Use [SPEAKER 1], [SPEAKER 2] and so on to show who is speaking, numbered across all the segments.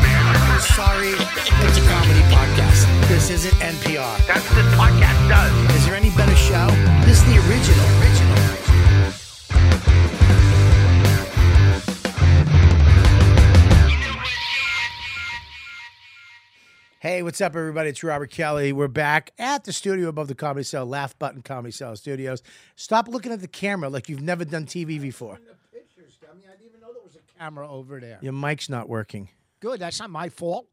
[SPEAKER 1] man?
[SPEAKER 2] Sorry. It's a comedy podcast. This isn't NPR.
[SPEAKER 1] That's what this podcast does.
[SPEAKER 2] Is there any better show? This is the original. Original. Hey, what's up, everybody? It's Robert Kelly. We're back at the studio above the Comedy Cell, Laugh Button Comedy Cell Studios. Stop looking at the camera like you've never done TV before.
[SPEAKER 3] camera over there.
[SPEAKER 2] Your mic's not working.
[SPEAKER 3] Good. That's not my fault.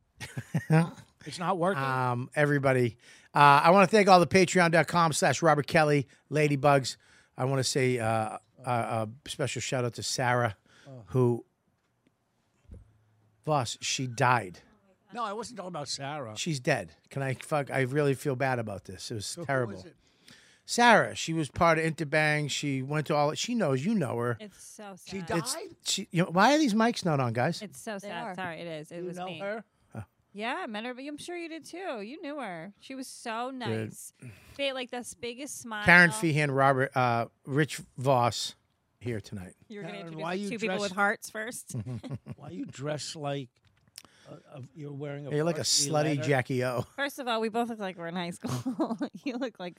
[SPEAKER 3] it's not working.
[SPEAKER 2] um, everybody. Uh, I want to thank all the patreon.com slash Robert Kelly, Ladybugs. I want to say uh, a, a special shout out to Sarah, who, boss, she died.
[SPEAKER 3] no, I wasn't talking about Sarah.
[SPEAKER 2] She's dead. Can I fuck? I really feel bad about this. It was terrible.
[SPEAKER 3] was it?
[SPEAKER 2] Sarah, she was part of Interbang. She went to all, she knows, you know her.
[SPEAKER 4] It's so sad.
[SPEAKER 3] She died.
[SPEAKER 2] It's- she, you know, why are these mics not on, guys?
[SPEAKER 4] It's so sad.
[SPEAKER 5] are.
[SPEAKER 4] Sorry, it is. It
[SPEAKER 3] you
[SPEAKER 4] was
[SPEAKER 3] know
[SPEAKER 4] me.
[SPEAKER 3] her.
[SPEAKER 4] Yeah, I met her, but I'm sure you did too. You knew her. She was so nice. She had like this biggest smile.
[SPEAKER 2] Karen Feehan, Robert, uh, Rich Voss here tonight.
[SPEAKER 4] You were going to
[SPEAKER 3] Karen,
[SPEAKER 4] introduce
[SPEAKER 3] why
[SPEAKER 4] the
[SPEAKER 3] you
[SPEAKER 4] two people
[SPEAKER 3] dressed-
[SPEAKER 4] with hearts first.
[SPEAKER 3] Why you dress like uh, uh, you're wearing a?
[SPEAKER 2] You're like a
[SPEAKER 3] varsity
[SPEAKER 2] slutty
[SPEAKER 3] letter?
[SPEAKER 2] Jackie O.
[SPEAKER 4] first of all, we both look like we're in high school. you look like,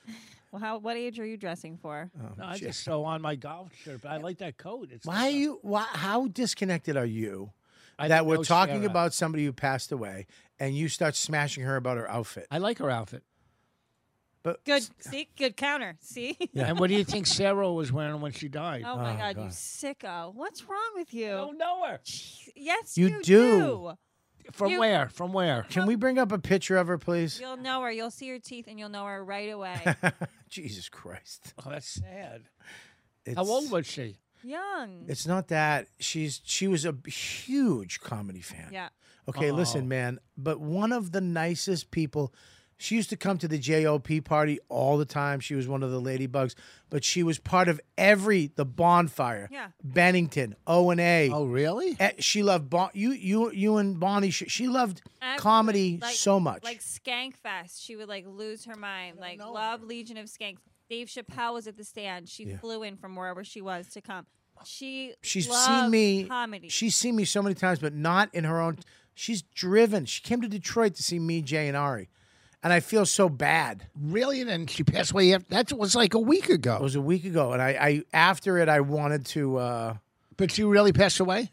[SPEAKER 4] well, how? What age are you dressing for?
[SPEAKER 2] Oh,
[SPEAKER 3] No, I just so on my golf shirt. But I like that coat. It's
[SPEAKER 2] Why are
[SPEAKER 3] like a-
[SPEAKER 2] you? Why, how disconnected are you
[SPEAKER 3] I
[SPEAKER 2] that
[SPEAKER 3] didn't
[SPEAKER 2] we're
[SPEAKER 3] know
[SPEAKER 2] talking
[SPEAKER 3] Sarah.
[SPEAKER 2] about somebody who passed away and you start smashing her about her outfit?
[SPEAKER 3] I like her outfit.
[SPEAKER 2] But
[SPEAKER 4] Good. See, good counter. See.
[SPEAKER 3] And what do you think Sarah was wearing when she died?
[SPEAKER 4] Oh my
[SPEAKER 2] Oh,
[SPEAKER 4] God,
[SPEAKER 2] God.
[SPEAKER 4] you sicko! What's wrong with you?
[SPEAKER 3] I don't know her.
[SPEAKER 4] Yes,
[SPEAKER 2] You
[SPEAKER 4] you,
[SPEAKER 2] do.
[SPEAKER 3] From
[SPEAKER 4] You-
[SPEAKER 3] where? From where?
[SPEAKER 2] can we bring up a picture of her, please?
[SPEAKER 4] You'll know her. You'll see her teeth, and you'll know her right away.
[SPEAKER 2] Jesus Christ!
[SPEAKER 3] Oh, that's sad.
[SPEAKER 2] It's,
[SPEAKER 3] How old was she?
[SPEAKER 4] Young.
[SPEAKER 2] It's not that she's she was a huge comedy fan.
[SPEAKER 4] yeah.
[SPEAKER 2] Okay,
[SPEAKER 3] Oh.
[SPEAKER 2] listen, man. But one of the nicest people. She used to come to the JOP party all the time. She was one of the ladybugs, but she was part of every the bonfire.
[SPEAKER 4] Yeah.
[SPEAKER 2] Bennington, O and A.
[SPEAKER 3] Oh, really?
[SPEAKER 2] Eh, she loved bon- you you you and Bonnie she, she loved
[SPEAKER 4] Absolutely.
[SPEAKER 2] comedy
[SPEAKER 4] Like-
[SPEAKER 2] so much.
[SPEAKER 4] Like Skankfest, she would like lose her mind. Like love Legion of Skanks. Dave Chappelle was at the stand. She flew in from wherever she was to come. She
[SPEAKER 2] she's seen
[SPEAKER 4] loved
[SPEAKER 2] me
[SPEAKER 4] comedy.
[SPEAKER 2] She's seen me so many times but not in her own she's driven. She came to Detroit to see me, Jay and Ari. And I feel so bad.
[SPEAKER 3] Really? And then she passed away. After, that was like a week
[SPEAKER 2] It
[SPEAKER 3] ago.
[SPEAKER 2] was a week ago and I, I after it I wanted to uh
[SPEAKER 3] But she really passed away.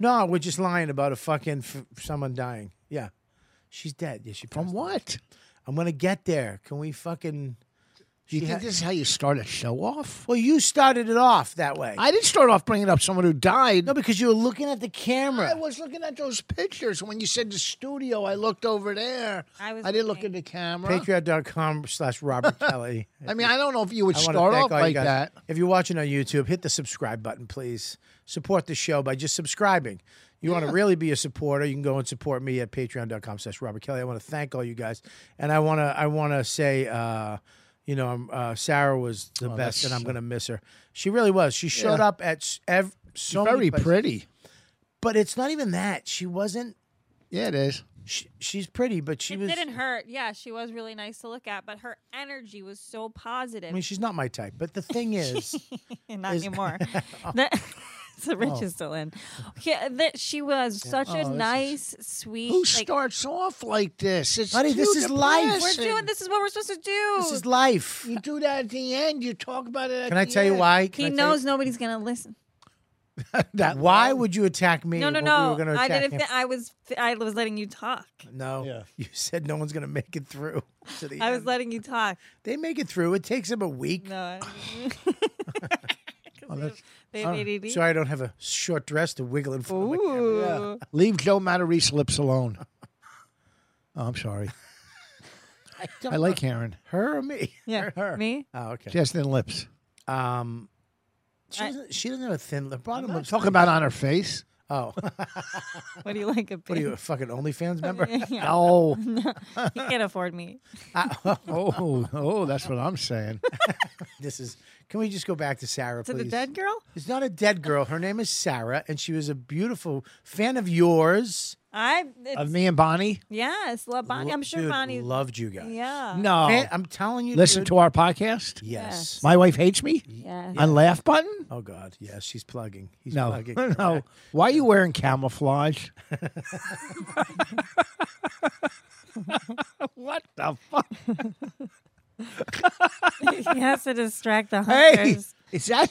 [SPEAKER 2] no, we're just lying about a fucking f- someone dying. Yeah. She's dead. Yeah, she passed away.
[SPEAKER 3] what?
[SPEAKER 2] I'm going to get there. Can we fucking
[SPEAKER 3] Do
[SPEAKER 2] She
[SPEAKER 3] you think
[SPEAKER 2] had-
[SPEAKER 3] this is how you start a show off?
[SPEAKER 2] Well, you started it off that way.
[SPEAKER 3] I didn't start off bringing up someone who died.
[SPEAKER 2] no, because you were looking at the camera.
[SPEAKER 3] I was looking at those pictures. When you said the studio, I looked over there.
[SPEAKER 4] I was
[SPEAKER 3] I didn't look
[SPEAKER 4] looking.
[SPEAKER 3] at the camera.
[SPEAKER 2] Patreon.com slash Robert Kelly.
[SPEAKER 3] I mean, I don't know if you would
[SPEAKER 2] I wanna
[SPEAKER 3] start
[SPEAKER 2] thank
[SPEAKER 3] off
[SPEAKER 2] all you
[SPEAKER 3] like
[SPEAKER 2] guys.
[SPEAKER 3] that.
[SPEAKER 2] If you're watching on YouTube, hit the subscribe button, please. Support the show by just subscribing. You want to really be a supporter, you can go and support me at patreon.com slash Robert Kelly. I want to thank all you guys. And I want to I want to say, uh, you know, um, uh, Sarah was the best, and I'm going to miss her. She really was. She showed
[SPEAKER 3] Oh, Yeah.
[SPEAKER 2] up at s- ev- so many
[SPEAKER 3] Very
[SPEAKER 2] places.
[SPEAKER 3] pretty.
[SPEAKER 2] But it's not even that. She wasn't.
[SPEAKER 3] Yeah, it is.
[SPEAKER 2] She, she's pretty, but she
[SPEAKER 4] it
[SPEAKER 2] was.
[SPEAKER 4] didn't hurt. Yeah, she was really nice to look at, but her energy was so positive.
[SPEAKER 2] I mean, she's not my type. But the thing is,
[SPEAKER 4] Not
[SPEAKER 2] is- Oh.
[SPEAKER 4] anymore. That- so Rich is still in. Yeah, that she was such
[SPEAKER 3] Oh, this
[SPEAKER 4] a
[SPEAKER 3] is-
[SPEAKER 4] nice, sweet.
[SPEAKER 3] Who
[SPEAKER 4] like,
[SPEAKER 3] starts off like this? It's
[SPEAKER 2] Buddy,
[SPEAKER 3] too
[SPEAKER 2] this is life.
[SPEAKER 4] we're
[SPEAKER 3] depressing.
[SPEAKER 4] doing this is what we're supposed to do.
[SPEAKER 2] this is life.
[SPEAKER 3] You do that at the end. You talk about it. At
[SPEAKER 2] Can I
[SPEAKER 3] the
[SPEAKER 2] tell you
[SPEAKER 3] end.
[SPEAKER 2] why? Can
[SPEAKER 4] he
[SPEAKER 2] I tell
[SPEAKER 4] knows nobody's gonna listen.
[SPEAKER 2] you- Why would you attack me?
[SPEAKER 4] No, no,
[SPEAKER 2] when
[SPEAKER 4] no.
[SPEAKER 2] We were gonna
[SPEAKER 4] I
[SPEAKER 2] attack
[SPEAKER 4] didn't.
[SPEAKER 2] him?
[SPEAKER 4] Th- I was. I was letting you talk.
[SPEAKER 2] no,
[SPEAKER 3] Yeah.
[SPEAKER 2] you said no one's gonna make it through. To the
[SPEAKER 4] I was
[SPEAKER 2] end.
[SPEAKER 4] letting you talk.
[SPEAKER 2] they make it through. It takes them a week.
[SPEAKER 4] No. I- 'Cause they have- they
[SPEAKER 2] Oh,
[SPEAKER 4] have ADD.
[SPEAKER 2] sorry, I don't have a short dress to wiggle in front of the camera.
[SPEAKER 4] Ooh.
[SPEAKER 3] Leave Joe Matarese lips alone. Oh, I'm sorry. I like Karen.
[SPEAKER 2] Her or me?
[SPEAKER 4] Yeah.
[SPEAKER 2] Her, her.
[SPEAKER 4] Me?
[SPEAKER 2] Oh, okay.
[SPEAKER 3] She has thin lips.
[SPEAKER 2] Um, she
[SPEAKER 4] I-
[SPEAKER 2] doesn't. She doesn't have a thin lip. Bottom lip's
[SPEAKER 3] Talk about on her face.
[SPEAKER 2] Oh,
[SPEAKER 4] What do you like a
[SPEAKER 2] what are you,
[SPEAKER 4] big?
[SPEAKER 2] a fucking OnlyFans member?
[SPEAKER 4] Yeah.
[SPEAKER 2] No.
[SPEAKER 4] You can't afford me.
[SPEAKER 3] Oh, oh, that's what I'm saying.
[SPEAKER 2] This is. Can we just go back to Sarah,
[SPEAKER 4] To
[SPEAKER 2] please?
[SPEAKER 4] the dead girl?
[SPEAKER 2] It's not a dead girl. Her name is Sarah, and she was a beautiful fan of yours.
[SPEAKER 4] I it's,
[SPEAKER 3] Of me and Bonnie?
[SPEAKER 4] yes, love Bonnie. I'm sure
[SPEAKER 2] Dude,
[SPEAKER 4] Bonnie.
[SPEAKER 2] loved you guys.
[SPEAKER 4] Yeah.
[SPEAKER 3] No.
[SPEAKER 2] Fan- I'm telling you.
[SPEAKER 3] Oh. Listen
[SPEAKER 2] dude.
[SPEAKER 3] to our podcast?
[SPEAKER 2] Yes.
[SPEAKER 3] My wife hates me?
[SPEAKER 4] Yes.
[SPEAKER 3] On Laugh Button?
[SPEAKER 2] Oh God. Yes, she's plugging. He's
[SPEAKER 3] No.
[SPEAKER 2] plugging.
[SPEAKER 3] No. Why are you wearing camouflage? what the fuck?
[SPEAKER 4] he has to distract the
[SPEAKER 3] Hey,
[SPEAKER 4] hunters.
[SPEAKER 3] is that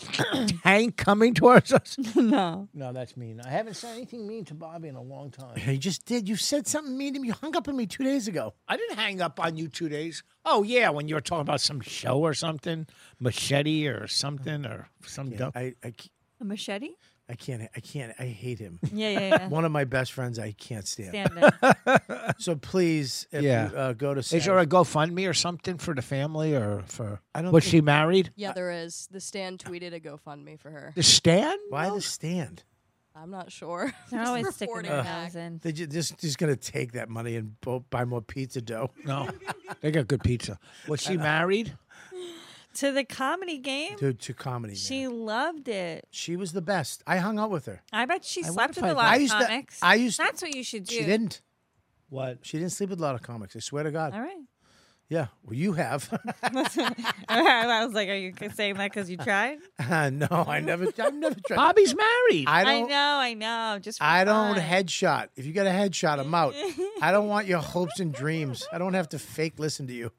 [SPEAKER 3] tank coming towards us?
[SPEAKER 4] No.
[SPEAKER 3] No, that's mean. I haven't said anything mean to Bobby in a long time.
[SPEAKER 2] You just did. You said something mean to me. You hung up on me two days ago.
[SPEAKER 3] I didn't hang up on you two days. Oh yeah, when you were talking about some show or something, machete or something or some dumb.
[SPEAKER 2] I, I, c-
[SPEAKER 4] A machete?
[SPEAKER 2] I can't. I can't. I hate him.
[SPEAKER 4] Yeah, yeah, yeah.
[SPEAKER 2] One of my best friends. I can't stand.
[SPEAKER 4] Stand it.
[SPEAKER 2] So please, if
[SPEAKER 3] Yeah.
[SPEAKER 2] you, uh, go to.
[SPEAKER 3] Is there
[SPEAKER 2] Sarah-
[SPEAKER 3] a GoFundMe or something for the family or for?
[SPEAKER 2] I don't
[SPEAKER 3] was
[SPEAKER 2] think-
[SPEAKER 3] she married?
[SPEAKER 5] Yeah, there is. The Stan tweeted a GoFundMe for her.
[SPEAKER 3] The Stan?
[SPEAKER 2] Why the stand?
[SPEAKER 5] I'm not sure.
[SPEAKER 4] They're
[SPEAKER 5] Just
[SPEAKER 4] always sticking
[SPEAKER 5] reporting
[SPEAKER 4] their
[SPEAKER 5] back.
[SPEAKER 4] nose in.
[SPEAKER 2] They ju- just just gonna take that money and bo- buy more pizza dough.
[SPEAKER 3] No, they got good pizza. Was she married?
[SPEAKER 4] To the comedy game,
[SPEAKER 2] Dude, to comedy.
[SPEAKER 4] she
[SPEAKER 2] man.
[SPEAKER 4] loved it.
[SPEAKER 2] she was the best. I hung out with her.
[SPEAKER 4] I bet she slept
[SPEAKER 3] if I-
[SPEAKER 4] with a
[SPEAKER 2] I
[SPEAKER 4] lot of
[SPEAKER 2] used to-
[SPEAKER 4] comics.
[SPEAKER 2] I used to-
[SPEAKER 4] That's what you should do.
[SPEAKER 2] She didn't.
[SPEAKER 3] What?
[SPEAKER 2] She didn't sleep with a lot of comics. I swear to God.
[SPEAKER 4] All right.
[SPEAKER 2] Yeah. Well, you have.
[SPEAKER 4] I was like, "Are you saying that because you tried?"
[SPEAKER 2] no, I never. I've never tried.
[SPEAKER 3] Bobby's married.
[SPEAKER 2] I
[SPEAKER 4] I,
[SPEAKER 2] don't.
[SPEAKER 4] know, I know. Just for
[SPEAKER 2] I don't
[SPEAKER 4] fun.
[SPEAKER 2] headshot. If you got a headshot, I'm out. I don't want your hopes and dreams. I don't have to fake listen to you.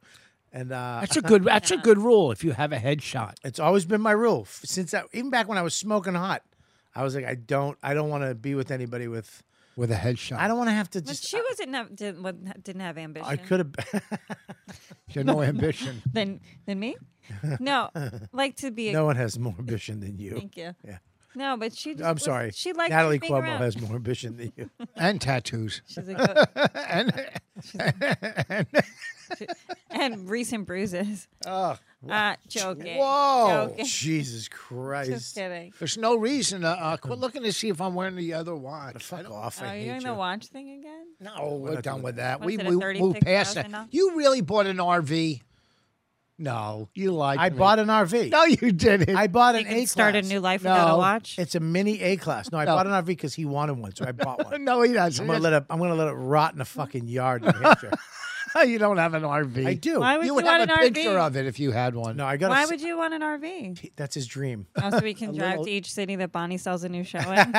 [SPEAKER 2] And uh,
[SPEAKER 3] that's a good. That's a good rule. If you have a headshot,
[SPEAKER 2] it's always been my rule F- since I, even back when I was smoking hot. I was like, I don't, I don't want to be with anybody with.
[SPEAKER 3] with a headshot,
[SPEAKER 2] I don't want to have to
[SPEAKER 4] But
[SPEAKER 2] just.
[SPEAKER 4] she wasn't have, didn't wasn't- didn't have ambition.
[SPEAKER 2] I could have.
[SPEAKER 3] you no ambition.
[SPEAKER 4] than than me. No, like to be. A,
[SPEAKER 2] no one has more ambition than you.
[SPEAKER 4] Thank you.
[SPEAKER 2] Yeah.
[SPEAKER 4] No, but she. Just
[SPEAKER 2] I'm
[SPEAKER 4] was-
[SPEAKER 2] sorry.
[SPEAKER 4] She liked
[SPEAKER 2] Natalie
[SPEAKER 4] being
[SPEAKER 2] Cuomo
[SPEAKER 4] around.
[SPEAKER 2] has more ambition than you.
[SPEAKER 3] and tattoos.
[SPEAKER 4] She's a go-
[SPEAKER 3] and
[SPEAKER 4] and recent bruises.
[SPEAKER 2] Oh,
[SPEAKER 4] Uh, joking.
[SPEAKER 3] Whoa.
[SPEAKER 4] Joking.
[SPEAKER 2] Jesus Christ!
[SPEAKER 4] Just kidding.
[SPEAKER 3] there's no reason. Uh, uh, quit looking to see if I'm wearing the other watch. I
[SPEAKER 2] Fuck
[SPEAKER 3] don't-
[SPEAKER 2] off! I
[SPEAKER 4] Are
[SPEAKER 2] hate
[SPEAKER 4] Oh, you doing
[SPEAKER 2] you.
[SPEAKER 4] the watch thing again?
[SPEAKER 3] No, we're, done with that.
[SPEAKER 4] What
[SPEAKER 3] we
[SPEAKER 4] is it, a
[SPEAKER 3] we
[SPEAKER 4] 30
[SPEAKER 3] moved
[SPEAKER 4] pick
[SPEAKER 3] past that.
[SPEAKER 4] thousand now?
[SPEAKER 3] You really bought an RV? No, you lied.
[SPEAKER 2] I
[SPEAKER 3] to me.
[SPEAKER 2] bought an RV.
[SPEAKER 3] No, you didn't.
[SPEAKER 2] I bought
[SPEAKER 4] You
[SPEAKER 2] an A
[SPEAKER 4] can start a
[SPEAKER 2] class.
[SPEAKER 4] new life without
[SPEAKER 3] No.
[SPEAKER 4] a watch.
[SPEAKER 2] It's a mini A class. No, I bought an RV because he wanted one, so I bought one.
[SPEAKER 3] no, he doesn't.
[SPEAKER 2] I'm gonna let it. I'm gonna let it rot in a fucking yard. In New Hampshire.
[SPEAKER 3] you don't have an RV.
[SPEAKER 2] I do.
[SPEAKER 4] Why would
[SPEAKER 3] You
[SPEAKER 4] you,
[SPEAKER 3] would
[SPEAKER 4] want
[SPEAKER 3] have
[SPEAKER 4] an
[SPEAKER 3] a
[SPEAKER 4] RV?
[SPEAKER 3] picture of it if you had one.
[SPEAKER 2] no, I got.
[SPEAKER 4] Why would you want an RV?
[SPEAKER 2] That's his dream.
[SPEAKER 4] Oh, so we can drive
[SPEAKER 3] little-
[SPEAKER 4] to each city that Bonnie sells a new show in.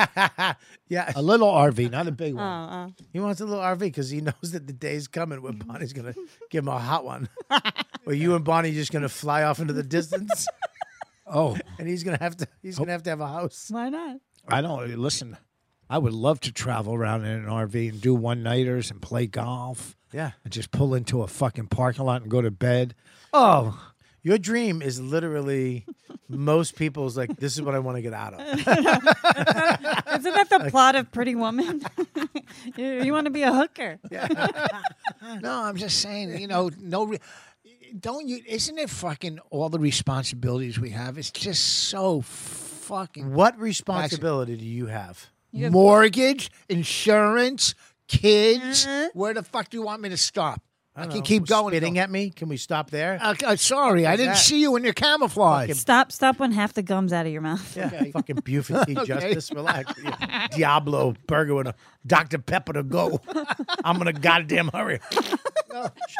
[SPEAKER 2] yeah,
[SPEAKER 3] A little RV, not a big
[SPEAKER 4] Oh,
[SPEAKER 3] one.
[SPEAKER 4] oh.
[SPEAKER 2] he wants a little RV because he knows that the day's coming when Bonnie's gonna give him a hot one. Where you and Bonnie just gonna fly off into the distance,
[SPEAKER 3] Oh,
[SPEAKER 2] and he's gonna have to. He's gonna have to have a house.
[SPEAKER 4] why not?
[SPEAKER 3] I don't listen. I would love to travel around in an RV and do one nighters and play golf.
[SPEAKER 2] Yeah.
[SPEAKER 3] and just pull into a fucking parking lot and go to bed. Oh,
[SPEAKER 2] Your dream is literally most people's. Like this is what I want to get out of.
[SPEAKER 4] Isn't that the plot of Pretty Woman? you, you want to be a hooker.
[SPEAKER 3] No, I'm just saying, you know, no, re- don't you? Isn't it fucking all the responsibilities we have? It's just so fucking
[SPEAKER 2] What responsibility do you have?
[SPEAKER 4] have-
[SPEAKER 3] mortgage, insurance, kids.
[SPEAKER 2] Uh-huh.
[SPEAKER 3] Where the fuck do you want me to stop? I, can keep going.
[SPEAKER 2] Spitting at me? Can we stop there?
[SPEAKER 3] Uh, uh, sorry, I didn't
[SPEAKER 2] that?
[SPEAKER 3] see you in your camouflage.
[SPEAKER 4] Stop, stop when half the gum's out of your mouth.
[SPEAKER 2] Yeah, fucking Buford T. Justice. Relax. Yeah. Diablo burger with a Dr. Pepper to go. I'm in a goddamn hurry.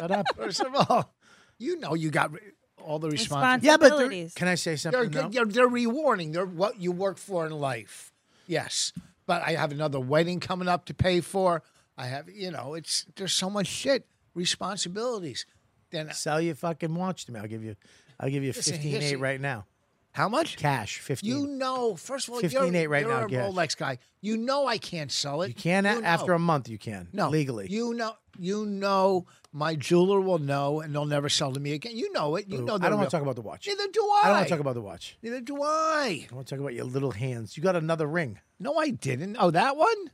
[SPEAKER 2] Shut up.
[SPEAKER 3] First of all, you know you got re- all the responsibilities.
[SPEAKER 2] Yeah, but there-
[SPEAKER 4] Abilities.
[SPEAKER 2] can I say
[SPEAKER 3] They're,
[SPEAKER 2] something?
[SPEAKER 3] good-
[SPEAKER 2] though?
[SPEAKER 3] they're, they're rewarding. They're what you work for in life. Yes. But I have another wedding coming up to pay for. I have, you know, it's there's so much shit, responsibilities. Then
[SPEAKER 2] Sell your fucking watch to me. I'll give you I'll give you
[SPEAKER 3] Listen,
[SPEAKER 2] 15
[SPEAKER 3] here's-
[SPEAKER 2] 8 right now.
[SPEAKER 3] how much?
[SPEAKER 2] Cash, 15.
[SPEAKER 3] You
[SPEAKER 2] You,
[SPEAKER 3] know, first of all,
[SPEAKER 2] 15.8
[SPEAKER 3] you're,
[SPEAKER 2] right
[SPEAKER 3] you're
[SPEAKER 2] now,
[SPEAKER 3] a
[SPEAKER 2] guess.
[SPEAKER 3] Rolex guy. You know I can't sell it. You
[SPEAKER 2] can a-
[SPEAKER 3] know.
[SPEAKER 2] after a month you can.
[SPEAKER 3] no
[SPEAKER 2] Legally.
[SPEAKER 3] You know, you know, my jeweler will know, and they'll never sell to me again. You know it. You know.
[SPEAKER 2] I don't want
[SPEAKER 3] want
[SPEAKER 2] to talk about the watch.
[SPEAKER 3] Neither do I.
[SPEAKER 2] I don't want to talk about the watch.
[SPEAKER 3] Neither do I.
[SPEAKER 2] I want to talk about your little hands. You got another ring.
[SPEAKER 3] No, I didn't. Oh, that one?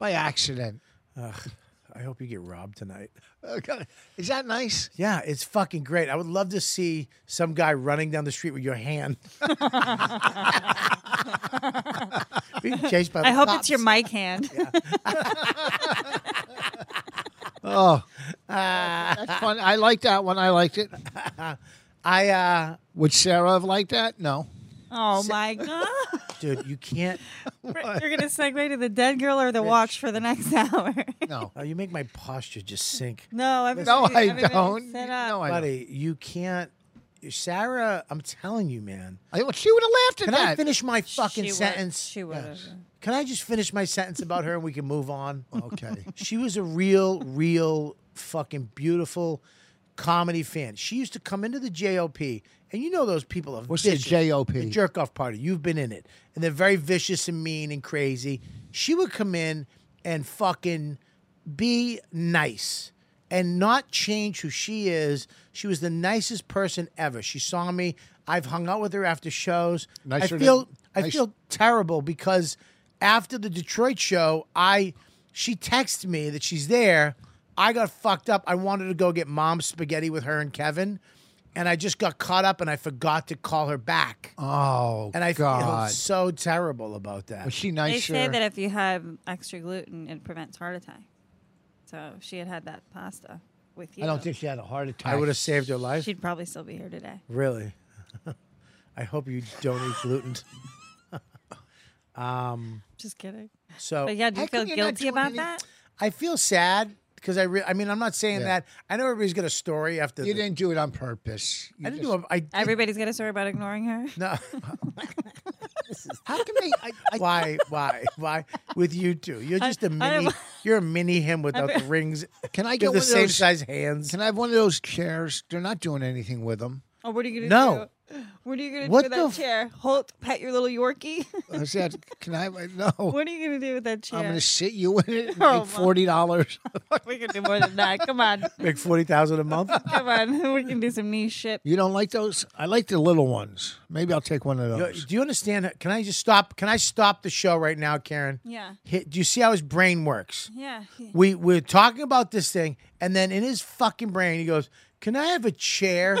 [SPEAKER 3] By accident.
[SPEAKER 2] I I hope you get robbed tonight.
[SPEAKER 3] Okay. Is that nice?
[SPEAKER 2] Yeah, it's fucking great. I would love to see some guy running down the street with your hand. Being chased by
[SPEAKER 4] I
[SPEAKER 2] the
[SPEAKER 4] hope
[SPEAKER 2] cops.
[SPEAKER 4] it's your mic hand.
[SPEAKER 3] Oh,
[SPEAKER 2] Ah.
[SPEAKER 3] that's fun. I liked that one. I liked it.
[SPEAKER 2] I uh,
[SPEAKER 3] Would Sarah have liked that? No.
[SPEAKER 4] Oh my god!
[SPEAKER 2] dude, you can't.
[SPEAKER 4] You're gonna segue to the dead girl or the watch for the next hour.
[SPEAKER 3] No.
[SPEAKER 2] Oh, you make my posture just sink,
[SPEAKER 4] no, I've
[SPEAKER 3] No, I don't.
[SPEAKER 4] Set up.
[SPEAKER 3] No, I don't.
[SPEAKER 2] buddy. You can't. Sarah, I'm telling you, man.
[SPEAKER 3] I, well, she would have laughed at
[SPEAKER 2] Can I
[SPEAKER 3] that.
[SPEAKER 2] finish my fucking
[SPEAKER 4] She would-
[SPEAKER 2] sentence?
[SPEAKER 4] she would. have.
[SPEAKER 2] Can I just finish my sentence about her and we can move on?
[SPEAKER 3] okay.
[SPEAKER 2] She was a real, real fucking beautiful comedy fan. She used to come into the JOP, and you know those people are
[SPEAKER 3] What's the
[SPEAKER 2] vicious.
[SPEAKER 3] JOP?
[SPEAKER 2] The jerk off party. You've been in it, and they're very vicious and mean and crazy. She would come in and fucking be nice and not change who she is. She was the nicest person ever. She saw me. I've hung out with her after shows.
[SPEAKER 3] Nicer
[SPEAKER 2] I
[SPEAKER 3] than-
[SPEAKER 2] feel I
[SPEAKER 3] nice-
[SPEAKER 2] feel terrible because after the Detroit show, I she texted me that she's there. I got fucked up. I wanted to go get mom's spaghetti with her and Kevin, and I just got caught up and I forgot to call her back.
[SPEAKER 3] Oh,
[SPEAKER 2] and I feel
[SPEAKER 3] God.
[SPEAKER 2] so terrible about
[SPEAKER 3] Was
[SPEAKER 2] that.
[SPEAKER 3] she
[SPEAKER 4] They
[SPEAKER 3] nicer?
[SPEAKER 4] say that if you have extra gluten, it prevents heart attack. So if she had had that pasta with you.
[SPEAKER 3] I don't think she had a heart attack.
[SPEAKER 2] I would have saved her life.
[SPEAKER 4] she'd probably still be here today.
[SPEAKER 2] Really? I hope you don't eat gluten.
[SPEAKER 4] Just kidding.
[SPEAKER 2] So
[SPEAKER 4] But yeah, do
[SPEAKER 3] How
[SPEAKER 4] you feel
[SPEAKER 3] come you're not
[SPEAKER 4] guilty
[SPEAKER 3] doing
[SPEAKER 4] about
[SPEAKER 3] any-
[SPEAKER 4] that?
[SPEAKER 2] I feel sad because I. Re- I mean, I'm not saying
[SPEAKER 3] Yeah.
[SPEAKER 2] that. I know everybody's got a story after.
[SPEAKER 3] You
[SPEAKER 2] the-
[SPEAKER 3] didn't do it on purpose. You
[SPEAKER 2] I didn't
[SPEAKER 3] just-
[SPEAKER 2] do. A, I did
[SPEAKER 4] Everybody's got a story about ignoring her.
[SPEAKER 2] no.
[SPEAKER 3] How can they? I, I,
[SPEAKER 2] why? Why? Why? With you two, you're just a
[SPEAKER 4] I-
[SPEAKER 2] mini. you're a mini him without the rings.
[SPEAKER 3] can I
[SPEAKER 2] You
[SPEAKER 3] get
[SPEAKER 2] have
[SPEAKER 3] one
[SPEAKER 2] the
[SPEAKER 3] of
[SPEAKER 2] same
[SPEAKER 3] those?
[SPEAKER 2] size hands?
[SPEAKER 3] Can I have one of those chairs? They're not doing anything with them.
[SPEAKER 4] Oh, what are you gonna
[SPEAKER 2] No.
[SPEAKER 4] do? What are you gonna
[SPEAKER 2] What
[SPEAKER 4] do with
[SPEAKER 2] the
[SPEAKER 4] that
[SPEAKER 2] f-
[SPEAKER 4] chair? Holt, pet your little Yorkie.
[SPEAKER 3] I said, can I? No.
[SPEAKER 4] what are you gonna do with that chair?
[SPEAKER 3] I'm going to sit you in it and
[SPEAKER 4] Oh,
[SPEAKER 3] make
[SPEAKER 4] my.
[SPEAKER 3] forty dollars.
[SPEAKER 4] we can do more than that. Come on.
[SPEAKER 2] Make forty thousand a month.
[SPEAKER 4] Come on. We can do some niche shit.
[SPEAKER 3] You don't like those? I like the little ones. Maybe I'll take one of
[SPEAKER 2] Yo,
[SPEAKER 3] those.
[SPEAKER 2] Do you understand? Can I just stop? Can I stop the show right now, Karen?
[SPEAKER 4] Yeah.
[SPEAKER 2] Hit, do you see how his brain works?
[SPEAKER 4] Yeah.
[SPEAKER 2] We we're talking about this thing, and then in his fucking brain, he goes, "Can I have a chair?"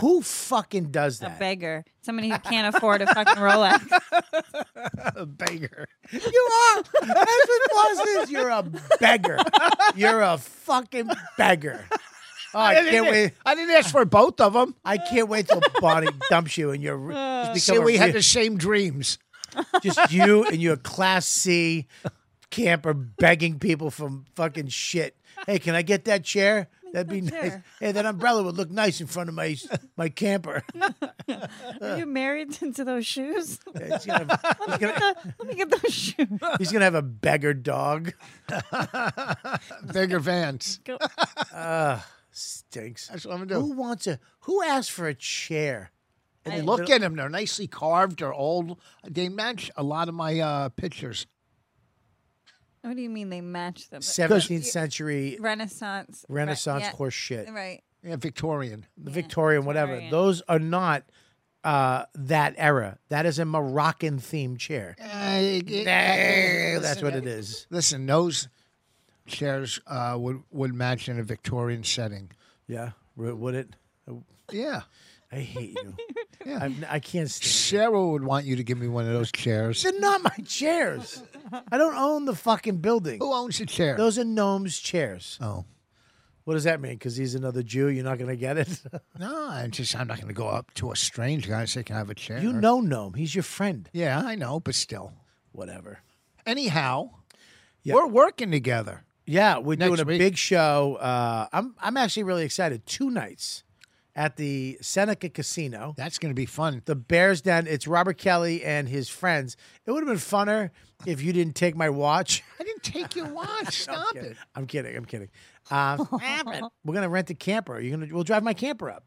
[SPEAKER 2] Who fucking does
[SPEAKER 4] A
[SPEAKER 2] that?
[SPEAKER 4] beggar. Somebody who can't afford a fucking Rolex.
[SPEAKER 3] A beggar.
[SPEAKER 2] You are. That's what boss is. You're a beggar. You're a fucking beggar. Oh, I can't wait.
[SPEAKER 3] I didn't ask for both of them.
[SPEAKER 2] I can't wait till Bonnie dumps you and you're
[SPEAKER 4] Uh.
[SPEAKER 2] just become
[SPEAKER 3] See,
[SPEAKER 2] a
[SPEAKER 3] we had
[SPEAKER 2] real-
[SPEAKER 3] the same dreams.
[SPEAKER 2] just you and your class C camper begging people from fucking shit. Hey, can I get that chair? That'd be
[SPEAKER 4] that
[SPEAKER 2] nice.
[SPEAKER 4] chair.
[SPEAKER 2] Hey, that umbrella would look nice in front of my my camper.
[SPEAKER 4] Are you married to those shoes?
[SPEAKER 2] He's gonna, have, he's gonna-
[SPEAKER 4] Let me get those shoes.
[SPEAKER 2] he's gonna have a beggar dog.
[SPEAKER 3] Beggar Vance.
[SPEAKER 4] Go.
[SPEAKER 2] Stinks.
[SPEAKER 3] That's what I'm gonna
[SPEAKER 2] Who
[SPEAKER 3] do.
[SPEAKER 2] wants a? Who asked for a chair?
[SPEAKER 3] And look at them; they're nicely carved. They're old. They match a lot of my uh, pictures.
[SPEAKER 4] What do you mean they match them?
[SPEAKER 2] 17th century
[SPEAKER 4] Renaissance. Re-
[SPEAKER 2] Renaissance
[SPEAKER 4] yeah,
[SPEAKER 2] horse shit.
[SPEAKER 4] Right.
[SPEAKER 3] Yeah, Victorian.
[SPEAKER 2] the Victorian, whatever.
[SPEAKER 4] Victorian.
[SPEAKER 2] Those are not uh, that era. That is a Moroccan themed chair. That's what it is.
[SPEAKER 3] Listen, those chairs uh, would would match in a Victorian setting.
[SPEAKER 2] Yeah, r- would it?
[SPEAKER 3] Yeah,
[SPEAKER 2] I hate you.
[SPEAKER 3] Yeah.
[SPEAKER 2] I'm- I can't stand.
[SPEAKER 3] Cheryl would want you to give me one of those chairs.
[SPEAKER 2] They're not my chairs. I don't own the fucking building.
[SPEAKER 3] Who owns the chair?
[SPEAKER 2] Those are gnomes chairs.
[SPEAKER 3] oh.
[SPEAKER 2] What does that mean? Because he's another Jew, you're not gonna get it.
[SPEAKER 3] No, I'm just I'm not going to go up to a strange guy and say, "Can I have a chair?"
[SPEAKER 2] you know gnome. He's your friend.
[SPEAKER 3] Yeah, I know, but still.
[SPEAKER 2] Whatever.
[SPEAKER 3] Anyhow, we're working together.
[SPEAKER 2] Yeah, we're
[SPEAKER 3] Next
[SPEAKER 2] doing a
[SPEAKER 3] week.
[SPEAKER 2] big show. Uh, I'm I'm actually really excited. Two nights at the Seneca Casino.
[SPEAKER 3] That's going to be fun.
[SPEAKER 2] the Bears Den. It's Robert Kelly and his friends. It would have been funner if you didn't take my watch.
[SPEAKER 3] I didn't take your watch. Stop it.
[SPEAKER 2] I'm kidding. I'm kidding. Um, we're gonna rent a camper. You're gonna. We'll drive my camper up.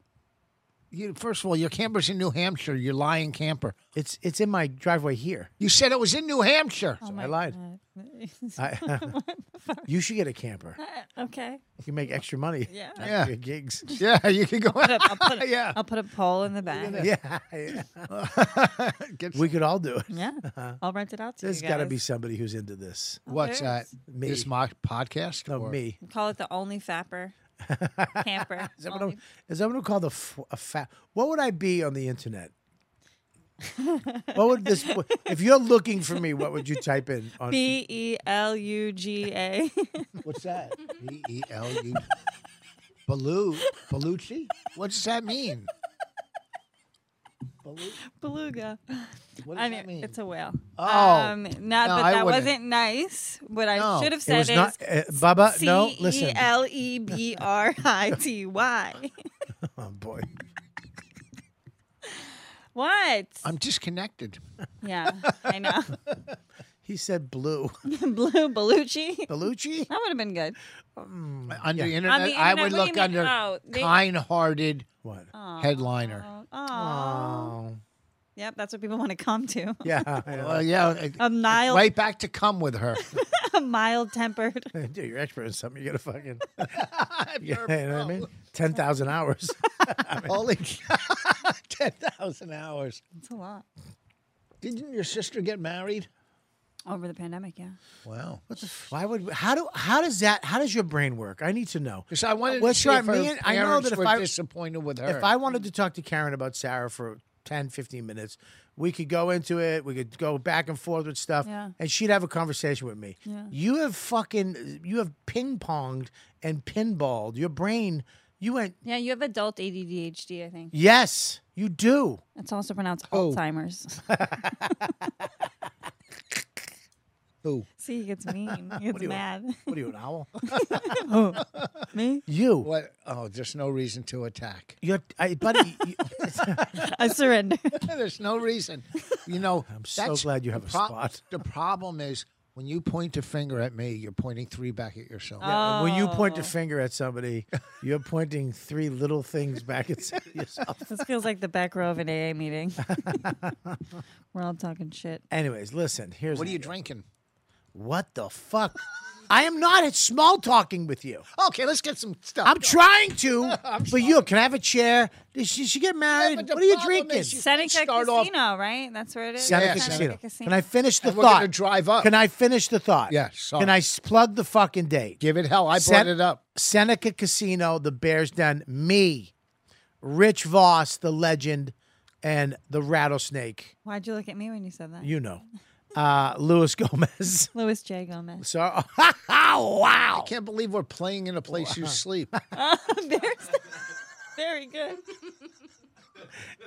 [SPEAKER 3] you, first of all, your camper's in New Hampshire. You're lying camper.
[SPEAKER 2] It's it's in my driveway here.
[SPEAKER 3] You said it was in New Hampshire.
[SPEAKER 2] I lied.
[SPEAKER 4] Uh,
[SPEAKER 2] I, you should get a camper.
[SPEAKER 4] okay.
[SPEAKER 2] You can make extra money.
[SPEAKER 4] Yeah.
[SPEAKER 2] after your gigs.
[SPEAKER 3] Yeah, you can go.
[SPEAKER 4] I'll put a,
[SPEAKER 3] yeah,
[SPEAKER 4] I'll put a pole in the back.
[SPEAKER 2] Yeah, yeah.
[SPEAKER 3] Get
[SPEAKER 2] we could all do it.
[SPEAKER 4] Yeah. I'll rent it out to
[SPEAKER 2] There's
[SPEAKER 4] you
[SPEAKER 2] got to
[SPEAKER 4] guys.
[SPEAKER 2] Uh-huh. be somebody who's into this.
[SPEAKER 3] what's that?
[SPEAKER 2] Me.
[SPEAKER 3] This my podcast?
[SPEAKER 2] No,
[SPEAKER 3] or-
[SPEAKER 2] me.
[SPEAKER 4] Call it the only fapper. Camper.
[SPEAKER 2] Is that what
[SPEAKER 4] Only-
[SPEAKER 2] I'm, is that what I'm called? A, f- a fa- What would I be on the internet? what would this? If you're looking for me, what would you type in? On,
[SPEAKER 4] B E L U G A.
[SPEAKER 3] What's that? B E L U. Balu Balucci. What does that mean?
[SPEAKER 4] Beluga.
[SPEAKER 3] What does
[SPEAKER 4] I
[SPEAKER 3] that
[SPEAKER 4] mean,
[SPEAKER 3] mean?
[SPEAKER 4] it's a whale.
[SPEAKER 3] Oh.
[SPEAKER 4] Um, not
[SPEAKER 3] No,
[SPEAKER 4] that
[SPEAKER 3] I
[SPEAKER 4] that
[SPEAKER 3] wouldn't.
[SPEAKER 4] wasn't nice. What I
[SPEAKER 3] No,
[SPEAKER 4] should have
[SPEAKER 2] it
[SPEAKER 4] said
[SPEAKER 2] was
[SPEAKER 4] is
[SPEAKER 2] not, uh, Baba. no,
[SPEAKER 4] C
[SPEAKER 2] listen.
[SPEAKER 4] E L E B R I T Y.
[SPEAKER 2] Oh boy,
[SPEAKER 4] What?
[SPEAKER 3] I'm disconnected.
[SPEAKER 4] yeah, I know.
[SPEAKER 2] he said blue.
[SPEAKER 4] Blue Belucci.
[SPEAKER 2] Bellucci.
[SPEAKER 4] That would have been good.
[SPEAKER 3] On the internet,
[SPEAKER 4] On the
[SPEAKER 3] I
[SPEAKER 4] internet,
[SPEAKER 3] would
[SPEAKER 4] what do you
[SPEAKER 3] look
[SPEAKER 4] mean?
[SPEAKER 3] under
[SPEAKER 4] Oh, they-
[SPEAKER 3] kind-hearted
[SPEAKER 2] What?
[SPEAKER 3] headliner.
[SPEAKER 4] Oh,
[SPEAKER 2] Oh,
[SPEAKER 4] yep. That's what people want to come to.
[SPEAKER 2] yeah. I know.
[SPEAKER 3] Well, yeah, it-
[SPEAKER 4] A mild,
[SPEAKER 3] right back to come with her.
[SPEAKER 4] a mild tempered.
[SPEAKER 2] Dude, you're expert in something. You gotta fucking. you know what I mean? Ten thousand hours.
[SPEAKER 3] Holy cow, ten thousand hours!
[SPEAKER 4] It's a lot
[SPEAKER 3] Didn't your sister get married?
[SPEAKER 4] over the pandemic. Yeah.
[SPEAKER 3] Wow.
[SPEAKER 2] Why would? How do? How does that? How does your brain work? I need to know.
[SPEAKER 3] Because I wanted
[SPEAKER 2] Well,
[SPEAKER 3] to see
[SPEAKER 2] sure,
[SPEAKER 3] if her
[SPEAKER 2] me and- I know
[SPEAKER 3] parents
[SPEAKER 2] that if
[SPEAKER 3] were
[SPEAKER 2] I-
[SPEAKER 3] disappointed with her.
[SPEAKER 2] If I wanted to talk to Karen about Sarah for 10, 15 minutes, we could go into it. We could go back and forth with stuff,
[SPEAKER 4] Yeah.
[SPEAKER 2] and she'd have a conversation with me.
[SPEAKER 4] Yeah.
[SPEAKER 2] You have fucking, you have ping ponged and pinballed. Your brain, you went,
[SPEAKER 4] Yeah, you have adult ADHD. I think
[SPEAKER 2] yes, you do.
[SPEAKER 4] it's also pronounced
[SPEAKER 3] Oh.
[SPEAKER 4] Alzheimer's.
[SPEAKER 3] Who?
[SPEAKER 4] See, he gets mean. He gets
[SPEAKER 2] do you-
[SPEAKER 4] mad. Oh.
[SPEAKER 2] What are you, an owl?
[SPEAKER 4] Me?
[SPEAKER 2] you.
[SPEAKER 3] What? Oh, there's no reason to attack.
[SPEAKER 2] You're, I, buddy, you-
[SPEAKER 4] I surrender.
[SPEAKER 3] there's no reason. You know. I'm
[SPEAKER 2] so glad you have a spot.
[SPEAKER 3] The problem is when you point a finger at me, you're pointing three back at yourself.
[SPEAKER 2] when you point
[SPEAKER 4] Oh.
[SPEAKER 2] a finger at somebody, you're pointing three little things back at yourself.
[SPEAKER 4] This feels like the back row of an AA meeting. We're all talking shit.
[SPEAKER 2] Anyways, listen, here's
[SPEAKER 3] What are
[SPEAKER 2] an
[SPEAKER 3] you
[SPEAKER 2] idea.
[SPEAKER 3] drinking?
[SPEAKER 2] What the fuck? I am not small talking with you.
[SPEAKER 3] Okay, let's get some stuff.
[SPEAKER 2] I'm trying to, but you can I have a chair. Did she, she get married?
[SPEAKER 3] but the
[SPEAKER 2] what are you
[SPEAKER 3] problem is
[SPEAKER 2] drinking?
[SPEAKER 3] you
[SPEAKER 4] Seneca
[SPEAKER 3] Start off-
[SPEAKER 4] Casino, right? That's where it is.
[SPEAKER 2] Seneca
[SPEAKER 3] Yeah,
[SPEAKER 2] Casino.
[SPEAKER 3] Seneca
[SPEAKER 2] Can I finish the
[SPEAKER 3] And we're
[SPEAKER 2] thought?
[SPEAKER 3] gonna drive up.
[SPEAKER 2] Can I finish the thought?
[SPEAKER 3] Yeah, sorry.
[SPEAKER 2] Can I s- plug the fucking date?
[SPEAKER 3] Give it hell. I brought
[SPEAKER 2] Sen-
[SPEAKER 3] it up.
[SPEAKER 2] Seneca Casino, the Bears Den, me, Rich Voss, the legend, and the rattlesnake.
[SPEAKER 4] Why'd you look at me when you said that?
[SPEAKER 2] You know, uh, Luis Gomez.
[SPEAKER 4] Louis J. Gomez.
[SPEAKER 2] So, wow.
[SPEAKER 3] Can't believe we're playing in a place you sleep.
[SPEAKER 4] Very good.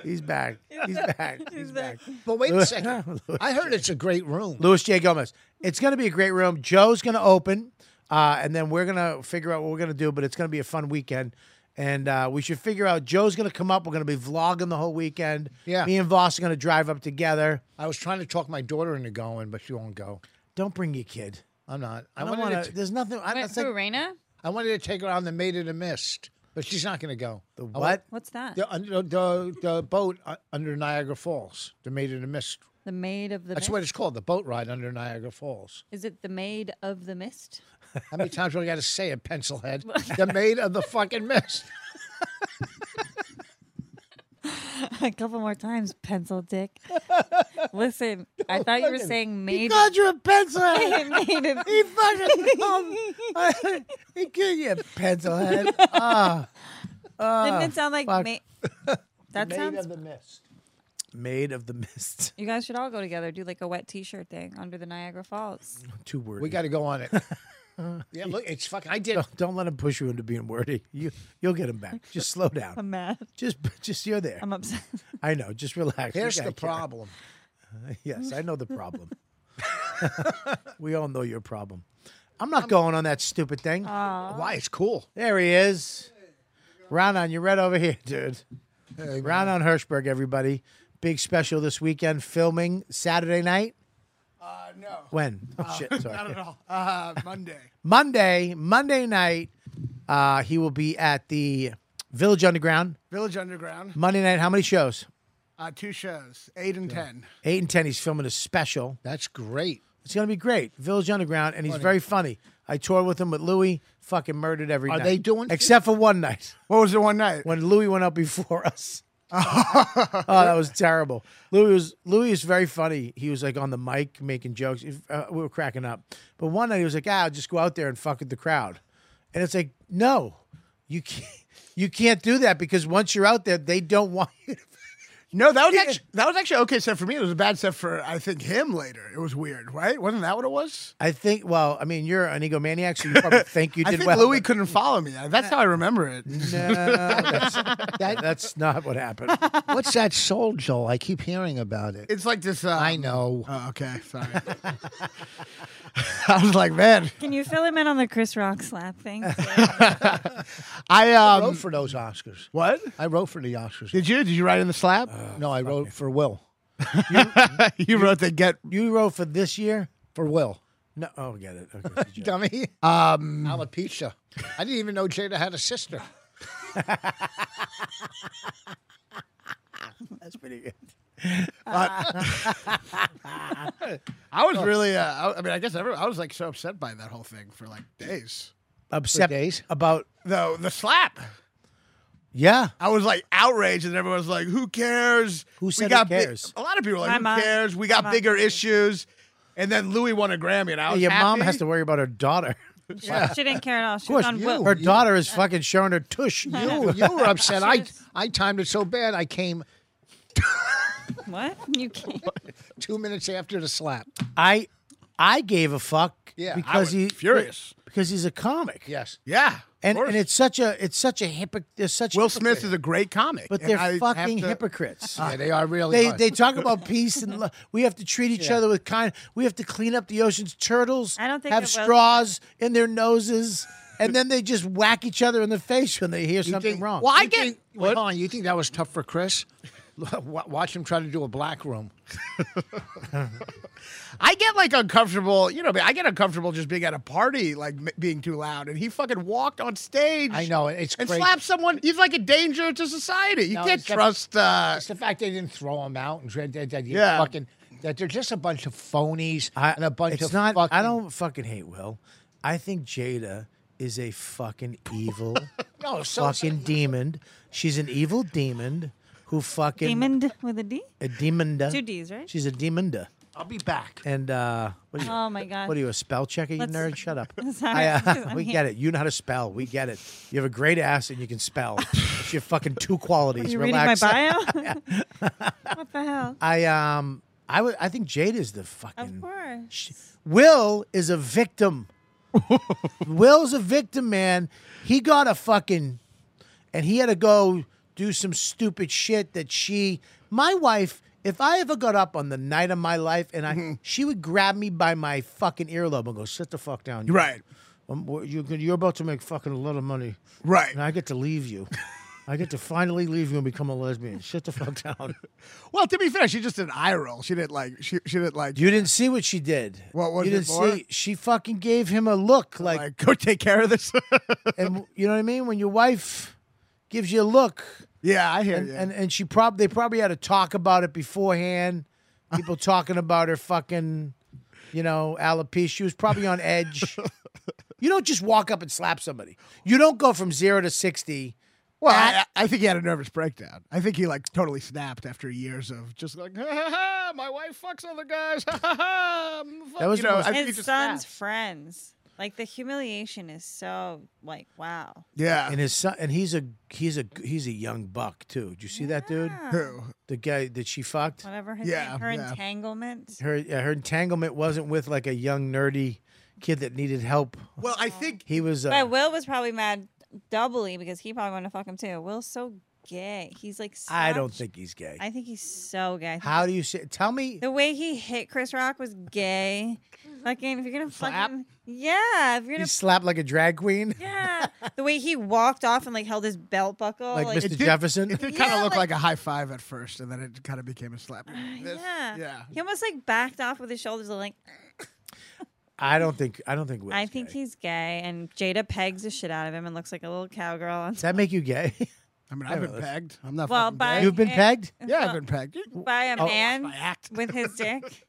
[SPEAKER 2] He's back. He's back. He's back.
[SPEAKER 3] But wait a second. I heard it's a great room.
[SPEAKER 2] Louis J. Gomez. It's going to be a great room. Joe's going to open, uh, and then we're going to figure out what we're going to do. But it's going to be a fun weekend, and uh, we should figure out. Joe's going to come up. We're going to be vlogging the whole weekend.
[SPEAKER 3] Yeah.
[SPEAKER 2] Me and Voss are going to drive up together.
[SPEAKER 3] I was trying to talk my daughter into going, but she won't go.
[SPEAKER 2] Don't bring your kid.
[SPEAKER 3] I'm not.
[SPEAKER 2] I
[SPEAKER 3] I,
[SPEAKER 2] don't
[SPEAKER 3] wanted
[SPEAKER 2] want
[SPEAKER 3] to.
[SPEAKER 2] to.
[SPEAKER 3] T-
[SPEAKER 2] There's nothing. I,
[SPEAKER 4] Wait,
[SPEAKER 2] it's like,
[SPEAKER 4] Raina?
[SPEAKER 3] I wanted to take her on the Maid of the Mist, but she's not going to go.
[SPEAKER 2] the
[SPEAKER 3] I wa-
[SPEAKER 2] what?
[SPEAKER 4] What's that?
[SPEAKER 3] The, under- the, the boat uh, under Niagara Falls, the Maid of the Mist.
[SPEAKER 4] The Maid of the
[SPEAKER 3] That's
[SPEAKER 4] Mist.
[SPEAKER 3] what it's called, the boat ride under Niagara Falls.
[SPEAKER 4] Is it the Maid of the Mist?
[SPEAKER 3] How many times do I got to say it, pencilhead? the Maid of the fucking Mist.
[SPEAKER 4] A couple more times, pencil dick. Listen, I thought you were saying Maid.
[SPEAKER 2] God, you're a pencil head.
[SPEAKER 4] Maid of-
[SPEAKER 2] He fucking. Um, he killed you, pencil head. Ah,
[SPEAKER 4] Didn't it sound like
[SPEAKER 2] fuck.
[SPEAKER 4] ma- That sounds.
[SPEAKER 3] the Mist.
[SPEAKER 2] made of the mist.
[SPEAKER 4] You guys should all go together, do like a wet T-shirt thing under the Niagara Falls.
[SPEAKER 2] Two words.
[SPEAKER 3] We got to go on it. yeah, look, it's fucking. I did.
[SPEAKER 2] Don't, don't let him push you into being wordy. You you'll get him back. Just slow down.
[SPEAKER 4] I'm mad.
[SPEAKER 2] Just just you're there.
[SPEAKER 4] Um, I'm upset.
[SPEAKER 2] I know. Just relax. You
[SPEAKER 3] Here's
[SPEAKER 2] gotta
[SPEAKER 3] the
[SPEAKER 2] care.
[SPEAKER 3] problem.
[SPEAKER 2] Yes, I know the problem. we all know your problem. I'm not going on that stupid thing.
[SPEAKER 6] Uh,
[SPEAKER 3] Why? It's cool.
[SPEAKER 2] there he is. Ronan, you're right over here, dude.
[SPEAKER 3] Hey,
[SPEAKER 2] Ronan Hirschberg, everybody. Big special this weekend, filming Saturday night.
[SPEAKER 6] Uh, no,
[SPEAKER 2] When? Oh, shit, sorry.
[SPEAKER 6] not at all. Uh, Monday.
[SPEAKER 2] Monday, Monday night, uh, he will be at the Village Underground,
[SPEAKER 6] Village Underground,
[SPEAKER 2] Monday night. How many shows?
[SPEAKER 6] uh, two shows, eight and ten.
[SPEAKER 2] Eight and ten. He's filming a special.
[SPEAKER 3] That's great.
[SPEAKER 2] It's gonna be great. Village Underground, and he's very funny. I toured with him with Louis. Fucking murdered every
[SPEAKER 3] Are
[SPEAKER 2] night.
[SPEAKER 3] they doing-
[SPEAKER 2] Except for one night
[SPEAKER 6] What was the one night?
[SPEAKER 2] when Louis went up before us. oh, that was terrible. Louis was Louis is very funny. He was like on the mic making jokes. If- uh, we were cracking up. But one night he was like, "Ah, I'll just go out there and fuck with the crowd." And it's like, no, you can't. You can't do that because once you're out there, they don't want you. To,
[SPEAKER 6] No, that was actually that was actually okay stuff for me. It was a bad stuff for I think him later. It was weird, right? Wasn't that what it was?
[SPEAKER 2] I think. Well, I mean, you're an egomaniac, so you probably think you did
[SPEAKER 6] I think
[SPEAKER 2] well. Mm-hmm.
[SPEAKER 6] Louis
[SPEAKER 2] but
[SPEAKER 6] couldn't follow me. That's how I remember it.
[SPEAKER 2] no, that's, that- that's not what happened.
[SPEAKER 3] What's that soul, Joel? I keep hearing about it.
[SPEAKER 6] It's like this. Uh,
[SPEAKER 3] I know.
[SPEAKER 6] Oh, okay, sorry. I was like, man,
[SPEAKER 4] Can you fill him in on the Chris Rock slap thing?
[SPEAKER 6] I
[SPEAKER 3] I wrote
[SPEAKER 6] um,
[SPEAKER 3] for those Oscars.
[SPEAKER 6] what
[SPEAKER 3] I wrote for the Oscars.
[SPEAKER 6] did you? Did you write in the slab?
[SPEAKER 3] no, I wrote for Will.
[SPEAKER 6] you wrote the get.
[SPEAKER 2] You wrote for this year.
[SPEAKER 3] For Will.
[SPEAKER 2] No, oh, get it. Okay, good job.
[SPEAKER 3] Dummy. Um, Alopecia. I didn't even know Jada had a sister.
[SPEAKER 2] that's pretty good.
[SPEAKER 6] I was really. Uh, I, I mean, I guess everyone, I was like so upset by that whole thing for like days.
[SPEAKER 2] Upset
[SPEAKER 3] days?
[SPEAKER 2] about
[SPEAKER 6] Though the slap,
[SPEAKER 2] yeah.
[SPEAKER 6] I was like outraged, and everyone was like, "Who cares?
[SPEAKER 2] Who said who
[SPEAKER 6] got big-
[SPEAKER 2] cares?
[SPEAKER 6] a lot of people were like,
[SPEAKER 4] My
[SPEAKER 6] "Who
[SPEAKER 4] mom-
[SPEAKER 6] cares? We
[SPEAKER 4] my
[SPEAKER 6] got
[SPEAKER 4] mom-
[SPEAKER 6] bigger issues." And then Louis won a Grammy, and I was
[SPEAKER 2] Your mom
[SPEAKER 6] happy.
[SPEAKER 2] has to worry about her daughter.
[SPEAKER 4] She didn't care at all. She
[SPEAKER 2] Of course,
[SPEAKER 4] was on
[SPEAKER 2] you-
[SPEAKER 4] Will.
[SPEAKER 2] her daughter is fucking showing her tush.
[SPEAKER 3] You, you were upset. I, I timed it so bad I came
[SPEAKER 4] What? You can't.
[SPEAKER 3] two minutes after the slap.
[SPEAKER 2] I, I gave a fuck.
[SPEAKER 3] Yeah, I
[SPEAKER 2] because
[SPEAKER 6] was
[SPEAKER 2] he
[SPEAKER 6] furious.
[SPEAKER 2] because he's a comic.
[SPEAKER 3] Yes.
[SPEAKER 6] Yeah,
[SPEAKER 2] and
[SPEAKER 6] of course.
[SPEAKER 2] and it's such a it's such a hypocrite. There's such
[SPEAKER 6] Will
[SPEAKER 2] hypocrite.
[SPEAKER 6] Smith is a great comic,
[SPEAKER 2] but
[SPEAKER 6] and
[SPEAKER 2] they're
[SPEAKER 6] I have
[SPEAKER 2] fucking
[SPEAKER 6] to-
[SPEAKER 2] hypocrites.
[SPEAKER 3] Yeah, they are really.
[SPEAKER 2] they
[SPEAKER 3] are.
[SPEAKER 2] they talk about peace and love. We have to treat each other with kind. We have to clean up the oceans. Turtles
[SPEAKER 4] I don't think
[SPEAKER 2] have
[SPEAKER 4] that Will-
[SPEAKER 2] straws in their noses, and then they just whack each other in the face when they hear something
[SPEAKER 3] think-
[SPEAKER 2] wrong.
[SPEAKER 6] Well, I
[SPEAKER 3] You
[SPEAKER 6] get
[SPEAKER 3] think- wait, hold on. You think that was tough for Chris? Wa- Watch him try to do a black room.
[SPEAKER 6] I get like uncomfortable, you know. I get uncomfortable just being at a party, like m- being too loud. And he fucking walked on stage.
[SPEAKER 3] I know, it's
[SPEAKER 6] and
[SPEAKER 3] great.
[SPEAKER 6] slapped someone. He's like a danger to society. You
[SPEAKER 3] No,
[SPEAKER 6] can't
[SPEAKER 3] it's def-
[SPEAKER 6] trust. Uh,
[SPEAKER 3] It's the fact they didn't throw him out and that, that, that you
[SPEAKER 6] Yeah.
[SPEAKER 3] fucking that they're just a bunch of phonies
[SPEAKER 2] I,
[SPEAKER 3] and a bunch
[SPEAKER 2] it's
[SPEAKER 3] of
[SPEAKER 2] not.
[SPEAKER 3] fucking.
[SPEAKER 2] I don't fucking hate Will. I think Jada is a fucking evil
[SPEAKER 3] No, so,
[SPEAKER 2] fucking demon. She's an evil demon who fucking
[SPEAKER 4] Demon with a D?
[SPEAKER 2] a demonda.
[SPEAKER 4] Two Ds, right?
[SPEAKER 2] She's a demonda.
[SPEAKER 3] I'll be back.
[SPEAKER 2] And uh, what are you?
[SPEAKER 4] Oh my God.
[SPEAKER 2] What are you, a spell checker, you
[SPEAKER 4] Let's-
[SPEAKER 2] nerd? Shut up.
[SPEAKER 4] Sorry,
[SPEAKER 2] I, uh,
[SPEAKER 4] because I'm
[SPEAKER 2] we
[SPEAKER 4] here.
[SPEAKER 2] get it. You know how to spell. We get it. You have a great ass and you can spell. It's your fucking two qualities.
[SPEAKER 4] You reading my
[SPEAKER 2] Relax.
[SPEAKER 4] bio? what the hell?
[SPEAKER 2] I um I would I think Jade is the fucking
[SPEAKER 4] Of course.
[SPEAKER 2] Sh- Will is a victim. Will's a victim, man. He got a fucking and he had to go do some stupid shit that she my wife if I ever got up on the night of my life and
[SPEAKER 6] Mm-hmm.
[SPEAKER 2] I she would grab me by my fucking earlobe and go sit the fuck down.
[SPEAKER 6] right,
[SPEAKER 2] Um, wh- you can- you're about to make fucking a lot of money,
[SPEAKER 6] right.
[SPEAKER 2] and I get to leave you. I get to finally leave you and become a lesbian. Shut the fuck down.
[SPEAKER 6] Well, to be fair, she just did an eye roll. She didn't like. She, she didn't like.
[SPEAKER 2] You didn't see what she did.
[SPEAKER 6] What was
[SPEAKER 2] you
[SPEAKER 6] it
[SPEAKER 2] didn't
[SPEAKER 6] for? Oh
[SPEAKER 2] see? She fucking gave him a look, like,
[SPEAKER 6] like go take care of this.
[SPEAKER 2] and you know what I mean. When your wife gives you a look,
[SPEAKER 6] yeah, I hear
[SPEAKER 2] and
[SPEAKER 6] you.
[SPEAKER 2] and, and she probably they probably had to talk about it beforehand. People talking about her fucking, you know, alopecia. She was probably on edge. you don't just walk up and slap somebody. You don't go from zero to sixty.
[SPEAKER 6] well, I,
[SPEAKER 2] at-
[SPEAKER 6] I think he had a nervous breakdown. I think he like totally snapped after years of just like, ha, ha, ha, my wife fucks other guys. Ha, ha, ha. mm, Fuck,"
[SPEAKER 2] That was
[SPEAKER 6] you
[SPEAKER 2] the
[SPEAKER 6] know,
[SPEAKER 2] most-
[SPEAKER 6] I think he
[SPEAKER 4] His
[SPEAKER 6] just
[SPEAKER 4] son's
[SPEAKER 6] snapped.
[SPEAKER 4] friends. Like the humiliation is so like wow.
[SPEAKER 6] Yeah.
[SPEAKER 2] And his son, and he's a he's a he's a young buck too. Did you see that dude?
[SPEAKER 6] Who?
[SPEAKER 2] The guy that she fucked.
[SPEAKER 4] Whatever his
[SPEAKER 6] Yeah,
[SPEAKER 4] name, her
[SPEAKER 6] yeah.
[SPEAKER 4] entanglement.
[SPEAKER 2] Her uh, her entanglement wasn't with like a young nerdy kid that needed help.
[SPEAKER 6] Well, I think
[SPEAKER 2] He was. Uh,
[SPEAKER 4] But Will was probably mad doubly because he probably wanted to fuck him too. Will's so gay. He's like
[SPEAKER 2] I don't
[SPEAKER 4] such-
[SPEAKER 2] think he's gay.
[SPEAKER 4] I think he's so gay. I think
[SPEAKER 2] How do you say? Tell me.
[SPEAKER 4] The way he hit Chris Rock was gay. fucking, if you're gonna fucking, yeah, if you're
[SPEAKER 2] He
[SPEAKER 4] gonna,
[SPEAKER 2] slapped like a drag queen,
[SPEAKER 4] yeah. the way he walked off and like held his belt buckle,
[SPEAKER 2] like,
[SPEAKER 4] like,
[SPEAKER 2] Mr.
[SPEAKER 6] did-
[SPEAKER 2] Jefferson.
[SPEAKER 6] It did kind
[SPEAKER 4] Yeah,
[SPEAKER 6] of look
[SPEAKER 4] like- Uh,
[SPEAKER 6] like, a high five at first, and then it kind of became a slap. This-
[SPEAKER 4] yeah,
[SPEAKER 6] yeah.
[SPEAKER 4] He almost like backed off with his shoulders, like
[SPEAKER 2] I don't think I don't think Will's
[SPEAKER 4] I think
[SPEAKER 2] gay.
[SPEAKER 4] he's gay, and Jada pegs the shit out of him and looks like a little cowgirl. On
[SPEAKER 2] Does that make you gay?
[SPEAKER 6] I mean, I've been pegged. I'm not.
[SPEAKER 4] well,
[SPEAKER 6] fucking
[SPEAKER 4] by
[SPEAKER 6] gay.
[SPEAKER 2] You've been
[SPEAKER 4] a-
[SPEAKER 2] pegged?
[SPEAKER 6] Yeah, I've been pegged.
[SPEAKER 4] by
[SPEAKER 6] Oh,
[SPEAKER 4] a man
[SPEAKER 6] my act.
[SPEAKER 4] with his dick.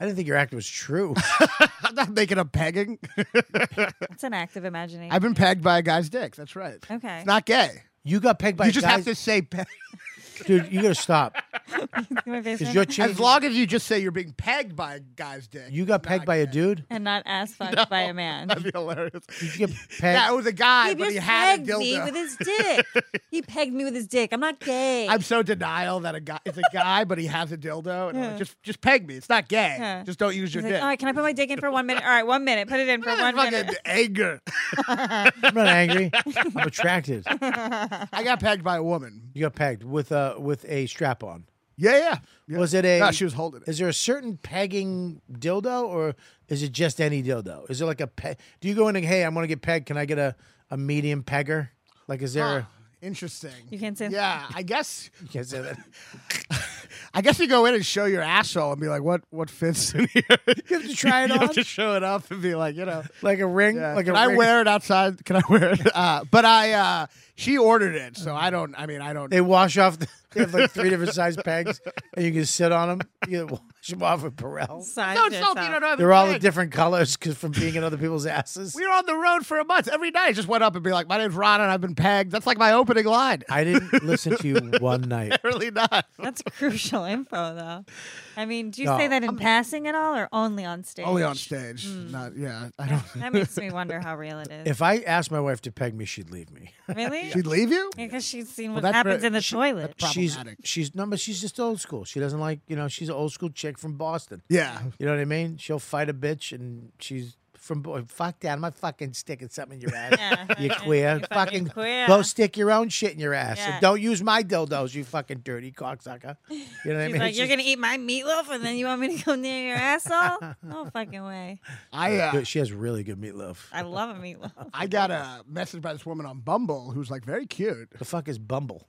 [SPEAKER 2] I didn't think your act was true.
[SPEAKER 6] I'm not making up pegging.
[SPEAKER 4] It's an act of imagination.
[SPEAKER 6] I've been pegged by a guy's dick. That's right.
[SPEAKER 4] Okay.
[SPEAKER 6] It's not gay.
[SPEAKER 2] You got pegged by
[SPEAKER 6] you just
[SPEAKER 2] guys.
[SPEAKER 6] have to say pegged.
[SPEAKER 2] dude. You gotta stop
[SPEAKER 4] You wanna face
[SPEAKER 2] because
[SPEAKER 4] me?
[SPEAKER 2] you're
[SPEAKER 6] As
[SPEAKER 2] changing.
[SPEAKER 6] long as you just say you're being pegged by a guy's dick.
[SPEAKER 2] you got
[SPEAKER 6] it's
[SPEAKER 2] pegged
[SPEAKER 6] not
[SPEAKER 2] by a
[SPEAKER 6] gay.
[SPEAKER 2] dude.
[SPEAKER 4] and not ass fucked by a man.
[SPEAKER 6] That'd be hilarious.
[SPEAKER 2] You get pegged.
[SPEAKER 6] Yeah, it was a guy,
[SPEAKER 4] He
[SPEAKER 6] but
[SPEAKER 4] just
[SPEAKER 6] he had a
[SPEAKER 4] pegged me
[SPEAKER 6] dildo.
[SPEAKER 4] with his dick. he pegged me with his dick. I'm not gay.
[SPEAKER 6] I'm so denial that a guy it's a guy, but he has a dildo, and I'm like, just just peg me. It's not gay.
[SPEAKER 4] Yeah.
[SPEAKER 6] Just don't use your
[SPEAKER 4] He's like,
[SPEAKER 6] dick.
[SPEAKER 4] all right, can I put my dick in for one minute? All right, one minute. Put it in for
[SPEAKER 6] Look
[SPEAKER 4] one
[SPEAKER 6] at that
[SPEAKER 4] minute.
[SPEAKER 6] fucking anger.
[SPEAKER 2] I'm not angry. I'm attracted.
[SPEAKER 6] I got pegged by a woman.
[SPEAKER 2] You got pegged with a with a strap on.
[SPEAKER 6] Yeah, yeah. yeah.
[SPEAKER 2] Was it a?
[SPEAKER 6] No, she was holding it.
[SPEAKER 2] Is there a certain pegging dildo, or is it just any dildo? Is it like a pe- Do you go in and hey, I want to get pegged? Can I get a a medium pegger? Like, is there?
[SPEAKER 6] Huh. Ah, Interesting.
[SPEAKER 4] You can't say
[SPEAKER 6] Yeah, I guess
[SPEAKER 2] A, can't say that.
[SPEAKER 6] I guess you go in and show your asshole and be like, what what fits in here? You have
[SPEAKER 2] to try it on?
[SPEAKER 6] Just show it up and be like, you know.
[SPEAKER 2] Like a ring?
[SPEAKER 6] Yeah.
[SPEAKER 2] Like a
[SPEAKER 6] Can I
[SPEAKER 2] ring?
[SPEAKER 6] wear it outside? Can I wear it? Uh, but I, uh, she ordered it, so I don't. I mean, I don't.
[SPEAKER 2] They wash off. The, they have like three different size pegs, and you can sit on them. You can wash them off with Perel.
[SPEAKER 4] size
[SPEAKER 6] no, it's
[SPEAKER 4] yourself.
[SPEAKER 6] not. You don't have a
[SPEAKER 2] They're all in
[SPEAKER 6] peg.
[SPEAKER 2] different colors 'cause from being in other people's asses.
[SPEAKER 6] We were on the road for a month. Every night, I just went up and be like, "My name's Ron, and I've been pegged." That's like my opening line.
[SPEAKER 2] I didn't listen to you one night.
[SPEAKER 6] Really not.
[SPEAKER 4] That's crucial info, though. I mean, do you
[SPEAKER 2] No.
[SPEAKER 4] say that in passing at all, or only on stage?
[SPEAKER 6] Only on stage.
[SPEAKER 4] Hmm.
[SPEAKER 6] Not. Yeah. I don't.
[SPEAKER 4] That makes me wonder how real it is.
[SPEAKER 2] If I asked my wife to peg me, she'd leave me.
[SPEAKER 4] really?
[SPEAKER 6] She'd leave you.
[SPEAKER 4] Because she's seen
[SPEAKER 6] Well,
[SPEAKER 4] what
[SPEAKER 6] that's
[SPEAKER 4] happens
[SPEAKER 6] very-
[SPEAKER 4] in the
[SPEAKER 6] she-
[SPEAKER 4] toilet.
[SPEAKER 2] She's
[SPEAKER 6] Problematic.
[SPEAKER 2] she's no, but she's just old school. She doesn't like you know. She's an old school chick from Boston.
[SPEAKER 6] Yeah.
[SPEAKER 2] You know what I mean? She'll fight a bitch, and she's from boy. Fuck that! I'm not fucking sticking something in your ass.
[SPEAKER 4] Yeah.
[SPEAKER 2] You queer,
[SPEAKER 4] fucking
[SPEAKER 2] fucking
[SPEAKER 4] queer.
[SPEAKER 2] go stick your own shit in your ass. And
[SPEAKER 4] Yeah.
[SPEAKER 2] don't use my dildos, you fucking dirty cocksucker. You know what I
[SPEAKER 4] She's
[SPEAKER 2] mean?
[SPEAKER 4] like,
[SPEAKER 2] It's
[SPEAKER 4] you're
[SPEAKER 2] just-
[SPEAKER 4] gonna eat my meatloaf, and then you want me to go near your asshole? No fucking way.
[SPEAKER 6] I. Uh,
[SPEAKER 2] Dude, she has really good meatloaf.
[SPEAKER 4] I love a meatloaf.
[SPEAKER 6] I got a message by this woman on Bumble who's like very cute.
[SPEAKER 2] The fuck is Bumble?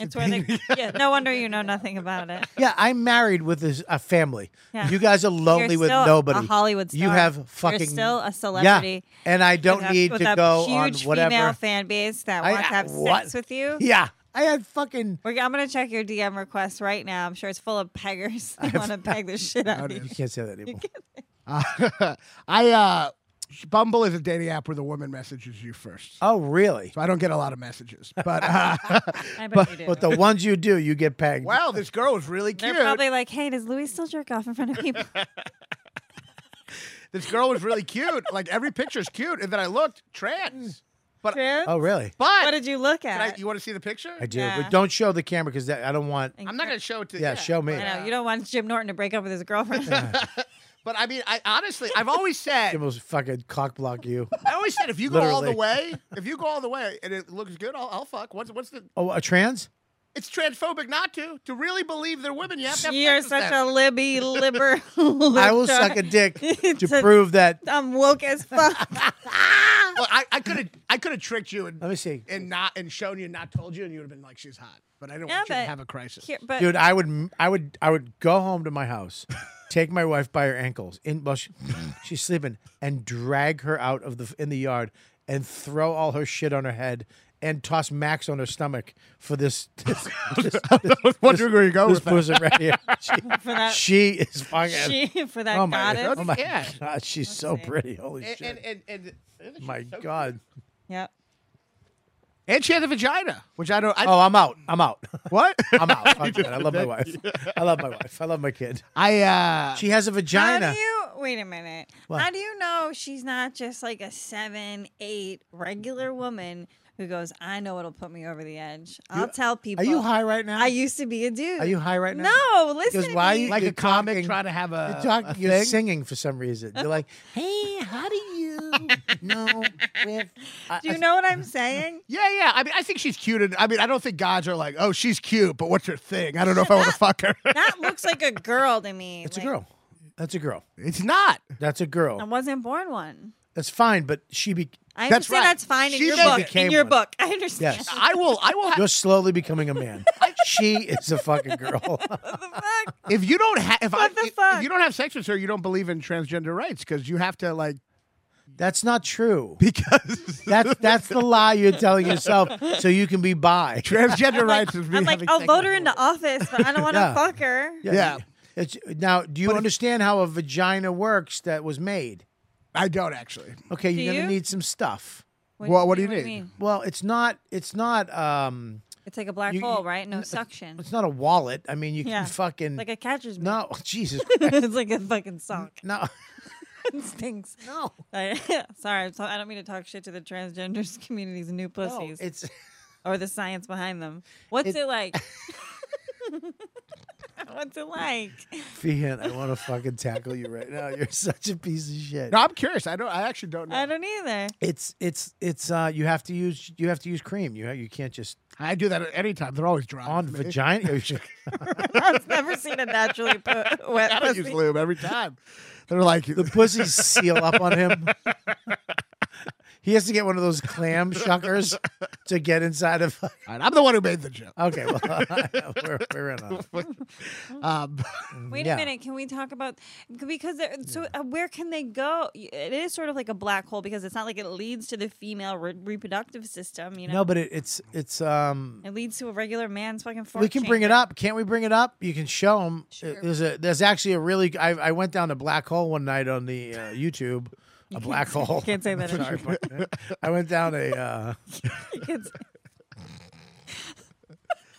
[SPEAKER 4] It's where they. Yeah, no wonder you know nothing about it.
[SPEAKER 2] Yeah, I'm married with this, a family.
[SPEAKER 4] Yeah.
[SPEAKER 2] You guys are lonely
[SPEAKER 4] You're
[SPEAKER 2] with
[SPEAKER 4] still
[SPEAKER 2] nobody.
[SPEAKER 4] A Hollywood star.
[SPEAKER 2] You have fucking.
[SPEAKER 4] You're still a celebrity.
[SPEAKER 2] Yeah, and I don't
[SPEAKER 4] with a-
[SPEAKER 2] need
[SPEAKER 4] with
[SPEAKER 2] to
[SPEAKER 4] a
[SPEAKER 2] go on
[SPEAKER 4] huge female
[SPEAKER 2] whatever.
[SPEAKER 4] fan base that
[SPEAKER 2] I-
[SPEAKER 4] wants to have
[SPEAKER 2] what?
[SPEAKER 4] sex with you.
[SPEAKER 2] yeah, I had fucking.
[SPEAKER 4] We're, I'm gonna check your DM request right now. I'm sure it's full of peggers. They want to peg the shit out of
[SPEAKER 2] You
[SPEAKER 4] you.
[SPEAKER 2] can't say that anymore.
[SPEAKER 6] Uh, I. Uh, Bumble is a dating app where the woman messages you first.
[SPEAKER 2] Oh, really?
[SPEAKER 6] So I don't get a lot of messages, but uh,
[SPEAKER 4] I bet you do.
[SPEAKER 2] But the ones you do, you get pegged.
[SPEAKER 6] wow, this girl was really
[SPEAKER 4] They're
[SPEAKER 6] cute.
[SPEAKER 4] probably like, "Hey, does Louis still jerk off in front of people?"
[SPEAKER 2] Oh,
[SPEAKER 6] This girl was really cute. Like every picture's cute, and then I looked trans. But
[SPEAKER 2] Oh, really?
[SPEAKER 6] but
[SPEAKER 4] What did you look
[SPEAKER 6] Can I-
[SPEAKER 4] at?
[SPEAKER 6] you want to see the picture?
[SPEAKER 2] I do,
[SPEAKER 4] Yeah.
[SPEAKER 2] but don't show the camera because I don't want.
[SPEAKER 6] I'm not going to show it to
[SPEAKER 2] Yeah, show me.
[SPEAKER 4] I know you don't want Jim Norton to break up with his girlfriend.
[SPEAKER 6] But I mean, I honestly, I've always said,
[SPEAKER 2] Jim will fucking cock block you.
[SPEAKER 6] I always said, if you go all the
[SPEAKER 2] Literally.
[SPEAKER 6] way, if you go all the way and it looks good, I'll, I'll fuck. What's what's the?
[SPEAKER 2] Oh, a trans?
[SPEAKER 6] It's transphobic not to. To really believe they're women, you have to. Have
[SPEAKER 4] You're
[SPEAKER 6] sex with
[SPEAKER 4] such a
[SPEAKER 6] them.
[SPEAKER 4] libby liberal. I
[SPEAKER 2] I will suck a dick to
[SPEAKER 4] It's a-
[SPEAKER 2] prove that.
[SPEAKER 4] I'm woke as fuck.
[SPEAKER 6] Well, I, I could have, I could have tricked you and
[SPEAKER 2] Let me see.
[SPEAKER 6] and not and shown you and not told you, and you would have been like, she's hot. But I don't
[SPEAKER 4] Yeah,
[SPEAKER 6] want you to
[SPEAKER 4] but
[SPEAKER 6] have a crisis.
[SPEAKER 4] Here- but
[SPEAKER 2] Dude, I would, I would, I would go home to my house, take my wife by her ankles, in while she, she's sleeping, and drag her out of the in the yard and throw all her shit on her head and toss Max on her stomach for this. this, this,
[SPEAKER 6] wondering where you go
[SPEAKER 2] this
[SPEAKER 6] with that.
[SPEAKER 2] pussy right here. She,
[SPEAKER 4] for that,
[SPEAKER 2] she is fucking.
[SPEAKER 4] she, for that
[SPEAKER 2] oh my,
[SPEAKER 4] goddess.
[SPEAKER 2] oh my
[SPEAKER 6] Yeah.
[SPEAKER 2] god, she's so
[SPEAKER 4] see.
[SPEAKER 2] pretty. Holy
[SPEAKER 6] And
[SPEAKER 2] shit!
[SPEAKER 6] and and, and, and
[SPEAKER 2] my god.
[SPEAKER 4] Yep.
[SPEAKER 6] and she had a vagina, which I don't. I,
[SPEAKER 2] Oh, I'm out. I'm out.
[SPEAKER 6] What?
[SPEAKER 2] I'm out. Fuck that. I love my wife. I love my wife. I love my kid.
[SPEAKER 6] I uh.
[SPEAKER 2] She has a
[SPEAKER 4] How
[SPEAKER 2] vagina.
[SPEAKER 4] do you wait a minute?
[SPEAKER 2] What?
[SPEAKER 4] How do you know she's not just like a seven, eight regular woman who goes, I know it'll put me over the edge. I'll tell people.
[SPEAKER 2] Are you high right now?
[SPEAKER 4] I used to be a dude.
[SPEAKER 2] Are you high right now?
[SPEAKER 4] No, listen.
[SPEAKER 2] Because
[SPEAKER 4] to
[SPEAKER 2] why
[SPEAKER 4] me.
[SPEAKER 2] you-
[SPEAKER 6] like
[SPEAKER 2] You're
[SPEAKER 6] a comic
[SPEAKER 2] talking-
[SPEAKER 6] trying to have a,
[SPEAKER 2] You're, talking,
[SPEAKER 6] a
[SPEAKER 2] you're
[SPEAKER 6] thing.
[SPEAKER 2] singing for some reason. You're like, hey, how do you know if I,
[SPEAKER 4] do you know what I'm saying?
[SPEAKER 6] Yeah, yeah. I mean, I think she's cute, and I mean, I don't think guys are like, oh, she's cute, but what's her thing? I don't know if I want to fuck her.
[SPEAKER 4] That looks like a girl to me.
[SPEAKER 2] it's a
[SPEAKER 4] Like,
[SPEAKER 2] girl? That's a girl.
[SPEAKER 6] it's not.
[SPEAKER 2] That's a
[SPEAKER 4] I
[SPEAKER 2] girl.
[SPEAKER 4] wasn't born one.
[SPEAKER 2] That's fine, but she be
[SPEAKER 4] I
[SPEAKER 6] That's
[SPEAKER 4] understand
[SPEAKER 6] right.
[SPEAKER 4] that's fine in
[SPEAKER 6] She
[SPEAKER 4] your
[SPEAKER 6] just
[SPEAKER 4] book.
[SPEAKER 2] became
[SPEAKER 4] In your
[SPEAKER 2] one.
[SPEAKER 4] book, I understand.
[SPEAKER 2] yes.
[SPEAKER 6] I will. I will. Have,
[SPEAKER 2] You're slowly becoming a man. she is a fucking girl.
[SPEAKER 6] If you don't have, if, I-
[SPEAKER 4] What the
[SPEAKER 6] if- if
[SPEAKER 4] fuck?
[SPEAKER 6] you don't have sex with her, you don't believe in transgender rights because you have to like
[SPEAKER 2] That's not true.
[SPEAKER 6] because
[SPEAKER 2] That's that's the lie you're telling yourself so you can be bi.
[SPEAKER 6] transgender rights is me
[SPEAKER 4] I'm like,
[SPEAKER 6] having
[SPEAKER 4] I'll
[SPEAKER 6] sex with
[SPEAKER 4] vote her into office, but I don't want to
[SPEAKER 2] Yeah.
[SPEAKER 4] fuck her.
[SPEAKER 6] Yeah.
[SPEAKER 2] It's, now, do you understand how a vagina works that was made?
[SPEAKER 4] oh.
[SPEAKER 6] I don't actually.
[SPEAKER 2] Okay, you're
[SPEAKER 4] you?
[SPEAKER 2] gonna need some stuff.
[SPEAKER 6] Well, what do you
[SPEAKER 4] mean-
[SPEAKER 6] need?
[SPEAKER 4] mean?
[SPEAKER 2] Well, it's not it's not um
[SPEAKER 4] It's like a black
[SPEAKER 2] You-
[SPEAKER 4] hole,
[SPEAKER 2] you-
[SPEAKER 4] right? No suction.
[SPEAKER 2] it's not a wallet. I mean, you
[SPEAKER 4] Yeah.
[SPEAKER 2] can fucking
[SPEAKER 4] Like a catcher's mitt.
[SPEAKER 2] no, Jesus, Christ,
[SPEAKER 4] it's like a fucking sock.
[SPEAKER 2] no.
[SPEAKER 4] It stinks. No. Sorry, I'm so, I don't mean to talk shit to the transgenders community's new pussies
[SPEAKER 2] It's
[SPEAKER 4] or the science behind them. What's it, like? What's it like?
[SPEAKER 2] Fian, I want to fucking tackle you right now. You're such a piece of shit.
[SPEAKER 6] No, I'm curious. I don't. I actually don't know.
[SPEAKER 4] I don't either.
[SPEAKER 2] It's it's it's uh you have to use you have to use cream. You you can't just
[SPEAKER 6] I do that at any time. They're always dry.
[SPEAKER 2] on
[SPEAKER 6] They-
[SPEAKER 2] vagina.
[SPEAKER 4] I've never seen a naturally put, wet
[SPEAKER 6] I use
[SPEAKER 4] pussy.
[SPEAKER 6] lube every time. They're like,
[SPEAKER 2] the pussies seal up on him. He has to get one of those clam shuckers to get inside of.
[SPEAKER 6] I'm the one who made the joke.
[SPEAKER 2] Okay, well, we're, we're in on it.
[SPEAKER 6] Um,
[SPEAKER 4] Wait
[SPEAKER 2] Yeah.
[SPEAKER 4] a minute. Can we talk about because there, so uh, where can they go? Y- It is sort of like a black hole because it's not like it leads to the female re- reproductive system. You know,
[SPEAKER 2] No, but it, it's it's um.
[SPEAKER 4] it leads to a regular man's fucking.
[SPEAKER 2] We
[SPEAKER 4] fork
[SPEAKER 2] can bring it
[SPEAKER 4] chamber.
[SPEAKER 2] up, can't we? Bring it up. You can show them.
[SPEAKER 5] Sure.
[SPEAKER 2] There's a there's actually a really. I, I went down a black hole one night on the uh, YouTube. A black hole.
[SPEAKER 4] can't say that
[SPEAKER 2] Sorry, but- I went down a. Uh,
[SPEAKER 4] It's,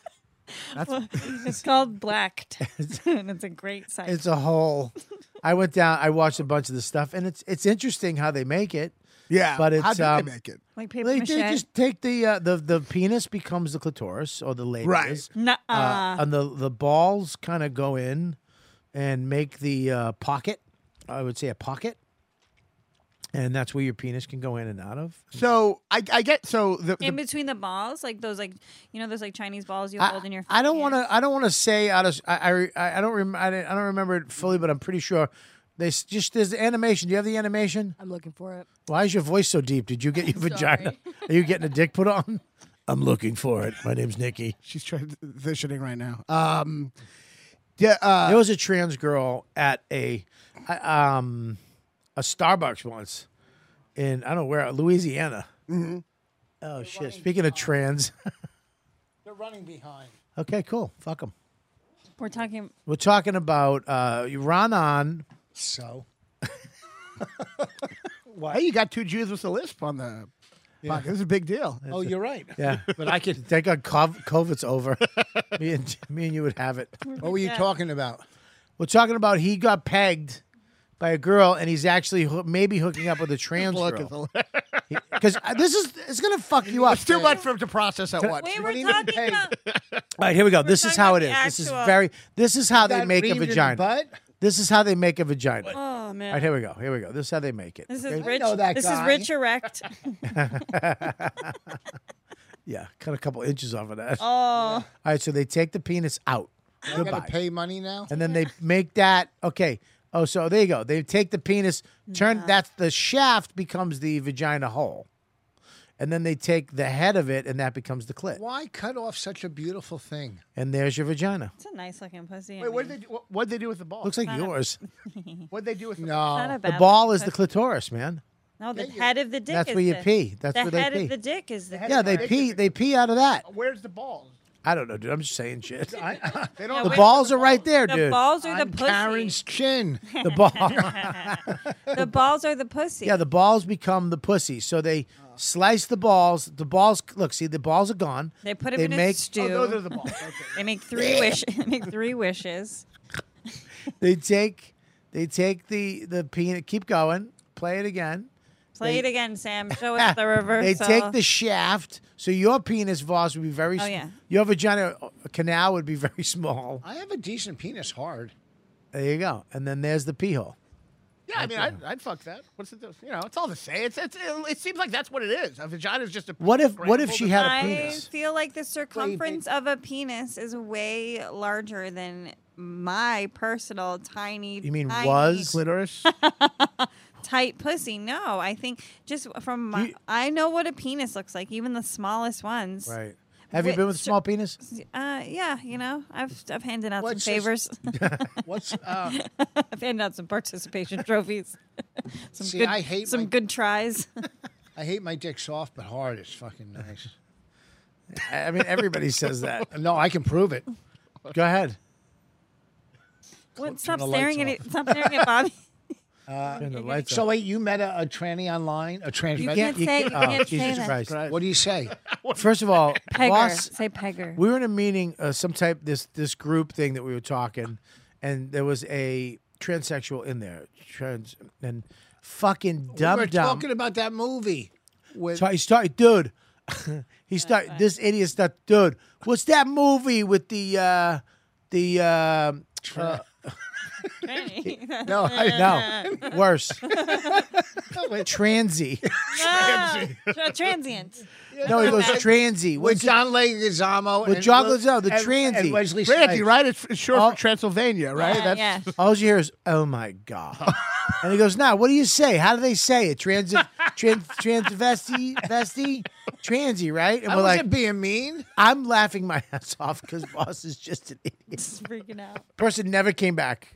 [SPEAKER 4] it's called Blacked, and it's a great site.
[SPEAKER 2] it's a hole. I went down. I watched a bunch of the stuff, and it's it's interesting how they make it.
[SPEAKER 6] yeah,
[SPEAKER 2] But
[SPEAKER 6] how
[SPEAKER 2] it's,
[SPEAKER 6] do
[SPEAKER 2] um,
[SPEAKER 6] they make it?
[SPEAKER 4] like paper
[SPEAKER 2] They,
[SPEAKER 4] mache.
[SPEAKER 2] they just take the uh, the the penis becomes the clitoris or the labia,
[SPEAKER 6] Right.
[SPEAKER 4] Nuh-uh.
[SPEAKER 2] Uh,
[SPEAKER 4] Ah.
[SPEAKER 2] and the the balls kind of go in and make the uh, pocket. I would say a pocket, and that's where your penis can go in and out of.
[SPEAKER 6] So I, I get so the,
[SPEAKER 4] in
[SPEAKER 6] the
[SPEAKER 4] between the balls, like those, like you know, those like Chinese balls you hold in your.
[SPEAKER 2] I don't
[SPEAKER 4] hand.
[SPEAKER 2] want to. I don't want to say out of. I I, I don't. Rem, I, didn't- I don't remember it fully, but I'm pretty sure. They s- just there's the animation. Do you have the animation?
[SPEAKER 5] I'm looking for it.
[SPEAKER 2] Why is your voice so deep? Did you get your vagina? Are you getting a dick put on? I'm looking for it. My name's Nikki.
[SPEAKER 6] she's transitioning right now. Um, yeah, uh,
[SPEAKER 2] There was a trans girl at a I- um a Starbucks once in I don't know where Louisiana.
[SPEAKER 4] Mm-hmm.
[SPEAKER 2] Oh shit! Speaking of trans,
[SPEAKER 3] They're running behind.
[SPEAKER 2] okay, cool. Fuck them.
[SPEAKER 4] We're talking.
[SPEAKER 2] We're talking about uh, Ronan.
[SPEAKER 3] So
[SPEAKER 6] hey, you got two Jews with a lisp on the. Fuck, this is a big deal.
[SPEAKER 3] Oh, you're right.
[SPEAKER 2] Yeah,
[SPEAKER 3] But I could.
[SPEAKER 2] thank God Cov- COVID's over. me and me and you would have it.
[SPEAKER 3] What were you
[SPEAKER 4] Yeah.
[SPEAKER 3] talking about?
[SPEAKER 2] We're talking about he got pegged by a girl, and he's actually hoo- maybe hooking up with a trans
[SPEAKER 6] Look,
[SPEAKER 2] girl.
[SPEAKER 6] it's, a-
[SPEAKER 2] Because this is it's gonna fuck you up.
[SPEAKER 6] it's too much for him to process at
[SPEAKER 4] Wait,
[SPEAKER 6] once.
[SPEAKER 3] What do
[SPEAKER 4] we're
[SPEAKER 3] you mean
[SPEAKER 4] talking
[SPEAKER 3] paid?
[SPEAKER 4] about.
[SPEAKER 2] All right, here we go. This
[SPEAKER 4] talking
[SPEAKER 2] is how
[SPEAKER 4] about
[SPEAKER 2] it is.
[SPEAKER 4] the
[SPEAKER 2] This is
[SPEAKER 4] actual-
[SPEAKER 2] very. This is how they
[SPEAKER 3] That
[SPEAKER 2] make a
[SPEAKER 3] reamed in the
[SPEAKER 2] vagina.
[SPEAKER 3] butt?
[SPEAKER 2] This is how they make a vagina. All
[SPEAKER 4] Oh man.
[SPEAKER 2] right, here we go. Here we go. This is how they make it.
[SPEAKER 4] This
[SPEAKER 2] okay?
[SPEAKER 4] is rich.
[SPEAKER 3] know that
[SPEAKER 4] this
[SPEAKER 3] guy.
[SPEAKER 4] is rich erect.
[SPEAKER 2] Yeah, cut a couple inches off of that. All
[SPEAKER 4] Oh,
[SPEAKER 2] right, so they take the penis out.
[SPEAKER 3] I gotta
[SPEAKER 2] Goodbye.
[SPEAKER 3] pay money now.
[SPEAKER 2] And then they make that. Okay. Oh, so there you go. They take the penis, turn that's the shaft becomes the vagina hole. And then they take the head of it and that becomes the clit.
[SPEAKER 3] Why cut off such a beautiful thing?
[SPEAKER 2] And there's your vagina.
[SPEAKER 4] it's a nice looking pussy. I
[SPEAKER 6] Wait, what
[SPEAKER 4] mean.
[SPEAKER 6] did they do? What did they do with the ball?
[SPEAKER 2] Looks like yours.
[SPEAKER 6] what did they do with the
[SPEAKER 4] It's not
[SPEAKER 3] No,
[SPEAKER 4] a
[SPEAKER 2] The
[SPEAKER 4] bad
[SPEAKER 2] ball
[SPEAKER 4] looking
[SPEAKER 2] is the
[SPEAKER 4] pussy.
[SPEAKER 2] clitoris, man.
[SPEAKER 4] No, the head of the dick.
[SPEAKER 2] That's
[SPEAKER 4] is
[SPEAKER 2] where you
[SPEAKER 4] the-
[SPEAKER 2] pee. That's
[SPEAKER 4] the
[SPEAKER 2] where they
[SPEAKER 4] head
[SPEAKER 2] pee.
[SPEAKER 4] of the dick is the.
[SPEAKER 2] Yeah, they
[SPEAKER 4] clitoris.
[SPEAKER 2] pee. They pee out of that.
[SPEAKER 6] Where's the ball?
[SPEAKER 2] I don't know, dude. I'm just saying shit.
[SPEAKER 6] They don't.
[SPEAKER 2] The
[SPEAKER 4] wait.
[SPEAKER 2] balls are right there,
[SPEAKER 4] The
[SPEAKER 2] dude.
[SPEAKER 4] balls are
[SPEAKER 3] on
[SPEAKER 4] the pussy.
[SPEAKER 3] Karen's chin.
[SPEAKER 2] The ball.
[SPEAKER 4] The balls are the pussy.
[SPEAKER 2] yeah, the balls become the pussy. So they slice the balls. The balls. Look, see, the balls are gone.
[SPEAKER 4] They put him
[SPEAKER 2] They
[SPEAKER 4] in
[SPEAKER 2] make-
[SPEAKER 4] a
[SPEAKER 6] Oh,
[SPEAKER 4] stew.
[SPEAKER 6] those are the balls. Okay.
[SPEAKER 4] they make three wish. they make three wishes.
[SPEAKER 2] They take. They take the the peanut. Keep going. Play it again. Ah,
[SPEAKER 4] Play it again, Sam. Show us the
[SPEAKER 2] They
[SPEAKER 4] reversal.
[SPEAKER 2] take the shaft. So your penis, Voss, would be very.
[SPEAKER 4] Oh,
[SPEAKER 2] s-
[SPEAKER 4] yeah.
[SPEAKER 2] Your vagina uh, canal would be very small.
[SPEAKER 3] I have a decent penis. Hard.
[SPEAKER 2] There you go. And then there's the pee hole.
[SPEAKER 6] Yeah, I mean, I'd, I'd fuck that. What's it? You know, it's all the same. It's, it's it, it seems like that's what it is. A vagina is just a.
[SPEAKER 2] What if what if
[SPEAKER 6] scrambled-
[SPEAKER 2] she had
[SPEAKER 4] I
[SPEAKER 2] a penis?
[SPEAKER 4] feel like the circumference of a penis is way larger than my personal tiny.
[SPEAKER 2] You mean
[SPEAKER 4] tiny,
[SPEAKER 2] was?
[SPEAKER 6] clitoris?
[SPEAKER 4] tight pussy? No, I think just from my,
[SPEAKER 2] you-
[SPEAKER 4] I know what a penis looks like, even the smallest ones.
[SPEAKER 2] Right. Have you
[SPEAKER 4] Wait,
[SPEAKER 2] been with a
[SPEAKER 4] so-
[SPEAKER 2] small penis?
[SPEAKER 4] Uh, yeah, you know, I've I've handed out
[SPEAKER 3] What's
[SPEAKER 4] some
[SPEAKER 3] this-
[SPEAKER 4] favors.
[SPEAKER 3] What's uh,
[SPEAKER 4] I've handed out some participation trophies. some
[SPEAKER 3] See,
[SPEAKER 4] good,
[SPEAKER 3] I hate
[SPEAKER 4] some
[SPEAKER 3] my-
[SPEAKER 4] good tries.
[SPEAKER 3] I hate my dick soft but hard. It's fucking nice.
[SPEAKER 2] I I mean, everybody says that.
[SPEAKER 3] No, I can prove it.
[SPEAKER 2] Go ahead.
[SPEAKER 4] what, stop
[SPEAKER 3] the
[SPEAKER 4] staring at
[SPEAKER 3] lights
[SPEAKER 4] it. Stop staring at Bobby.
[SPEAKER 2] Turn the lights
[SPEAKER 3] So
[SPEAKER 2] off.
[SPEAKER 3] wait, you met a, a tranny online, a trans.
[SPEAKER 4] You can't say- you
[SPEAKER 2] oh,
[SPEAKER 4] can't say
[SPEAKER 2] Jesus
[SPEAKER 4] that.
[SPEAKER 2] Christ.
[SPEAKER 3] What do you say?
[SPEAKER 2] First of all,
[SPEAKER 4] Pegger,
[SPEAKER 2] boss,
[SPEAKER 4] say Pegger.
[SPEAKER 2] we were in a meeting, uh, some type this this group thing that we were talking, and there was a transsexual in there, trans and fucking dumb
[SPEAKER 3] we were
[SPEAKER 2] dumb.
[SPEAKER 3] talking about that movie. With,
[SPEAKER 2] So he started, dude. he started. This idiot started, dude. What's that movie with the uh the uh, uh
[SPEAKER 3] no, I,
[SPEAKER 2] no worse transy?
[SPEAKER 4] Tra- transient.
[SPEAKER 2] No, he goes transy.
[SPEAKER 3] Oh, with
[SPEAKER 2] What's it-
[SPEAKER 3] John Leguizamo.
[SPEAKER 2] With
[SPEAKER 3] and
[SPEAKER 2] John
[SPEAKER 3] Wil-
[SPEAKER 2] Leguizamo, the
[SPEAKER 3] and-
[SPEAKER 2] transy.
[SPEAKER 3] and Wesley
[SPEAKER 6] Randy,
[SPEAKER 3] Snipes.
[SPEAKER 6] right? It's, it's short
[SPEAKER 2] Oh.
[SPEAKER 6] for Transylvania, right?
[SPEAKER 4] Yeah, yeah.
[SPEAKER 2] All you hear is, "Oh my god!" and he goes, "Now, what do you say? How do they say it? Trans, trans, transvesti, vesty, transy, right?" And
[SPEAKER 3] I
[SPEAKER 2] we're
[SPEAKER 3] wasn't
[SPEAKER 2] like,
[SPEAKER 3] being mean.
[SPEAKER 2] "I'm laughing my ass off because boss is just an idiot."
[SPEAKER 4] Just freaking out.
[SPEAKER 2] Person never came back.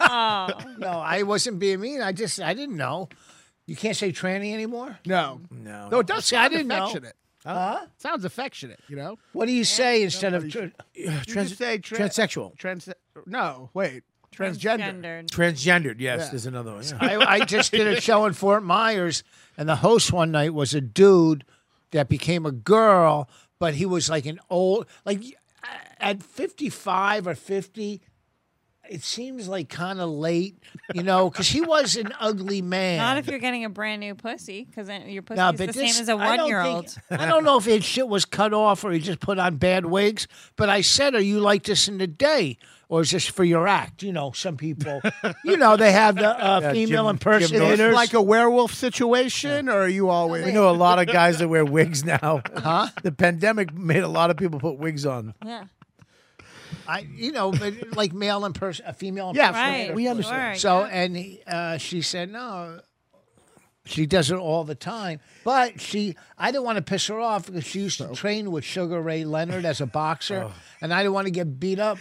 [SPEAKER 4] Oh,
[SPEAKER 3] No, I wasn't being mean. I just I didn't know. You can't say tranny anymore.
[SPEAKER 6] No.
[SPEAKER 2] No,
[SPEAKER 6] No, it does
[SPEAKER 3] See, I
[SPEAKER 6] sound
[SPEAKER 3] didn't know.
[SPEAKER 6] affectionate. Huh? Sounds affectionate, you know?
[SPEAKER 3] What do you say instead of? Tra-
[SPEAKER 2] trans-
[SPEAKER 6] you could say tra-
[SPEAKER 2] transsexual,
[SPEAKER 6] Trans. No, wait. Transgender.
[SPEAKER 4] gendered.
[SPEAKER 2] transgendered. Yes,
[SPEAKER 6] Yeah.
[SPEAKER 2] there's another one. yeah.
[SPEAKER 3] I, I just did a show in Fort Myers, and the host one night was a dude that became a girl, but he was like an old, like at 55 or 50, it seems like kind of late, you know, because he was an ugly man.
[SPEAKER 4] Not if you're getting a brand new pussy, because your pussy
[SPEAKER 3] No,
[SPEAKER 4] is the
[SPEAKER 3] but this-
[SPEAKER 4] same as a
[SPEAKER 3] I don't
[SPEAKER 4] one year old.
[SPEAKER 3] think- I don't know if his shit was cut off or he just put on bad wigs, but I said, Are you like this in the day? Or is this for your act? You know, some people, you know, they have the uh, female
[SPEAKER 2] Jim- Jim Norton.
[SPEAKER 6] Is it
[SPEAKER 3] impersonators.
[SPEAKER 6] like a werewolf situation, or are you always.
[SPEAKER 2] We know a lot of guys that wear wigs now. Huh? The pandemic made a lot of people put wigs on.
[SPEAKER 4] Yeah.
[SPEAKER 3] I, you know, but like male and person, a female.
[SPEAKER 6] Yeah,
[SPEAKER 4] Right.
[SPEAKER 2] we understand.
[SPEAKER 4] Sure,
[SPEAKER 3] So
[SPEAKER 4] yeah.
[SPEAKER 3] and he, uh, she said no. She does it all the time, but she I didn't want to piss her off because she used to train with Sugar Ray Leonard as a boxer,
[SPEAKER 6] Oh.
[SPEAKER 3] and I didn't want to get beat up.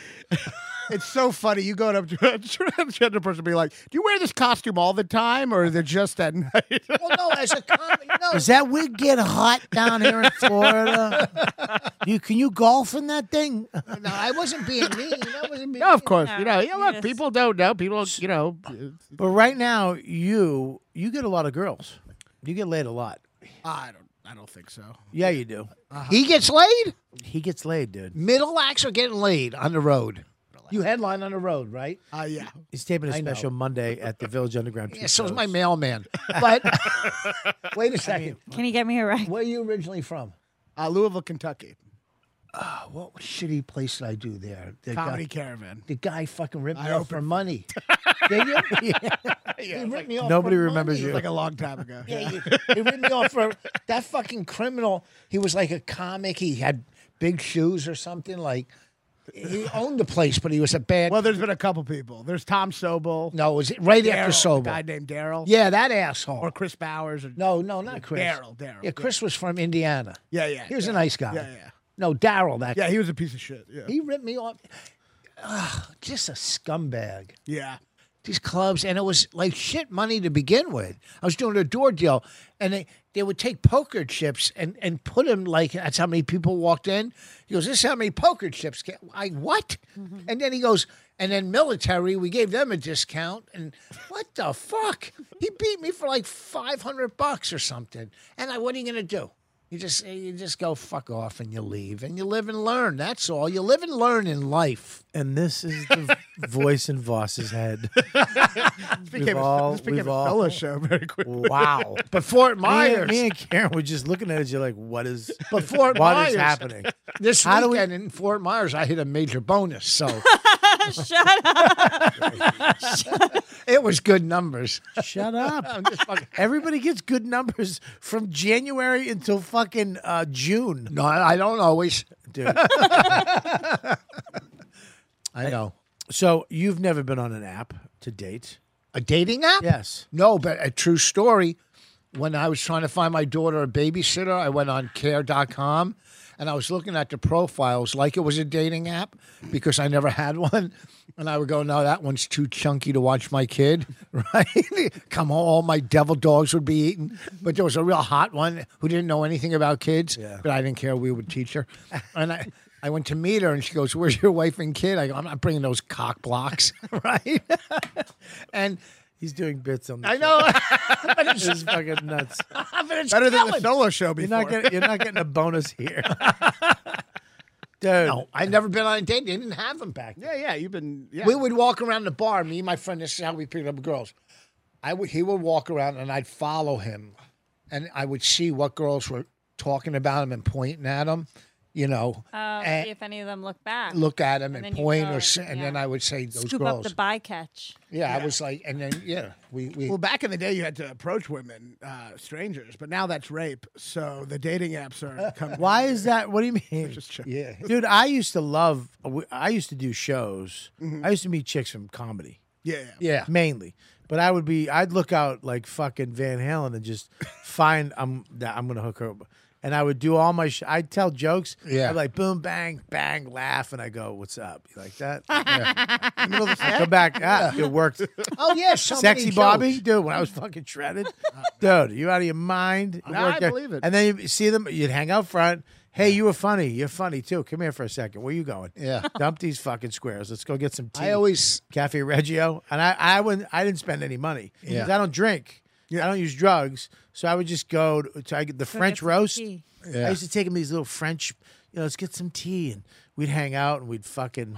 [SPEAKER 6] It's so funny. You go up to a transgender person and be like, Do you wear this costume all the time, or is it just at night?
[SPEAKER 3] Well, no, as a comedy, no.
[SPEAKER 2] Does that wig get hot down here in Florida? you can you golf in that thing?
[SPEAKER 3] no, I wasn't being mean. I wasn't being.
[SPEAKER 6] no, of
[SPEAKER 3] mean.
[SPEAKER 6] course. You know,
[SPEAKER 4] Alright,
[SPEAKER 6] yeah,
[SPEAKER 4] you
[SPEAKER 6] look,
[SPEAKER 4] just-
[SPEAKER 6] people don't know. People, you know. uh,
[SPEAKER 2] But right now, you you get a lot of girls. You get laid a lot.
[SPEAKER 6] I don't. I don't think so.
[SPEAKER 2] Yeah, you do.
[SPEAKER 6] Uh-huh.
[SPEAKER 2] Mm,
[SPEAKER 3] He gets laid.
[SPEAKER 2] He gets laid, dude.
[SPEAKER 3] Middle acts are getting laid on the road. You headline on the road, right?
[SPEAKER 6] Uh, yeah.
[SPEAKER 2] He's taping a
[SPEAKER 3] I know.
[SPEAKER 2] special Monday at the Village Underground.
[SPEAKER 3] Yeah, so is my mailman. But wait a second.
[SPEAKER 4] Can you get me a ride?
[SPEAKER 3] Where are you originally from?
[SPEAKER 6] Uh, Louisville, Kentucky.
[SPEAKER 3] What shitty place did I do there? The guy-
[SPEAKER 6] Comedy Caravan.
[SPEAKER 3] The guy fucking ripped me off for money. Did you? He ripped me off
[SPEAKER 2] Nobody
[SPEAKER 3] for
[SPEAKER 2] remembers
[SPEAKER 3] money.
[SPEAKER 2] you.
[SPEAKER 6] Like a long time ago.
[SPEAKER 3] Yeah, he, he ripped me off for that fucking criminal. He was like a comic. He had big shoes or something. Like he owned the place, but he was a bad.
[SPEAKER 6] Well, there's been a couple people. There's Tom Sobel.
[SPEAKER 3] no, it was right
[SPEAKER 6] Daryl,
[SPEAKER 3] after
[SPEAKER 6] a guy
[SPEAKER 3] sober.
[SPEAKER 6] named Daryl.
[SPEAKER 3] Yeah, that asshole.
[SPEAKER 6] Or Chris Bowers. Or,
[SPEAKER 3] no, no, not Chris.
[SPEAKER 6] Daryl, Daryl,
[SPEAKER 3] Yeah, Chris was from Indiana.
[SPEAKER 6] Yeah, yeah.
[SPEAKER 3] He was a
[SPEAKER 6] yeah.
[SPEAKER 3] nice guy.
[SPEAKER 6] Yeah, yeah.
[SPEAKER 3] No, Daryl. That
[SPEAKER 6] Yeah, he was a piece of shit. Yeah.
[SPEAKER 3] he ripped me off. Ugh, just a scumbag.
[SPEAKER 6] yeah.
[SPEAKER 3] these clubs, and it was like shit money to begin with. I was doing a door deal, and they, they would take poker chips and, and put them like that's how many people walked in. He goes, "This is how many poker chips." Can, I what? And then he goes, and then military, we gave them a discount, and what the fuck? He beat me for like five hundred bucks or something. And I, what are you gonna do? You just you just go fuck off and you leave, and you live and learn. That's all. You live and learn in life.
[SPEAKER 2] And this is the voice in Voss's head.
[SPEAKER 6] This became,
[SPEAKER 2] all-
[SPEAKER 6] a, this became
[SPEAKER 2] we've
[SPEAKER 6] a
[SPEAKER 2] all-
[SPEAKER 6] solo show very quickly.
[SPEAKER 2] Wow.
[SPEAKER 3] But Fort
[SPEAKER 2] Me,
[SPEAKER 3] Myers.
[SPEAKER 2] and- me and Karen were just looking at you like, what is
[SPEAKER 3] But Fort
[SPEAKER 2] what
[SPEAKER 3] Myers.
[SPEAKER 2] is happening?
[SPEAKER 3] This
[SPEAKER 2] How do we-
[SPEAKER 3] weekend in Fort Myers, I hit a major bonus, so
[SPEAKER 4] Shut up.
[SPEAKER 3] it was good numbers.
[SPEAKER 2] Shut up.
[SPEAKER 3] I'm just fucking-
[SPEAKER 2] Everybody gets good numbers from January until fucking uh, June,
[SPEAKER 3] no, I I don't always.
[SPEAKER 2] dude.
[SPEAKER 3] I know
[SPEAKER 2] so you've never been on an app to date?
[SPEAKER 3] a dating app.
[SPEAKER 2] Yes.
[SPEAKER 3] No, but a true story. When I was trying to find my daughter a babysitter, I went on Care.com, and I was looking at the profiles like it was a dating app because I never had one. And I would go, no, that one's too chunky to watch my kid, right? Come home, all my devil dogs would be eaten. But there was a real hot one who didn't know anything about kids, but I didn't care. We would teach her. And I, I went to meet her and she goes, Where's your wife and kid? I go, I'm not bringing those cock blocks, right? and
[SPEAKER 2] He's doing bits on. The
[SPEAKER 3] I know,
[SPEAKER 2] but it's this is fucking nuts.
[SPEAKER 3] but it's
[SPEAKER 6] Better than the
[SPEAKER 3] killing.
[SPEAKER 6] solo show
[SPEAKER 2] You're
[SPEAKER 6] before.
[SPEAKER 2] not getting. You're not getting a bonus here, dude.
[SPEAKER 3] No, I'd never been on a date. They didn't have them back then.
[SPEAKER 6] yeah, yeah, you've been. Yeah.
[SPEAKER 3] We would walk around the bar. Me and my friend. This is how we picked up girls. I would. He would walk around, and I'd follow him, and I would see what girls were talking about him and pointing at him. You know,
[SPEAKER 4] Uh,
[SPEAKER 3] and
[SPEAKER 4] if any of them look back,
[SPEAKER 3] look at him and,
[SPEAKER 4] then you
[SPEAKER 3] point,
[SPEAKER 4] go
[SPEAKER 3] or
[SPEAKER 4] and-
[SPEAKER 3] s and then
[SPEAKER 4] yeah.
[SPEAKER 3] I would say those
[SPEAKER 4] scoop
[SPEAKER 3] girls.
[SPEAKER 4] up the bycatch.
[SPEAKER 3] yeah, I was like, and then yeah, we we.
[SPEAKER 6] Well, back in the day, you had to approach women, uh, strangers, but now that's rape. So the dating apps
[SPEAKER 3] Uh,
[SPEAKER 6] are coming.
[SPEAKER 2] Why is that? What do you mean?
[SPEAKER 6] Just check.
[SPEAKER 3] yeah.
[SPEAKER 2] Dude, I used to love. I used to do shows. I used to meet chicks from comedy
[SPEAKER 6] Yeah, yeah.
[SPEAKER 3] Yeah.
[SPEAKER 2] mainly, but I would be. I'd look out like fucking Van Halen and just find. I'm. that I'm gonna hook her up, and I would do all my. Sh- I'd tell jokes.
[SPEAKER 3] Yeah.
[SPEAKER 2] I'd be like boom, bang, bang, laugh, and I go, "What's up?" You like that?
[SPEAKER 6] In the middle of the
[SPEAKER 2] I come back. Ah, it worked.
[SPEAKER 3] Oh yeah, so many
[SPEAKER 2] Sexy Bobby,
[SPEAKER 3] jokes.
[SPEAKER 2] dude. When I was fucking shredded, dude, you out of your mind? It
[SPEAKER 6] Nah, I
[SPEAKER 2] worked out.
[SPEAKER 6] believe it.
[SPEAKER 2] And then you see them. You'd hang out front. Hey, you were funny. You're funny too. Come here for a second. Where you going?
[SPEAKER 3] Yeah.
[SPEAKER 2] Dump these fucking squares. Let's go get some tea.
[SPEAKER 3] I always
[SPEAKER 2] Cafe Reggio, and I I wouldn't I didn't spend any money
[SPEAKER 3] Yeah.
[SPEAKER 2] 'Cause I don't drink. I don't use drugs, so I would just go to, to I get the French
[SPEAKER 4] some
[SPEAKER 2] roast.
[SPEAKER 4] tea.
[SPEAKER 2] I used to take them these little French, you know, let's get some tea, and we'd hang out, and we'd fucking,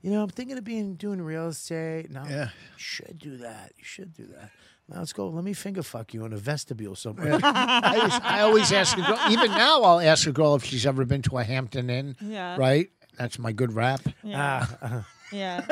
[SPEAKER 2] you know, I'm thinking of being doing real estate. No, you should do that. You should do that. Now let's go. Let me finger fuck you in a vestibule somewhere.
[SPEAKER 3] I always, I always ask a girl. Even now, I'll ask a girl if she's ever been to a Hampton Inn.
[SPEAKER 4] Yeah.
[SPEAKER 3] Right. That's my good rap.
[SPEAKER 4] Yeah, yeah.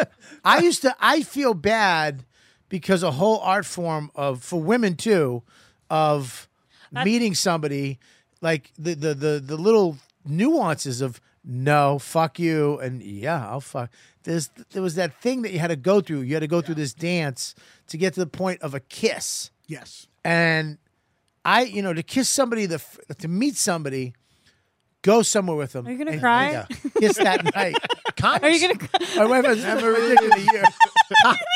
[SPEAKER 2] I used to. I feel bad because a whole art form of for women too, of meeting somebody, like the the the the little nuances of no fuck you and yeah I'll fuck. There's there was that thing that you had to go through. You had to go through this dance to get to the point of a kiss
[SPEAKER 6] yes.
[SPEAKER 2] and I you know to kiss somebody the f- to meet somebody. Go somewhere with them.
[SPEAKER 4] Are you gonna
[SPEAKER 2] and
[SPEAKER 4] cry?
[SPEAKER 2] Kiss that night.
[SPEAKER 4] Are you gonna? cry?
[SPEAKER 2] My wife has never rejected a year.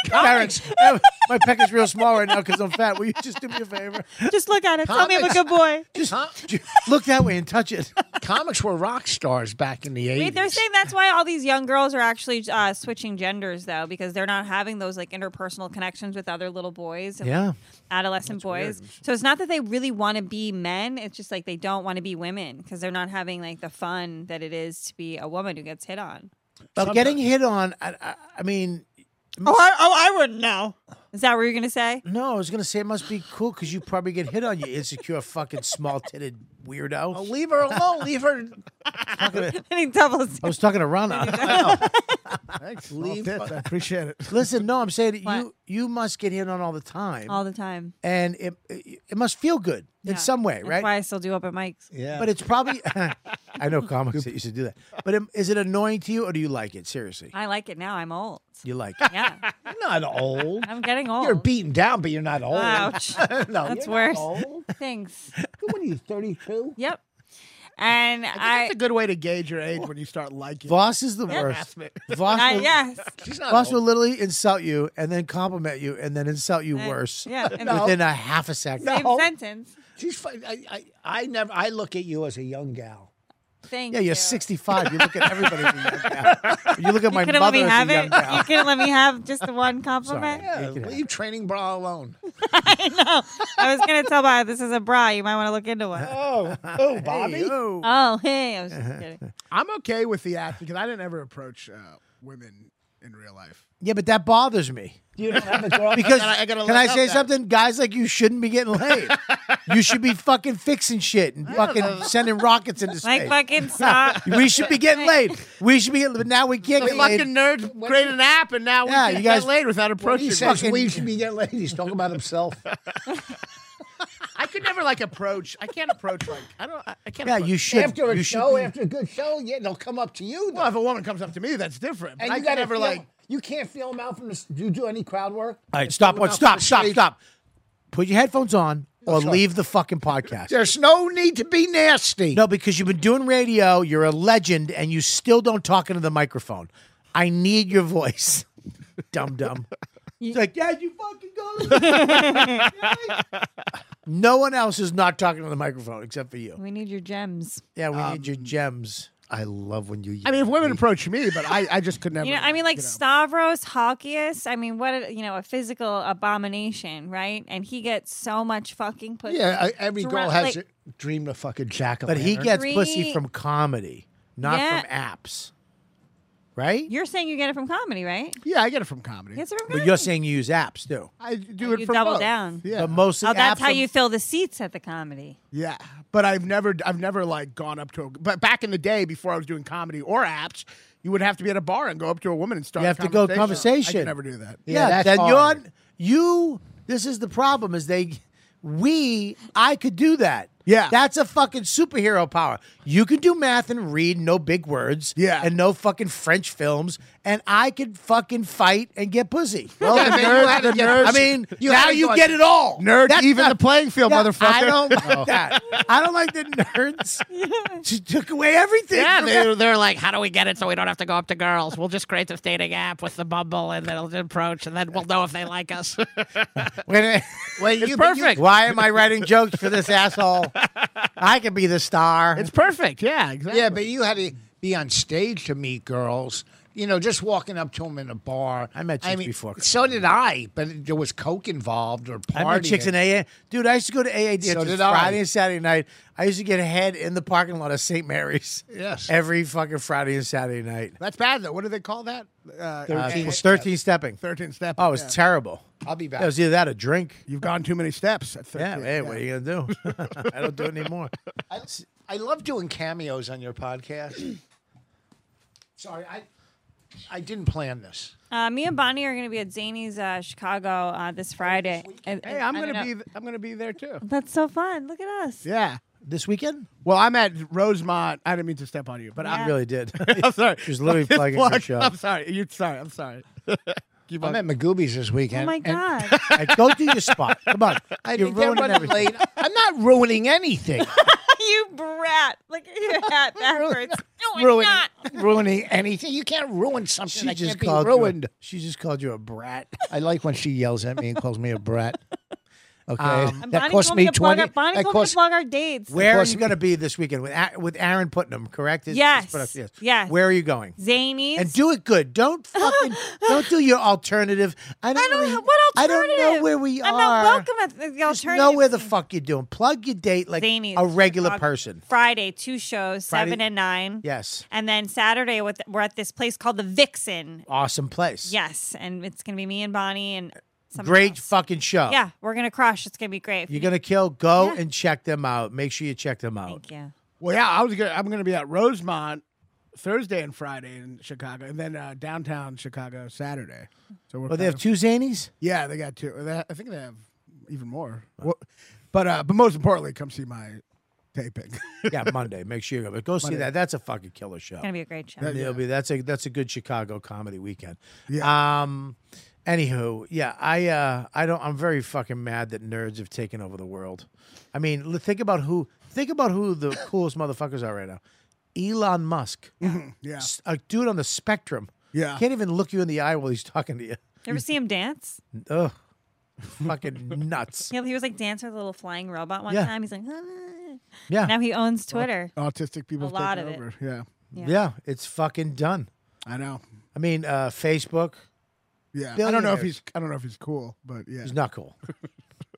[SPEAKER 2] Parents, uh, my peck is real small right now because I'm fat. Will you just do me a favor?
[SPEAKER 4] Just look at it. Tell me I'm a
[SPEAKER 3] Comics.
[SPEAKER 4] good boy.
[SPEAKER 2] Just ju- look that way and touch it.
[SPEAKER 3] Comics were rock stars back in the eighties.
[SPEAKER 4] Wait, they're saying that's why all these young girls are actually uh, switching genders though, because they're not having those like interpersonal connections with other little boys and
[SPEAKER 2] Yeah.
[SPEAKER 4] adolescent boys. So it's not that they really want to be men; it's just like they don't want to be women because they're not having like the fun that it is to be a woman who gets hit on.
[SPEAKER 2] But getting hit on, I, I, I mean,
[SPEAKER 4] Oh, I, oh, I wouldn't know. Is that what you're gonna say?
[SPEAKER 2] no, I was going to say it must be cool because you probably get hit on, you insecure, fucking small titted weirdo.
[SPEAKER 3] leave her alone. Leave her.
[SPEAKER 4] I need doubles.
[SPEAKER 3] Oh,
[SPEAKER 2] I was talking to Rana.
[SPEAKER 6] Thanks.
[SPEAKER 3] Leave-
[SPEAKER 6] Leave. I appreciate it.
[SPEAKER 2] Listen, no, I'm saying that you
[SPEAKER 4] What?
[SPEAKER 2] you must get hit on all the time,
[SPEAKER 4] all the time.
[SPEAKER 2] and it, it it must feel good in
[SPEAKER 4] Yeah.
[SPEAKER 2] some way,
[SPEAKER 4] That's
[SPEAKER 2] right?
[SPEAKER 4] why I still do open mics.
[SPEAKER 3] Yeah.
[SPEAKER 2] But it's probably I know comics that used to do that. But um, is it annoying to you, or do you like it? Seriously,
[SPEAKER 4] I like it now. I'm old.
[SPEAKER 2] you like it.
[SPEAKER 4] Yeah,
[SPEAKER 3] you're not old.
[SPEAKER 4] I'm getting old.
[SPEAKER 3] You're beaten down, but you're not old.
[SPEAKER 4] Ouch.
[SPEAKER 3] no,
[SPEAKER 4] That's
[SPEAKER 3] you're
[SPEAKER 4] worse.
[SPEAKER 3] Not old.
[SPEAKER 4] Thanks.
[SPEAKER 3] What are you, 32?
[SPEAKER 4] Yep. And I,
[SPEAKER 6] That's a good way to gauge your age when you start liking.
[SPEAKER 2] Voss is the worst. Voss,
[SPEAKER 4] I-
[SPEAKER 2] will,
[SPEAKER 4] yes,
[SPEAKER 3] She's not
[SPEAKER 2] Voss
[SPEAKER 3] old.
[SPEAKER 2] will literally insult you and then compliment you and then insult you
[SPEAKER 4] Uh,
[SPEAKER 2] worse.
[SPEAKER 4] yeah, and- No.
[SPEAKER 2] within a half a second.
[SPEAKER 4] same
[SPEAKER 3] No.
[SPEAKER 4] sentence.
[SPEAKER 3] She's fine. I, I, I never. I look at you as a young gal.
[SPEAKER 4] Thank
[SPEAKER 2] Yeah,
[SPEAKER 4] you.
[SPEAKER 2] you're 65. You look at everybody. as a young gal. You look at my
[SPEAKER 4] Couldn't let
[SPEAKER 2] mother
[SPEAKER 4] me
[SPEAKER 2] as
[SPEAKER 4] have
[SPEAKER 2] a
[SPEAKER 4] it.
[SPEAKER 2] young gal.
[SPEAKER 4] You couldn't let me have just the
[SPEAKER 2] Sorry.
[SPEAKER 4] one compliment.
[SPEAKER 3] Yeah,
[SPEAKER 2] You can have
[SPEAKER 3] leave training bra alone.
[SPEAKER 4] I was gonna tell by this is a bra. You might want to look into one.
[SPEAKER 3] Oh, oh, Bobby.
[SPEAKER 2] it. Oh.
[SPEAKER 4] Oh, hey, I was just kidding.
[SPEAKER 6] I'm okay with the act because I didn't ever approach uh, women in real life.
[SPEAKER 2] Yeah, but that bothers me.
[SPEAKER 3] You don't have a girl.
[SPEAKER 2] Because
[SPEAKER 3] I gotta- I gotta
[SPEAKER 2] can
[SPEAKER 3] let
[SPEAKER 2] I
[SPEAKER 3] out
[SPEAKER 2] say
[SPEAKER 3] that.
[SPEAKER 2] something? Guys like you shouldn't be getting laid. you should be fucking fixing shit and fucking sending rockets into
[SPEAKER 4] Like
[SPEAKER 2] space.
[SPEAKER 4] fucking stop.
[SPEAKER 2] we should be getting laid. We should be getting, but now we can't get laid.
[SPEAKER 6] nerds created an app, and now we
[SPEAKER 2] Yeah, you guys-
[SPEAKER 6] laid without
[SPEAKER 3] He
[SPEAKER 6] approaching.
[SPEAKER 3] says
[SPEAKER 2] fucking-
[SPEAKER 3] we should be getting ladies. Talking about himself.
[SPEAKER 6] I could never like approach. I can't approach like I don't. I, I can't.
[SPEAKER 2] yeah,
[SPEAKER 6] approach-
[SPEAKER 2] you should.
[SPEAKER 3] after a
[SPEAKER 2] you should
[SPEAKER 3] show,
[SPEAKER 2] be-
[SPEAKER 3] after a good show, yeah, they'll come up to you.
[SPEAKER 6] Well,
[SPEAKER 3] though.
[SPEAKER 6] if a woman comes up to me, that's different. But
[SPEAKER 3] and
[SPEAKER 6] I
[SPEAKER 3] you
[SPEAKER 6] could
[SPEAKER 3] gotta
[SPEAKER 6] never
[SPEAKER 3] feel-
[SPEAKER 6] like.
[SPEAKER 3] You can't feel them out from the. s- Do you do any crowd work?
[SPEAKER 2] All right, stop. What? Stop. Stop. Stop. put your headphones on or leave the fucking podcast.
[SPEAKER 3] There's no need to be nasty.
[SPEAKER 2] No, because you've been doing radio, you're a legend, and you still don't talk into the microphone. I need your voice, dum dum. It's like, yeah, you fucking go. no one else is not talking to the microphone except for you.
[SPEAKER 4] We need your gems.
[SPEAKER 2] Yeah, we need your gems.
[SPEAKER 3] Um, I love when you.
[SPEAKER 6] I mean, if women approach me, but I, I just could never.
[SPEAKER 4] You know, I mean, like
[SPEAKER 6] you know.
[SPEAKER 4] Stavros Halkias. I mean, what a, you know, a physical abomination, right? And he gets so much fucking pussy.
[SPEAKER 3] yeah, I, every
[SPEAKER 4] Dra-
[SPEAKER 3] girl has
[SPEAKER 4] like-
[SPEAKER 3] a dream of fucking jack.
[SPEAKER 2] But he gets pussy
[SPEAKER 4] Three-
[SPEAKER 2] from comedy, not
[SPEAKER 4] Yeah.
[SPEAKER 2] from apps, right?
[SPEAKER 4] You're saying you get it from comedy, right?
[SPEAKER 6] Yeah, I get it from comedy.
[SPEAKER 4] You get it from
[SPEAKER 2] but
[SPEAKER 4] comedy.
[SPEAKER 2] you're saying you use apps too.
[SPEAKER 6] I do
[SPEAKER 4] You
[SPEAKER 6] it from
[SPEAKER 4] double
[SPEAKER 6] both.
[SPEAKER 4] down.
[SPEAKER 6] Yeah,
[SPEAKER 2] But mostly
[SPEAKER 4] oh, that's
[SPEAKER 2] apps
[SPEAKER 4] how
[SPEAKER 2] are-
[SPEAKER 4] you fill the seats at the comedy.
[SPEAKER 6] yeah. But I've never, I've never like gone up to. A, but back in the day, before I was doing comedy or apps, you would have to be at a bar and go up to a woman and start.
[SPEAKER 2] You
[SPEAKER 6] a
[SPEAKER 2] have to go
[SPEAKER 6] I
[SPEAKER 2] conversation.
[SPEAKER 6] could never do that.
[SPEAKER 2] Yeah,
[SPEAKER 3] Yeah, that's
[SPEAKER 2] then
[SPEAKER 3] hard.
[SPEAKER 2] you're you. This is the problem: is they, we, I could do that.
[SPEAKER 6] Yeah.
[SPEAKER 2] that's a fucking superhero power. You can do math and read no big words.
[SPEAKER 6] Yeah.
[SPEAKER 2] and no fucking French films, and I could fucking fight and get pussy. Well,
[SPEAKER 6] Yeah, man, you had it, yeah.
[SPEAKER 2] I mean,
[SPEAKER 6] You had
[SPEAKER 2] now
[SPEAKER 6] it
[SPEAKER 2] you
[SPEAKER 6] going,
[SPEAKER 2] get it all.
[SPEAKER 6] Nerd,
[SPEAKER 2] That's
[SPEAKER 6] even
[SPEAKER 2] not-
[SPEAKER 6] the playing field,
[SPEAKER 2] Yeah,
[SPEAKER 6] motherfucker. Oh.
[SPEAKER 2] I don't like that. I don't like the nerds. She took away everything.
[SPEAKER 7] Yeah, they're, they're like, how do we get it so we don't have to go up to girls? We'll just create this dating app with the Bumble and then it'll approach, and then we'll know if they like us.
[SPEAKER 2] Wait,
[SPEAKER 7] It's perfect.
[SPEAKER 2] Why am I writing jokes for this asshole? I could be the star.
[SPEAKER 7] It's perfect. Yeah.
[SPEAKER 6] Yeah, exactly.
[SPEAKER 3] Yeah, but you had to be on stage to meet girls. You know, just walking up to them in a bar.
[SPEAKER 2] I met
[SPEAKER 3] I
[SPEAKER 2] chicks
[SPEAKER 3] mean,
[SPEAKER 2] before.
[SPEAKER 3] So did I, but there was coke involved or partying.
[SPEAKER 2] I met chicks in AA. Dude, I used to go to AA dances
[SPEAKER 3] did I.
[SPEAKER 2] Friday and Saturday night. I used to get head in the parking lot of St. Mary's.
[SPEAKER 3] Yes.
[SPEAKER 2] Every fucking Friday and Saturday night.
[SPEAKER 6] that's bad though. What do they call that? Uh,
[SPEAKER 2] Uh,
[SPEAKER 6] 13,
[SPEAKER 2] 13 stepping.
[SPEAKER 6] step.
[SPEAKER 2] Oh, it was
[SPEAKER 6] Yeah.
[SPEAKER 2] terrible.
[SPEAKER 3] I'll be back.
[SPEAKER 2] It was either that or drink.
[SPEAKER 6] You've gone too many steps. At 13.
[SPEAKER 2] Yeah, hey, what are you going to do? I don't do it anymore.
[SPEAKER 3] I, I love doing cameos on your podcast. Sorry, I I didn't plan this.
[SPEAKER 4] Uh, me and Bonnie are going to be at Zany's uh, Chicago uh, this Friday. And-
[SPEAKER 6] Hey,
[SPEAKER 4] and-
[SPEAKER 6] I'm
[SPEAKER 4] I
[SPEAKER 6] gonna
[SPEAKER 4] don't
[SPEAKER 6] be.
[SPEAKER 4] know.
[SPEAKER 6] th- I'm gonna be there too.
[SPEAKER 4] That's so fun. Look at us.
[SPEAKER 6] Yeah.
[SPEAKER 2] This weekend?
[SPEAKER 6] Well, I'm at Rosemont. I didn't mean to step on you, but
[SPEAKER 2] I
[SPEAKER 6] I'm.
[SPEAKER 2] really did.
[SPEAKER 6] I'm sorry.
[SPEAKER 2] She was literally
[SPEAKER 6] Just
[SPEAKER 2] plugging her
[SPEAKER 6] plug-
[SPEAKER 2] show.
[SPEAKER 6] I'm sorry. You're sorry. I'm sorry. Keep
[SPEAKER 3] I'm
[SPEAKER 6] on.
[SPEAKER 3] at Magoobies this weekend.
[SPEAKER 4] Oh my
[SPEAKER 3] and
[SPEAKER 4] god.
[SPEAKER 2] Hey, go do your spot. Come on.
[SPEAKER 3] I
[SPEAKER 2] You're
[SPEAKER 3] think they're
[SPEAKER 2] ruining
[SPEAKER 3] running
[SPEAKER 2] everything.
[SPEAKER 3] late. I'm not ruining anything.
[SPEAKER 4] you brat. Look at your hat backwards. No, I'm
[SPEAKER 3] ruining,
[SPEAKER 4] not.
[SPEAKER 3] ruining anything. You can't ruin something
[SPEAKER 2] She
[SPEAKER 3] that
[SPEAKER 2] just
[SPEAKER 3] can't be
[SPEAKER 2] called
[SPEAKER 3] ruined.
[SPEAKER 2] You a, she just called you a brat.
[SPEAKER 3] I like when she yells at me and calls me a brat. Okay,
[SPEAKER 2] Um,
[SPEAKER 4] And
[SPEAKER 3] that
[SPEAKER 4] Bonnie
[SPEAKER 3] cost
[SPEAKER 4] told
[SPEAKER 3] me
[SPEAKER 4] to plug
[SPEAKER 3] twenty.
[SPEAKER 4] our- Bonnie
[SPEAKER 3] That
[SPEAKER 4] told me to
[SPEAKER 3] cost
[SPEAKER 4] plug our dates.
[SPEAKER 2] Where are
[SPEAKER 3] course-
[SPEAKER 2] you going to be this weekend with A- with Aaron Putnam? Correct? His- his
[SPEAKER 4] Yes.
[SPEAKER 2] production, yes.
[SPEAKER 4] Yes.
[SPEAKER 2] Where are you going?
[SPEAKER 4] Zany's.
[SPEAKER 2] And do it good. Don't fucking don't do your alternative. I don't,
[SPEAKER 4] I don't
[SPEAKER 2] really-
[SPEAKER 4] know what
[SPEAKER 2] I
[SPEAKER 4] alternative.
[SPEAKER 2] don't know where we
[SPEAKER 4] I'm
[SPEAKER 2] are.
[SPEAKER 4] not welcome at the the
[SPEAKER 2] Just
[SPEAKER 4] alternative.
[SPEAKER 2] know where the
[SPEAKER 4] scene.
[SPEAKER 2] fuck you're doing. Plug your date like
[SPEAKER 4] Zany's
[SPEAKER 2] a regular
[SPEAKER 4] Chicago.
[SPEAKER 2] person.
[SPEAKER 4] Friday, two shows,
[SPEAKER 2] Friday-
[SPEAKER 4] seven and nine.
[SPEAKER 2] Yes.
[SPEAKER 4] And then Saturday, with we're at this place called the Vixen.
[SPEAKER 2] Awesome place.
[SPEAKER 4] Yes, and it's gonna be me and Bonnie and somebody
[SPEAKER 2] Great
[SPEAKER 4] else.
[SPEAKER 2] fucking show.
[SPEAKER 4] Yeah, we're gonna crush. It's gonna be great.
[SPEAKER 2] You're gonna kill. Go
[SPEAKER 4] Yeah.
[SPEAKER 2] and check them out. Make sure you check them out.
[SPEAKER 4] Thank you.
[SPEAKER 6] Well, yeah, I was gonna. I'm gonna be at Rosemont Thursday and Friday in Chicago, and then uh, downtown Chicago Saturday. So we're.
[SPEAKER 2] Oh, they
[SPEAKER 6] kind
[SPEAKER 2] have
[SPEAKER 6] of-
[SPEAKER 2] two zanies.
[SPEAKER 6] Yeah, they got two. They, I think they have even more. Well, but uh, but most importantly, come see my taping.
[SPEAKER 2] yeah, Monday. Make sure you go. But go see that. That's a fucking killer show.
[SPEAKER 4] It's gonna be a great show.
[SPEAKER 2] And it'll be that's a that's a good Chicago comedy weekend.
[SPEAKER 6] Yeah.
[SPEAKER 2] Um anywho, yeah, I uh I don't I'm very fucking mad that nerds have taken over the world. I mean, l- think about who think about who the coolest motherfuckers are right now. Elon Musk.
[SPEAKER 6] yeah.
[SPEAKER 2] S- A dude on the spectrum.
[SPEAKER 6] Yeah.
[SPEAKER 2] Can't even look you in the eye while he's talking to you.
[SPEAKER 4] You ever see him dance?
[SPEAKER 2] Ugh. fucking nuts.
[SPEAKER 4] Yeah, he was like dancing with a little flying robot one
[SPEAKER 2] Yeah.
[SPEAKER 4] time. He's like, "Ah."
[SPEAKER 2] Yeah.
[SPEAKER 4] now he owns Twitter.
[SPEAKER 6] Autistic people
[SPEAKER 4] A
[SPEAKER 6] have
[SPEAKER 4] lot
[SPEAKER 6] taken
[SPEAKER 4] of it.
[SPEAKER 6] over. Yeah,
[SPEAKER 2] yeah. it's fucking done.
[SPEAKER 6] I know.
[SPEAKER 2] I mean, uh Facebook
[SPEAKER 6] Yeah, I don't know if
[SPEAKER 2] Billionaires.
[SPEAKER 6] he's. I don't know if he's cool, but yeah.
[SPEAKER 2] is not cool.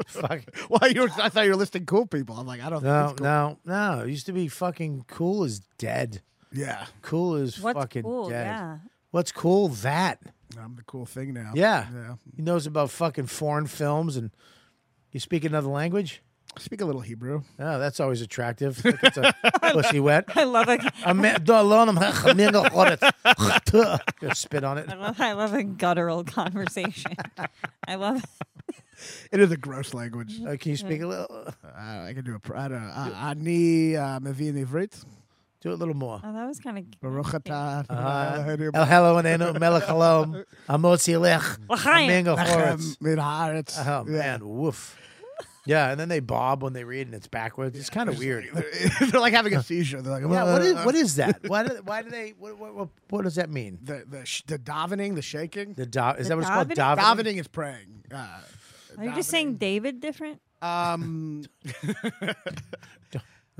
[SPEAKER 2] Fuck.
[SPEAKER 6] Well, you were, I thought you were listing cool people. I'm like, I don't. think
[SPEAKER 2] No,
[SPEAKER 6] he's cool.
[SPEAKER 2] no, no. It used to be fucking cool as dead.
[SPEAKER 6] Yeah,
[SPEAKER 2] Cool as
[SPEAKER 4] What's
[SPEAKER 2] fucking
[SPEAKER 4] cool?
[SPEAKER 2] dead.
[SPEAKER 4] Yeah.
[SPEAKER 2] What's cool that?
[SPEAKER 6] I'm the cool thing now.
[SPEAKER 2] Yeah.
[SPEAKER 6] yeah.
[SPEAKER 2] He knows about fucking foreign films and you speak another language?
[SPEAKER 6] Speak a little Hebrew.
[SPEAKER 2] Oh, that's always attractive. Look, it's a pussy wet.
[SPEAKER 4] I love a,
[SPEAKER 2] I mean, don't alone, I'm- Gonna spit on it.
[SPEAKER 4] I love, I love a guttural conversation. I love
[SPEAKER 6] It is a gross language. Uh,
[SPEAKER 2] Uh, can you speak a little?
[SPEAKER 6] I, I can do a. pr- I don't know. I, I need uh, mevin ivrit.
[SPEAKER 2] Do it a little more.
[SPEAKER 4] Oh, that was kind of.
[SPEAKER 6] Baruch atah.
[SPEAKER 2] Uh-huh. El hello and eno melech halom amotzi lech
[SPEAKER 4] L'chaim.
[SPEAKER 2] amingo
[SPEAKER 6] Lechem
[SPEAKER 2] horitz.
[SPEAKER 6] min haaretz.
[SPEAKER 2] Oh
[SPEAKER 6] Yeah.
[SPEAKER 2] man, woof. Yeah, and then they bob when they read, and it's backwards. It's kind of weird.
[SPEAKER 6] They're like having a seizure. They're like, uh,
[SPEAKER 2] Yeah, what is what is that? Why do, why do they? What, what, what, what does that mean?
[SPEAKER 6] the the sh- the davening, the shaking?
[SPEAKER 2] The da- is that
[SPEAKER 4] The
[SPEAKER 2] what it's called?
[SPEAKER 4] davening?
[SPEAKER 2] Davening.
[SPEAKER 6] Davening is praying. Uh,
[SPEAKER 4] Are you just saying David different?
[SPEAKER 6] Um,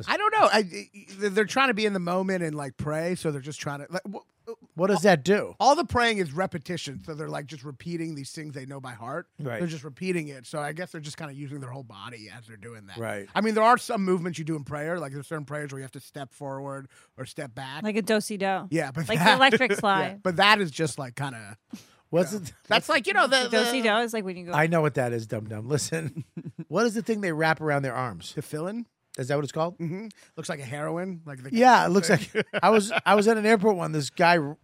[SPEAKER 6] I don't know. I, they're trying to be in the moment and like pray, so they're just trying to. Like, wh-
[SPEAKER 2] What does that do?
[SPEAKER 6] all the praying is repetition, so they're like just repeating these things they know by heart.
[SPEAKER 2] Right.
[SPEAKER 6] They're just repeating it, so I guess they're just kind of using their whole body as they're doing that.
[SPEAKER 2] Right.
[SPEAKER 6] I mean, there are some movements you do in prayer, like there's certain prayers where you have to step forward or step back.
[SPEAKER 4] Like a dosey do.
[SPEAKER 6] yeah, but
[SPEAKER 4] Like the
[SPEAKER 6] that-
[SPEAKER 4] electric
[SPEAKER 6] yeah,
[SPEAKER 4] slide.
[SPEAKER 6] but that is just like kind of.
[SPEAKER 2] What's it?
[SPEAKER 6] That's like you know the,
[SPEAKER 4] Dosey
[SPEAKER 6] the,
[SPEAKER 4] do is like when you go.
[SPEAKER 2] I know what that is, dum dum. Listen, what is the thing they wrap around their arms?
[SPEAKER 6] the fill-in.
[SPEAKER 2] Is that what it's called?
[SPEAKER 6] hmm Looks like a heroin. Like the
[SPEAKER 2] Yeah, it looks like I was I was at an airport one. This guy r-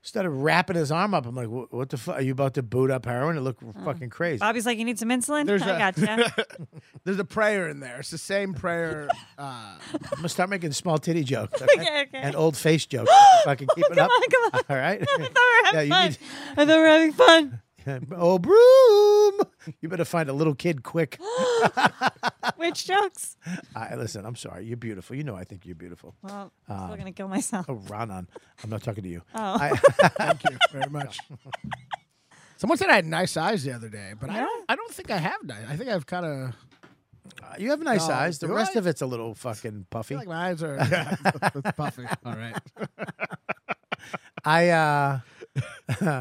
[SPEAKER 2] started wrapping his arm up. I'm like, "Wha- what the fuck? Are you about to boot up heroin? It looked fucking crazy.
[SPEAKER 4] Bobby's like, you need some insulin.
[SPEAKER 6] There's
[SPEAKER 4] I
[SPEAKER 6] a-
[SPEAKER 4] gotcha.
[SPEAKER 6] There's a prayer in there. It's the same prayer. Uh,
[SPEAKER 2] I'm gonna start making small titty jokes
[SPEAKER 4] okay, okay.
[SPEAKER 2] and old face jokes. if I can keep it
[SPEAKER 4] come
[SPEAKER 2] up.
[SPEAKER 4] on, come on.
[SPEAKER 2] All right.
[SPEAKER 4] I thought we were having
[SPEAKER 2] Yeah, you
[SPEAKER 4] fun. I thought we were having fun.
[SPEAKER 2] oh, broom! You better find a little kid quick.
[SPEAKER 4] Which jokes?
[SPEAKER 2] I listen, I'm sorry. You're beautiful. You know I think you're beautiful.
[SPEAKER 4] Well, I'm still gonna kill myself.
[SPEAKER 2] Uh, Oh, Ronan. I'm not talking to you.
[SPEAKER 4] Oh.
[SPEAKER 2] I,
[SPEAKER 6] thank you very much. Someone said I had nice eyes the other day, but I don't. I don't think I have nice. I think I've kind of
[SPEAKER 2] you have nice
[SPEAKER 6] No,
[SPEAKER 2] eyes. The
[SPEAKER 6] do
[SPEAKER 2] rest
[SPEAKER 6] I?
[SPEAKER 2] of it's a little fucking puffy.
[SPEAKER 6] like my eyes are yeah, it's- it's puffy. All right.
[SPEAKER 2] I uh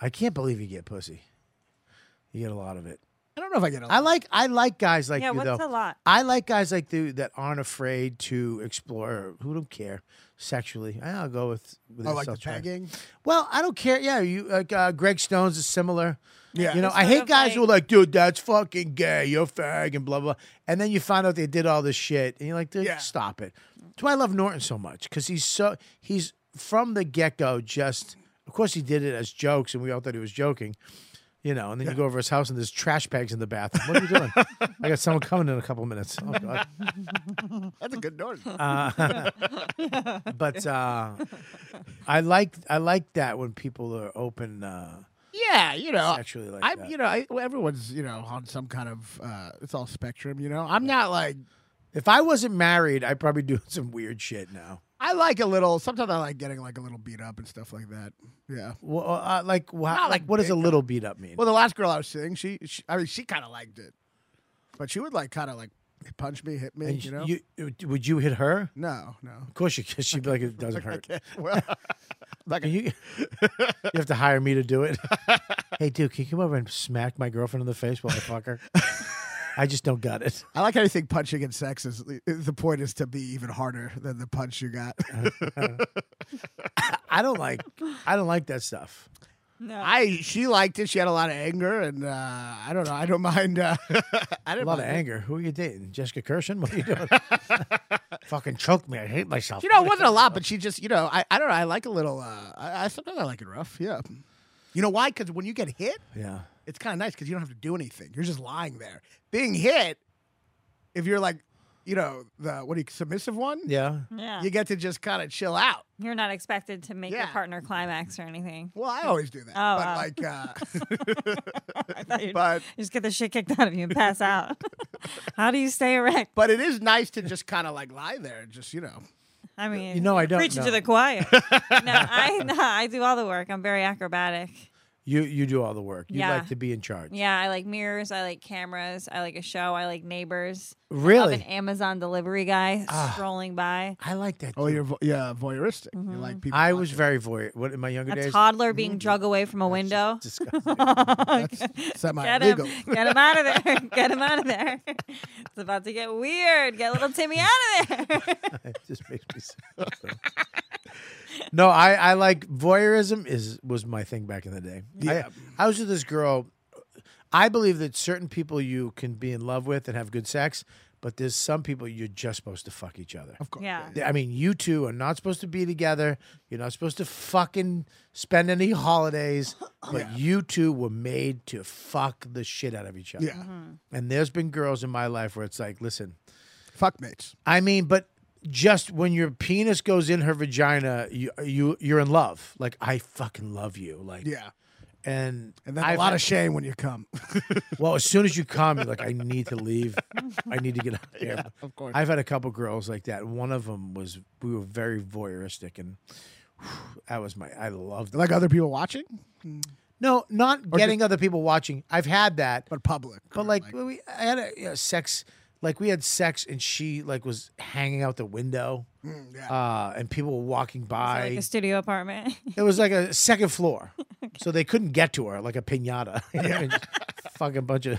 [SPEAKER 2] I can't believe you get pussy. You get a lot of it.
[SPEAKER 6] I don't know if I get. A
[SPEAKER 2] I like I like guys like
[SPEAKER 4] yeah,
[SPEAKER 2] you
[SPEAKER 4] what's
[SPEAKER 2] though.
[SPEAKER 4] a lot?
[SPEAKER 2] I like guys like you that aren't afraid to explore who don't care sexually. I'll go with, with
[SPEAKER 6] oh, like the
[SPEAKER 2] self-drive.
[SPEAKER 6] pegging.
[SPEAKER 2] Well, I don't care. Yeah, you like uh, Greg Stones is similar.
[SPEAKER 6] Yeah.
[SPEAKER 2] You know,
[SPEAKER 4] It's
[SPEAKER 2] I
[SPEAKER 4] sort
[SPEAKER 2] hate
[SPEAKER 4] of
[SPEAKER 2] guys
[SPEAKER 4] like-
[SPEAKER 2] who are like, dude, that's fucking gay. You're fag and blah blah. And then you find out they did all this shit, and you're like, dude,
[SPEAKER 6] Yeah.
[SPEAKER 2] stop it. That's why I love Norton so much because he's so he's from the get go. Just of course he did it as jokes, and we all thought he was joking. You know, and then you go over his house and there's trash bags in the bathroom. What are you doing? I got someone coming in a couple minutes. Oh, God. Uh,
[SPEAKER 6] That's a good note.
[SPEAKER 2] But uh, I like I like that when people are open uh,
[SPEAKER 6] yeah, you know.
[SPEAKER 2] sexually like
[SPEAKER 6] I'm,
[SPEAKER 2] that.
[SPEAKER 6] you know, I, well, everyone's, you know, on some kind of, uh, it's all spectrum, you know. I'm not like,
[SPEAKER 2] If I wasn't married, I'd probably do some weird shit now.
[SPEAKER 6] I like a little. Sometimes I like getting like a little beat up and stuff like that. Yeah.
[SPEAKER 2] Well, uh, like, wha- like,
[SPEAKER 6] like
[SPEAKER 2] what does a
[SPEAKER 6] big
[SPEAKER 2] little beat up mean?
[SPEAKER 6] Well, the last girl I was seeing, she, she I mean, she kind of liked it, but she would like kind of like punch me, hit me,
[SPEAKER 2] And
[SPEAKER 6] you know.
[SPEAKER 2] you- uh, would you hit her?
[SPEAKER 6] no, no.
[SPEAKER 2] Of course you could. She'd be like, it doesn't hurt.
[SPEAKER 6] Well, like
[SPEAKER 2] And You, you have to hire me to do it. hey, dude, can you come over and smack my girlfriend in the face while I fuck her? I just don't got it.
[SPEAKER 6] I like how you think punching and sex is. The point is to be even harder than the punch you got.
[SPEAKER 2] I don't like. I don't like that stuff.
[SPEAKER 4] No.
[SPEAKER 6] I she liked it. She had a lot of anger, and uh, I don't know. I don't mind. Uh, I
[SPEAKER 2] A
[SPEAKER 6] didn't
[SPEAKER 2] lot of
[SPEAKER 6] mind it.
[SPEAKER 2] anger. Who are you dating? Jessica Kirshen? What are you doing? Fucking choke me. I hate myself.
[SPEAKER 6] You know, it wasn't a lot, but she just, you know, I, I don't know. I like a little. Uh, I, I sometimes I like it rough. Yeah. You know why? Because when you get hit,
[SPEAKER 2] yeah.
[SPEAKER 6] it's kind of nice because you don't have to do anything. You're just lying there. Being hit, if you're like, you know, the what do you submissive one,
[SPEAKER 2] Yeah.
[SPEAKER 4] yeah.
[SPEAKER 6] you get to just kind of chill out.
[SPEAKER 4] You're not expected to make your
[SPEAKER 6] Yeah.
[SPEAKER 4] partner climax or anything.
[SPEAKER 6] Well, I always do that,
[SPEAKER 4] Oh, wow.
[SPEAKER 6] but like, uh,
[SPEAKER 4] I thought you'd
[SPEAKER 6] but
[SPEAKER 4] just get the shit kicked out of you and pass out. How do you stay erect?
[SPEAKER 6] but it is nice to just kind of like lie there and just you know.
[SPEAKER 4] I mean,
[SPEAKER 2] You know, I don't
[SPEAKER 4] preaching
[SPEAKER 2] know.
[SPEAKER 4] to the choir. no, I no, I do all the work. I'm very acrobatic.
[SPEAKER 2] You you do all the work. You
[SPEAKER 4] Yeah.
[SPEAKER 2] like to be in charge.
[SPEAKER 4] Yeah, I like mirrors. I like cameras. I like a show. I like neighbors. I
[SPEAKER 2] Really? Ah.
[SPEAKER 4] love an Amazon delivery guy strolling by.
[SPEAKER 2] I like that.
[SPEAKER 6] Oh,
[SPEAKER 2] too.
[SPEAKER 6] you're vo- yeah voyeuristic. You like people.
[SPEAKER 2] I was very voyeur. What in my younger
[SPEAKER 4] A
[SPEAKER 2] days? Mm.
[SPEAKER 4] toddler being drug away from a window.
[SPEAKER 2] Disgusting.
[SPEAKER 6] semi
[SPEAKER 4] Get him,
[SPEAKER 6] illegal.
[SPEAKER 4] get him out of there. Get him out of there. It's about to get weird. Get little Timmy out of there.
[SPEAKER 2] it just makes me sick. so. No, I, I like voyeurism is was my thing back in the day. Yeah. I, I was with this girl. I believe that certain people you can be in love with and have good sex, but there's some people you're just supposed to fuck each other.
[SPEAKER 6] Of course.
[SPEAKER 4] Yeah.
[SPEAKER 2] I mean, you two are not supposed to be together. You're not supposed to fucking spend any holidays.
[SPEAKER 6] Oh,
[SPEAKER 2] But you two were made to fuck the shit out of each other.
[SPEAKER 6] Yeah.
[SPEAKER 2] And there's been girls in my life where it's like, listen,
[SPEAKER 6] Fuck mates.
[SPEAKER 2] I mean, but just when your penis goes in her vagina, you you you're in love. Like I fucking love you. Like
[SPEAKER 6] Yeah.
[SPEAKER 2] and
[SPEAKER 6] And then
[SPEAKER 2] I've
[SPEAKER 6] a lot
[SPEAKER 2] had-
[SPEAKER 6] of shame when you come.
[SPEAKER 2] Well, as soon as you come, you're like, I need to leave. I need to get out of here.
[SPEAKER 6] of course.
[SPEAKER 2] I've had a couple girls like that. One of them was we were very voyeuristic, and whew, that was my I loved.
[SPEAKER 6] like other people watching,
[SPEAKER 2] No, not getting other people watching. I've had that,
[SPEAKER 6] but public.
[SPEAKER 2] but
[SPEAKER 6] or,
[SPEAKER 2] like, we I had a you know, sex like we had sex, and she like was hanging out the window,
[SPEAKER 6] mm, yeah.
[SPEAKER 2] uh, and people were walking by.
[SPEAKER 4] like a studio apartment.
[SPEAKER 2] It was like a second floor, so they couldn't get to her like a pinata. And just fucking bunch of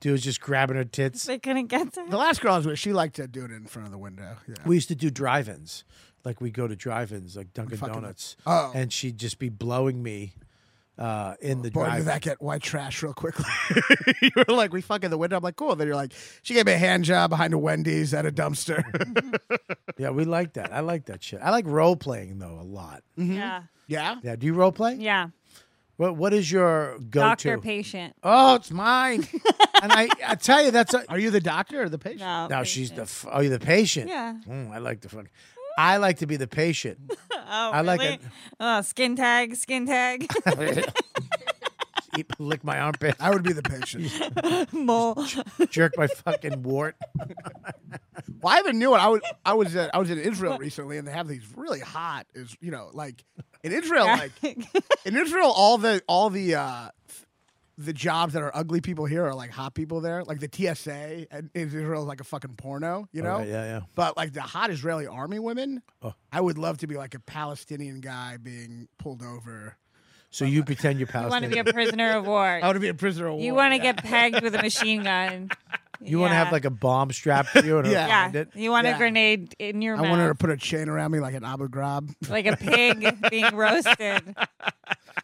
[SPEAKER 2] dudes just grabbing her tits.
[SPEAKER 4] they couldn't get to
[SPEAKER 6] the
[SPEAKER 4] her.
[SPEAKER 6] last girl I was with, she liked to do it in front of the window. Yeah.
[SPEAKER 2] We used to do drive-ins, like we go to drive-ins, like Dunkin'
[SPEAKER 6] Fucking-
[SPEAKER 2] Donuts,
[SPEAKER 6] Oh.
[SPEAKER 2] and she'd just be blowing me uh, in the
[SPEAKER 6] Boy,
[SPEAKER 2] drive.
[SPEAKER 6] did that get white trash real quickly. you were like, we fucking the window. I'm like, cool. Then you're like, she gave me a hand job behind a Wendy's at a dumpster.
[SPEAKER 2] Yeah, we like that. I like that shit. I like role playing though a lot.
[SPEAKER 4] Yeah.
[SPEAKER 6] yeah.
[SPEAKER 2] Yeah, do you role play?
[SPEAKER 4] Yeah.
[SPEAKER 2] What What is your go-to?
[SPEAKER 4] Doctor patient.
[SPEAKER 2] oh, it's mine. and I, I tell you, that's a,
[SPEAKER 6] Are you the doctor or the patient?
[SPEAKER 4] No.
[SPEAKER 2] now she's the. F-
[SPEAKER 4] patient.
[SPEAKER 2] oh, you're the patient.
[SPEAKER 4] Yeah.
[SPEAKER 2] Mm, I like the fuck. I like to be the patient.
[SPEAKER 4] Oh,
[SPEAKER 2] I like
[SPEAKER 4] really?
[SPEAKER 2] it.
[SPEAKER 4] Oh, skin tag, skin tag,
[SPEAKER 2] Eat, lick my armpit.
[SPEAKER 6] I would be the patient.
[SPEAKER 4] mole.
[SPEAKER 2] jerk my fucking wart.
[SPEAKER 6] well, I have a new one. I was I was at, I was in Israel recently, and they have these really hot is you know like in Israel like in Israel all the all the uh the jobs that are ugly people here are like hot people there. Like the TSA and in Israel is like a fucking porno, you know?
[SPEAKER 2] right, Oh, yeah, Oh. yeah.
[SPEAKER 6] But like the hot Israeli army women, I would love to be like a Palestinian guy being pulled over.
[SPEAKER 2] So you pretend you're
[SPEAKER 4] You want to
[SPEAKER 2] Palestinian.
[SPEAKER 4] be a prisoner of war.
[SPEAKER 6] I would be a prisoner of war.
[SPEAKER 4] You want to get pegged with a machine gun.
[SPEAKER 2] you want to have like a bomb strapped to you and
[SPEAKER 6] Yeah.
[SPEAKER 4] yeah.
[SPEAKER 2] around it.
[SPEAKER 4] You want
[SPEAKER 6] Yeah.
[SPEAKER 4] a grenade in your
[SPEAKER 6] I
[SPEAKER 4] mouth,
[SPEAKER 6] want her to put a chain around me like an Abu Ghraib.
[SPEAKER 4] like a pig being roasted.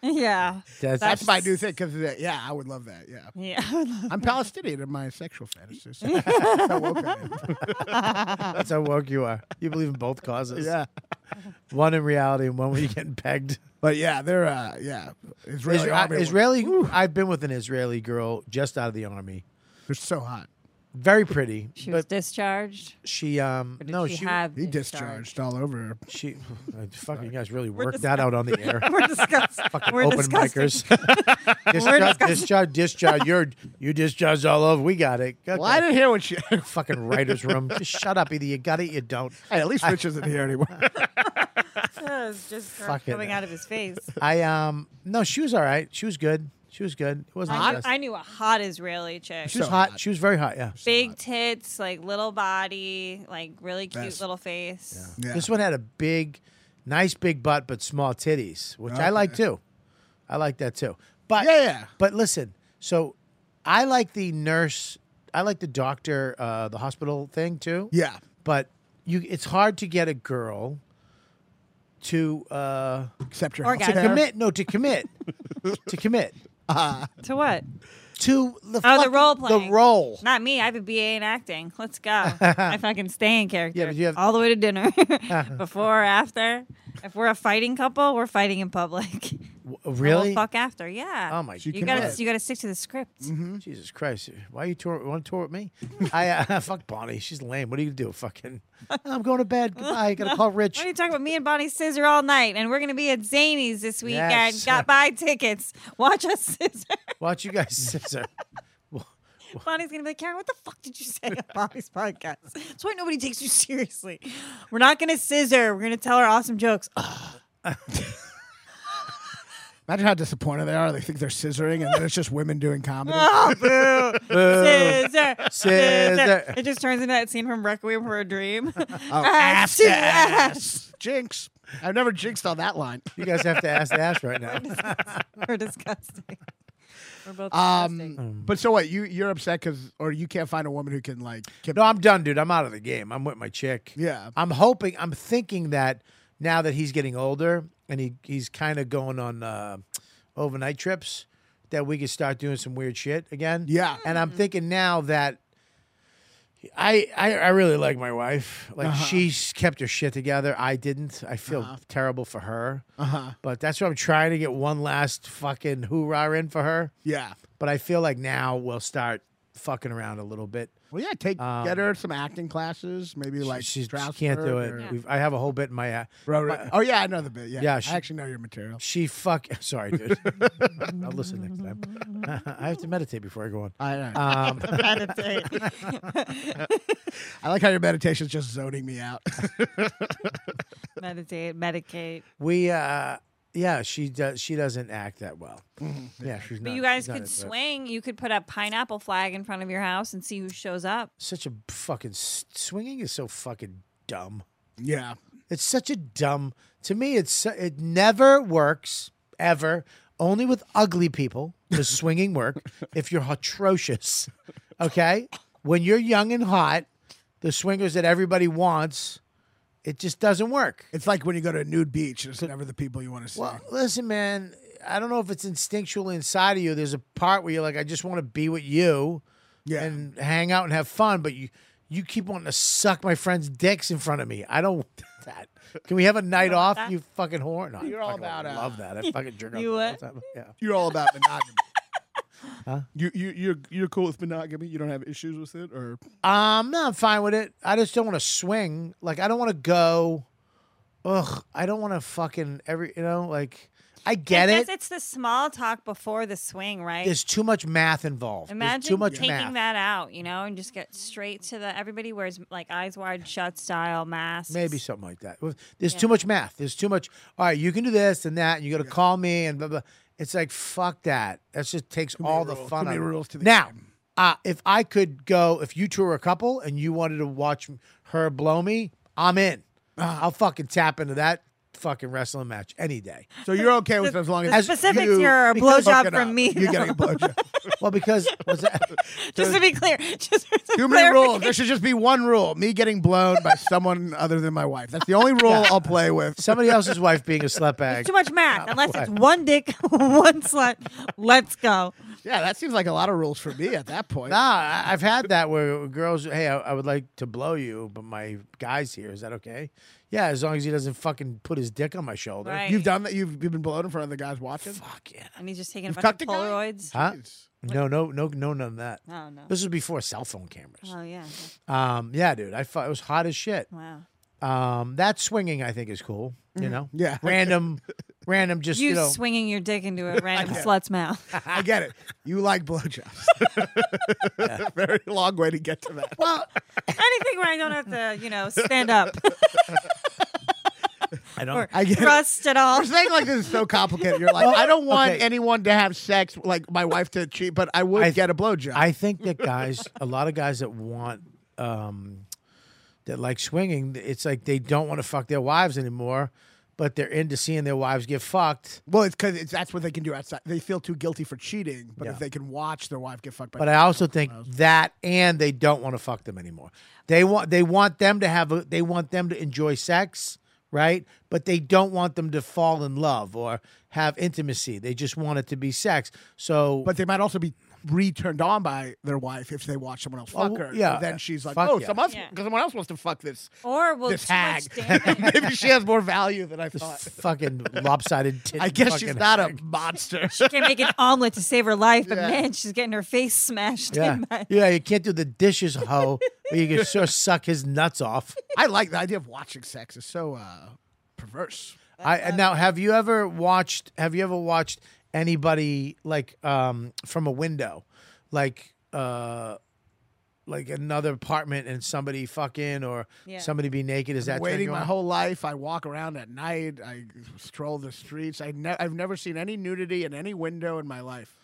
[SPEAKER 4] yeah,
[SPEAKER 2] That's,
[SPEAKER 6] That's my new thing because yeah, I would love that. Yeah.
[SPEAKER 4] yeah. I would love-
[SPEAKER 6] I'm Palestinian in my sexual fantasies. So woke I am.
[SPEAKER 2] That's how woke you are. You believe in both causes.
[SPEAKER 6] yeah,
[SPEAKER 2] One in reality and one when you're getting pegged.
[SPEAKER 6] but yeah, they're uh, yeah, Israeli.
[SPEAKER 2] Isra-
[SPEAKER 6] army
[SPEAKER 2] Israeli. I've been with an Israeli girl just out of the army.
[SPEAKER 6] they're so hot.
[SPEAKER 2] Very pretty,
[SPEAKER 4] She was
[SPEAKER 2] but
[SPEAKER 4] discharged.
[SPEAKER 2] she um
[SPEAKER 4] Or did
[SPEAKER 2] no
[SPEAKER 4] she,
[SPEAKER 2] she
[SPEAKER 4] have
[SPEAKER 6] He discharged all over.
[SPEAKER 2] she I fucking you guys really worked that out on the air.
[SPEAKER 4] We're disgusting. We're
[SPEAKER 2] Open
[SPEAKER 4] disgusting.
[SPEAKER 2] micers. discharge,
[SPEAKER 4] disgusting.
[SPEAKER 2] discharge, discharge. You're you discharged all over. We got it. Okay.
[SPEAKER 6] Well, I didn't hear what you.
[SPEAKER 2] fucking writers room. Just shut up. Either you got it, you don't.
[SPEAKER 6] Hey, at least Rich isn't here anymore.
[SPEAKER 4] It was just gr-
[SPEAKER 2] Fucking-
[SPEAKER 4] coming out of his face.
[SPEAKER 2] I um no, she was all right. She was good. She was good. It wasn't.
[SPEAKER 4] I,
[SPEAKER 2] the best.
[SPEAKER 4] I knew a hot Israeli chick.
[SPEAKER 2] she was
[SPEAKER 6] So
[SPEAKER 2] hot.
[SPEAKER 6] hot.
[SPEAKER 2] She was very hot. Yeah.
[SPEAKER 4] Big tits, like little body, like really cute
[SPEAKER 6] Best.
[SPEAKER 4] little face.
[SPEAKER 6] Yeah.
[SPEAKER 2] This one had a big, nice big butt, but small titties, which I like too. I like that too. But
[SPEAKER 6] Yeah, yeah.
[SPEAKER 2] But listen, so I like the nurse. I like the doctor, uh, the hospital thing too.
[SPEAKER 6] yeah,
[SPEAKER 2] But you, it's hard to get a girl to uh,
[SPEAKER 6] except your
[SPEAKER 4] Orgasm.
[SPEAKER 6] healthcare.
[SPEAKER 2] commit. No, to commit. to commit.
[SPEAKER 4] To what?
[SPEAKER 2] To the
[SPEAKER 4] Oh, the
[SPEAKER 2] fucking-
[SPEAKER 4] role playing.
[SPEAKER 2] The role.
[SPEAKER 4] Not me. I have a BA in acting. Let's go. I fucking stay in character.
[SPEAKER 2] Yeah, but you have-
[SPEAKER 4] all the way to dinner, before or after. If we're a fighting couple, we're fighting in public.
[SPEAKER 2] W-
[SPEAKER 4] We'll
[SPEAKER 2] really?
[SPEAKER 4] fuck after. Yeah.
[SPEAKER 2] Oh my
[SPEAKER 6] She
[SPEAKER 4] You
[SPEAKER 6] can
[SPEAKER 4] gotta
[SPEAKER 6] write.
[SPEAKER 4] you gotta stick to the script.
[SPEAKER 2] Mm-hmm. Jesus Christ! Why you tour? Want to tour with me? I uh, fuck Bonnie. She's lame. What are you gonna do? Fucking. I'm going to bed. Goodbye. I gotta call Rich.
[SPEAKER 4] What are you talking about? Me and Bonnie Scissor all night, and we're gonna be at Zany's this weekend.
[SPEAKER 2] Yes.
[SPEAKER 4] Got buy tickets. Watch us scissor.
[SPEAKER 2] Watch you guys scissor.
[SPEAKER 4] Bonnie's gonna be like, Karen, what the fuck did you say on Bonnie's podcast? That's why nobody takes you seriously. We're not gonna scissor. We're gonna tell her awesome jokes.
[SPEAKER 6] Imagine how disappointed they are. They think they're scissoring, and then it's just women doing comedy.
[SPEAKER 4] Oh, boo. Scissor.
[SPEAKER 2] Scissor.
[SPEAKER 4] It just turns into that scene from Requiem for a Dream.
[SPEAKER 6] Oh,
[SPEAKER 4] Ass to ass.
[SPEAKER 6] jinx! I've never jinxed on that line.
[SPEAKER 2] You guys have to ask the ass right now.
[SPEAKER 4] We're disgusting. We're both disgusting.
[SPEAKER 6] Um, but so what? You you're upset because, or you can't find a woman who can like. Keep,
[SPEAKER 2] No, I'm done, dude. I'm out of the game. I'm with my chick.
[SPEAKER 6] Yeah.
[SPEAKER 2] I'm hoping. I'm thinking that now that he's getting older and he he's kind of going on uh, overnight trips, that we could start doing some weird shit again.
[SPEAKER 6] Yeah.
[SPEAKER 2] And I'm thinking now that. I, I, I really like my wife. Like
[SPEAKER 6] Uh-huh.
[SPEAKER 2] she's kept her shit together. I didn't. I feel terrible for her. Uh-huh. But that's what I'm trying to get one last fucking hoorah in for her.
[SPEAKER 6] yeah.
[SPEAKER 2] But I feel like now we'll start fucking around a little bit.
[SPEAKER 6] Well, yeah, take
[SPEAKER 2] Um,
[SPEAKER 6] get her some acting classes. Maybe like
[SPEAKER 2] she, she
[SPEAKER 6] Strasberg
[SPEAKER 2] can't do it.
[SPEAKER 6] or-
[SPEAKER 2] We've, I have a whole bit in my. Uh,
[SPEAKER 6] Ro- Ro- oh yeah, I know the bit. Yeah,
[SPEAKER 2] Yeah,
[SPEAKER 6] I
[SPEAKER 2] she-
[SPEAKER 6] actually know your material.
[SPEAKER 2] she fuck. Sorry, dude. I'll listen next time. I have to meditate before I go on.
[SPEAKER 6] I, uh, know.
[SPEAKER 2] Um,
[SPEAKER 4] Meditate.
[SPEAKER 6] I like how your meditation's just zoning me out.
[SPEAKER 4] Meditate. Medicate.
[SPEAKER 2] we, uh, yeah, she does. She doesn't act that well. Yeah, she's
[SPEAKER 4] But
[SPEAKER 2] not-
[SPEAKER 4] you guys
[SPEAKER 2] she's not
[SPEAKER 4] could
[SPEAKER 2] into it.
[SPEAKER 4] swing. You could put a pineapple flag in front of your house and see who shows up.
[SPEAKER 2] Such a fucking s- swinging is so fucking dumb.
[SPEAKER 6] yeah,
[SPEAKER 2] It's such a dumb. To me, it's su- it never works ever. Only with ugly people does swinging work. If you're atrocious, okay. When you're young and hot, the swingers that everybody wants, it just doesn't work.
[SPEAKER 6] it's like when you go to a nude beach, it's never the people you want to see.
[SPEAKER 2] Well, listen, man. I don't know if it's instinctual inside of you. There's a part where you're like, I just want to be with you
[SPEAKER 6] yeah,
[SPEAKER 2] and hang out and have fun, but you you keep wanting to suck my friends' dicks in front of me. I don't want that. Can we have a night off,
[SPEAKER 4] that?
[SPEAKER 2] you fucking whore? No,
[SPEAKER 6] You're
[SPEAKER 2] I
[SPEAKER 6] all
[SPEAKER 2] fucking
[SPEAKER 6] about, uh,
[SPEAKER 2] love that. I fucking jerk off
[SPEAKER 4] You
[SPEAKER 2] all the
[SPEAKER 4] what?
[SPEAKER 2] time. Yeah.
[SPEAKER 6] you're all about monogamy. You you you're you're cool with monogamy. You don't have issues with it, or
[SPEAKER 2] Um, no, I'm fine with it. I just don't want to swing. Like, I don't want to go. Ugh, I don't want to fucking every. You know, like I get
[SPEAKER 4] I
[SPEAKER 2] it.
[SPEAKER 4] guess it's the small talk before the swing, right?
[SPEAKER 2] There's too much math involved.
[SPEAKER 4] Imagine
[SPEAKER 2] There's too much
[SPEAKER 4] taking
[SPEAKER 2] math.
[SPEAKER 4] that out, you know, and just get straight to the everybody wears like eyes wide shut style masks.
[SPEAKER 2] Maybe something like that. Well, There's too much math. There's too much. All right, you can do this and that, and you got to call me and blah blah. It's like fuck that. That just takes all the
[SPEAKER 6] rules.
[SPEAKER 2] fun
[SPEAKER 6] Too many
[SPEAKER 2] out of it.
[SPEAKER 6] rules to the
[SPEAKER 2] now.
[SPEAKER 6] game.
[SPEAKER 2] Uh, if I could go, if you two were a couple and you wanted to watch m- her blow me, I'm in.
[SPEAKER 6] Ah.
[SPEAKER 2] I'll fucking tap into that fucking wrestling match any day.
[SPEAKER 6] so you're okay with it as long as
[SPEAKER 4] the
[SPEAKER 6] as
[SPEAKER 4] specifics
[SPEAKER 6] you
[SPEAKER 4] here are a
[SPEAKER 6] you
[SPEAKER 4] blowjob
[SPEAKER 6] fuck it
[SPEAKER 4] from
[SPEAKER 6] up.
[SPEAKER 4] me,
[SPEAKER 6] You're getting a blowjob.
[SPEAKER 2] Well, because what's that?
[SPEAKER 4] Just to be clear, just for some
[SPEAKER 6] Too many rules.
[SPEAKER 4] clarification.
[SPEAKER 6] There should just be one rule: me getting blown by someone other than my wife. That's the only rule I'll play with.
[SPEAKER 2] somebody else's wife being a slut bag.
[SPEAKER 4] Too much math, unless it's one dick, one slut. Let's go.
[SPEAKER 6] Yeah, that seems like a lot of rules for me at that point.
[SPEAKER 2] Nah, I- I've had that where girls, hey, I, I would like to blow you, but my guy's here. Is that okay? Yeah, as long as he doesn't fucking put his dick on my shoulder.
[SPEAKER 4] Right.
[SPEAKER 6] You've done that. You've, you've been blown in front of the guys watching.
[SPEAKER 2] Fuck yeah.
[SPEAKER 4] And he's just taking a
[SPEAKER 6] cucked
[SPEAKER 4] bunch
[SPEAKER 6] a
[SPEAKER 4] of
[SPEAKER 6] guy?
[SPEAKER 4] Polaroids.
[SPEAKER 2] Huh?
[SPEAKER 6] Jeez.
[SPEAKER 2] No, no, no, no, none of that.
[SPEAKER 4] Oh no.
[SPEAKER 2] This was before cell phone cameras.
[SPEAKER 4] Oh yeah.
[SPEAKER 2] Um, yeah, dude, I fu- it was hot as shit.
[SPEAKER 4] Wow.
[SPEAKER 2] Um, that swinging I think is cool. You know,
[SPEAKER 6] Yeah.
[SPEAKER 2] random, random, just you,
[SPEAKER 4] Mm-hmm. You,
[SPEAKER 2] know,
[SPEAKER 4] swinging your dick into a random slut's mouth.
[SPEAKER 6] I get it. You like blowjobs. Very long way to get to that.
[SPEAKER 2] well,
[SPEAKER 4] Anything where I don't have to, you know, stand up
[SPEAKER 2] I
[SPEAKER 4] or
[SPEAKER 2] don't.
[SPEAKER 6] I get it.
[SPEAKER 4] thrust at all.
[SPEAKER 6] I'm saying like this is so complicated. You're like, I don't want
[SPEAKER 2] okay.
[SPEAKER 6] anyone to have sex, like my wife to cheat, but I would
[SPEAKER 2] I-
[SPEAKER 6] get a blowjob.
[SPEAKER 2] I think that guys, a lot of guys that want, um, that like swinging, it's like they don't want to fuck their wives anymore, but they're into seeing their wives get fucked.
[SPEAKER 6] well, it's because it's, that's what they can do outside. They feel too guilty for cheating, but
[SPEAKER 2] Yeah.
[SPEAKER 6] if they can watch their wife get fucked by,
[SPEAKER 2] But I also think that, and they don't want to fuck them anymore. They want they want them to have a, they want them to enjoy sex, right? But they don't want them to fall in love or have intimacy. They just want it to be sex. So,
[SPEAKER 6] but they might also be re-turned on by their wife if they watch someone else fuck
[SPEAKER 2] Oh,
[SPEAKER 6] her.
[SPEAKER 2] yeah.
[SPEAKER 6] then she's like,
[SPEAKER 2] Fuck
[SPEAKER 6] oh,
[SPEAKER 2] yeah.
[SPEAKER 6] someone else,
[SPEAKER 4] Yeah.
[SPEAKER 6] because someone else wants to fuck this
[SPEAKER 4] Or will
[SPEAKER 6] this
[SPEAKER 4] too much
[SPEAKER 6] hag.
[SPEAKER 4] dancing-
[SPEAKER 6] Maybe she has more value than I
[SPEAKER 2] this
[SPEAKER 6] thought.
[SPEAKER 2] fucking lopsided. tit
[SPEAKER 6] I guess
[SPEAKER 2] fucking
[SPEAKER 6] she's not a monster.
[SPEAKER 4] can't make an omelet to save her life, but
[SPEAKER 6] Yeah.
[SPEAKER 4] man, she's getting her face smashed
[SPEAKER 2] Yeah.
[SPEAKER 4] in by
[SPEAKER 2] yeah, you can't do the dishes, hoe, but you can sure suck his nuts off.
[SPEAKER 6] I like the idea of watching sex. It's so uh, perverse.
[SPEAKER 2] I and now have you ever watched have you ever watched anybody like um from a window? Like uh like another apartment and somebody fucking or
[SPEAKER 4] Yeah.
[SPEAKER 2] somebody be naked. Is that
[SPEAKER 6] Waiting
[SPEAKER 2] turn you
[SPEAKER 6] my
[SPEAKER 2] on?
[SPEAKER 6] whole life, I walk around at night. I stroll the streets. I ne- I've never seen any nudity in any window in my life.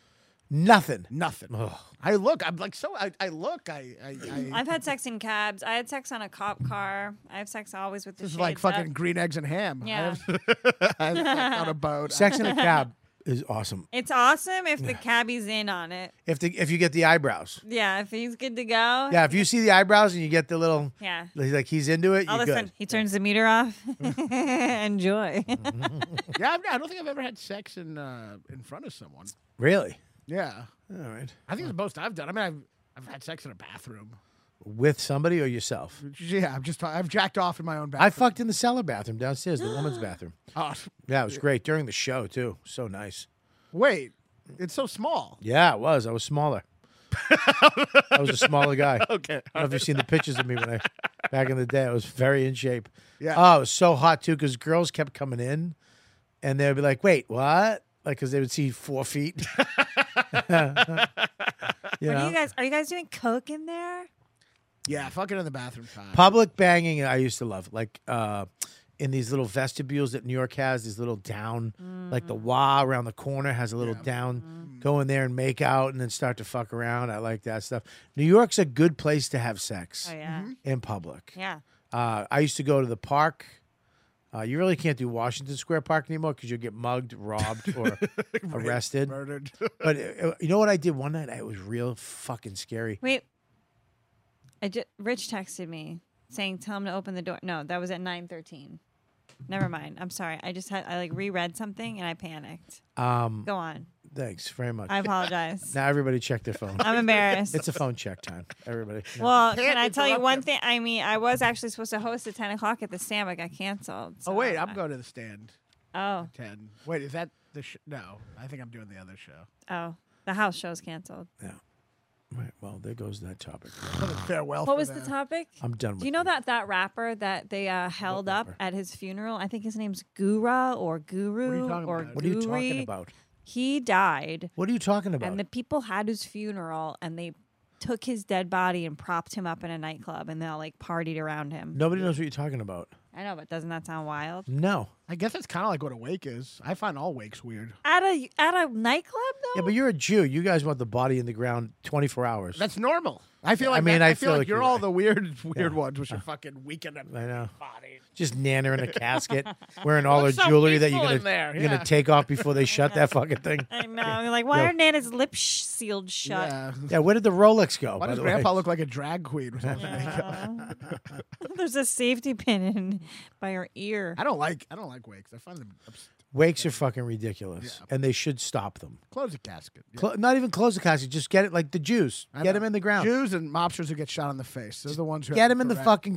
[SPEAKER 2] nothing?
[SPEAKER 6] Nothing.
[SPEAKER 2] Ugh.
[SPEAKER 6] I look. I'm like so. I, I look. I. I, I
[SPEAKER 4] I've had sex in cabs. I had sex on a cop car. I have sex always with the
[SPEAKER 6] this is
[SPEAKER 4] shades
[SPEAKER 6] like fucking
[SPEAKER 4] up.
[SPEAKER 6] green eggs and ham. I
[SPEAKER 4] Yeah.
[SPEAKER 6] have- I have sex on a boat.
[SPEAKER 2] Sex in a cab is awesome.
[SPEAKER 4] It's awesome if the cabbie's in on it.
[SPEAKER 2] If the if you get the eyebrows.
[SPEAKER 4] Yeah, if he's good to go.
[SPEAKER 2] Yeah, if you see the eyebrows and you get the little
[SPEAKER 4] Yeah.
[SPEAKER 2] like he's into it,
[SPEAKER 4] All
[SPEAKER 2] you're
[SPEAKER 4] of a sudden,
[SPEAKER 2] good.
[SPEAKER 4] he turns the meter off. Enjoy.
[SPEAKER 6] Mm. yeah. I've, I don't think I've ever had sex in uh, in front of someone.
[SPEAKER 2] Really?
[SPEAKER 6] Yeah.
[SPEAKER 2] All right.
[SPEAKER 6] I think it's the most I've done. I mean, I've I've had sex in a bathroom.
[SPEAKER 2] With somebody or yourself?
[SPEAKER 6] Yeah. I'm just. I've jacked off in my own
[SPEAKER 2] I
[SPEAKER 6] bathroom.
[SPEAKER 2] fucked in the cellar bathroom downstairs, the woman's bathroom.
[SPEAKER 6] Oh,
[SPEAKER 2] Yeah, it was great during the show too. So nice.
[SPEAKER 6] wait. It's so small.
[SPEAKER 2] Yeah, it was. I was smaller. I was a smaller guy.
[SPEAKER 8] Okay.
[SPEAKER 2] I don't know if you've seen the pictures of me when I back in the day. I was very in shape.
[SPEAKER 6] Yeah.
[SPEAKER 2] Oh, it was so hot too because girls kept coming in, and they'd be like, "Wait, what?" Like, because they would see four feet. you
[SPEAKER 4] What are
[SPEAKER 2] know,
[SPEAKER 4] you guys? Are you guys doing coke in there?
[SPEAKER 6] Yeah, fucking in the bathroom time.
[SPEAKER 2] public banging. I used to love like uh, in these little vestibules that New York has. These little down, like the
[SPEAKER 4] Mm.
[SPEAKER 2] Wah around the corner has a little down. Go in there and make out, and then start to fuck around. I like that stuff. New York's a good place to have sex
[SPEAKER 4] Oh yeah,
[SPEAKER 6] Mm-hmm.
[SPEAKER 2] in public.
[SPEAKER 4] yeah.
[SPEAKER 2] Uh, I used to go to the park. Uh, you really can't do Washington Square Park anymore because you'll get mugged, robbed, or arrested.
[SPEAKER 6] Murdered.
[SPEAKER 2] But uh, you know what I did one night? It was real fucking scary.
[SPEAKER 4] Wait, I ju- Rich texted me saying tell him to open the door. No, that was at nine thirteen. Never mind. I'm sorry. I just had I like reread something and I panicked.
[SPEAKER 2] Um,
[SPEAKER 4] Go on.
[SPEAKER 2] thanks very much.
[SPEAKER 4] I apologize.
[SPEAKER 2] now everybody check their phone.
[SPEAKER 4] I'm embarrassed.
[SPEAKER 2] It's a phone check time, everybody. No.
[SPEAKER 4] well, can I tell you one thing? I mean, I was actually supposed to host at ten o'clock at the stand, but got canceled.
[SPEAKER 6] Oh wait,
[SPEAKER 4] so
[SPEAKER 6] I'm
[SPEAKER 4] I-
[SPEAKER 6] going to the stand.
[SPEAKER 4] Oh,
[SPEAKER 6] Ten. Wait, is that the sh- no? I think I'm doing the other show.
[SPEAKER 4] oh, the house show's canceled.
[SPEAKER 2] Right, well, there goes that topic.
[SPEAKER 6] Farewell.
[SPEAKER 4] What
[SPEAKER 6] for
[SPEAKER 4] was the
[SPEAKER 6] that.
[SPEAKER 4] topic?
[SPEAKER 2] I'm done with
[SPEAKER 4] Do you know that that rapper that they uh, held up at his funeral? I think his name's Gura or Guru
[SPEAKER 6] talking
[SPEAKER 4] or
[SPEAKER 6] about?
[SPEAKER 2] What are you talking
[SPEAKER 4] Guri.
[SPEAKER 2] about?
[SPEAKER 4] He died,
[SPEAKER 2] What are you talking about?
[SPEAKER 4] and the people had his funeral, and they took his dead body and propped him up in a nightclub, and they all like partied around him.
[SPEAKER 2] Nobody knows what you're talking about.
[SPEAKER 4] I know, but doesn't that sound wild?
[SPEAKER 2] No.
[SPEAKER 6] I guess that's kind of like what a wake is. I find all wakes weird.
[SPEAKER 4] At a at a nightclub though.
[SPEAKER 2] Yeah, but you're a Jew. You guys want the body in the ground 24 hours.
[SPEAKER 6] That's normal. I feel like
[SPEAKER 2] I mean,
[SPEAKER 6] that-
[SPEAKER 2] I
[SPEAKER 6] I feel
[SPEAKER 2] feel
[SPEAKER 6] like,
[SPEAKER 2] like
[SPEAKER 6] you're
[SPEAKER 2] you're
[SPEAKER 6] all
[SPEAKER 2] right.
[SPEAKER 6] the weird weird ones with your fucking weekend.
[SPEAKER 2] I know.
[SPEAKER 6] Body.
[SPEAKER 2] Just nanner in a casket, wearing all her
[SPEAKER 8] looks so
[SPEAKER 2] jewelry that you're gonna
[SPEAKER 8] peaceful in there,
[SPEAKER 2] you're
[SPEAKER 8] yeah.
[SPEAKER 2] gonna take off before they shut that fucking thing.
[SPEAKER 4] I know. You're like, why
[SPEAKER 2] Yeah.
[SPEAKER 4] are Nana's lips sh- sealed shut?
[SPEAKER 6] Yeah.
[SPEAKER 2] Yeah, where did the Rolex go?
[SPEAKER 6] Why
[SPEAKER 2] by
[SPEAKER 6] does
[SPEAKER 2] the
[SPEAKER 6] Grandpa
[SPEAKER 2] way?
[SPEAKER 6] look like a drag queen? with all the makeup?
[SPEAKER 4] There's a safety pin in by her ear.
[SPEAKER 6] I don't like I don't like wakes. I find them obs-
[SPEAKER 2] Wakes are fucking ridiculous, and they should stop them.
[SPEAKER 6] close the casket. Yeah.
[SPEAKER 2] Cl- not even close the casket. Just get it like the Jews.
[SPEAKER 6] I
[SPEAKER 2] Get
[SPEAKER 6] know.
[SPEAKER 2] them in the ground.
[SPEAKER 6] Jews and mobsters who get shot in the face. They're the ones who
[SPEAKER 2] Get
[SPEAKER 6] have
[SPEAKER 2] them in the
[SPEAKER 6] correct-
[SPEAKER 2] fucking
[SPEAKER 6] Get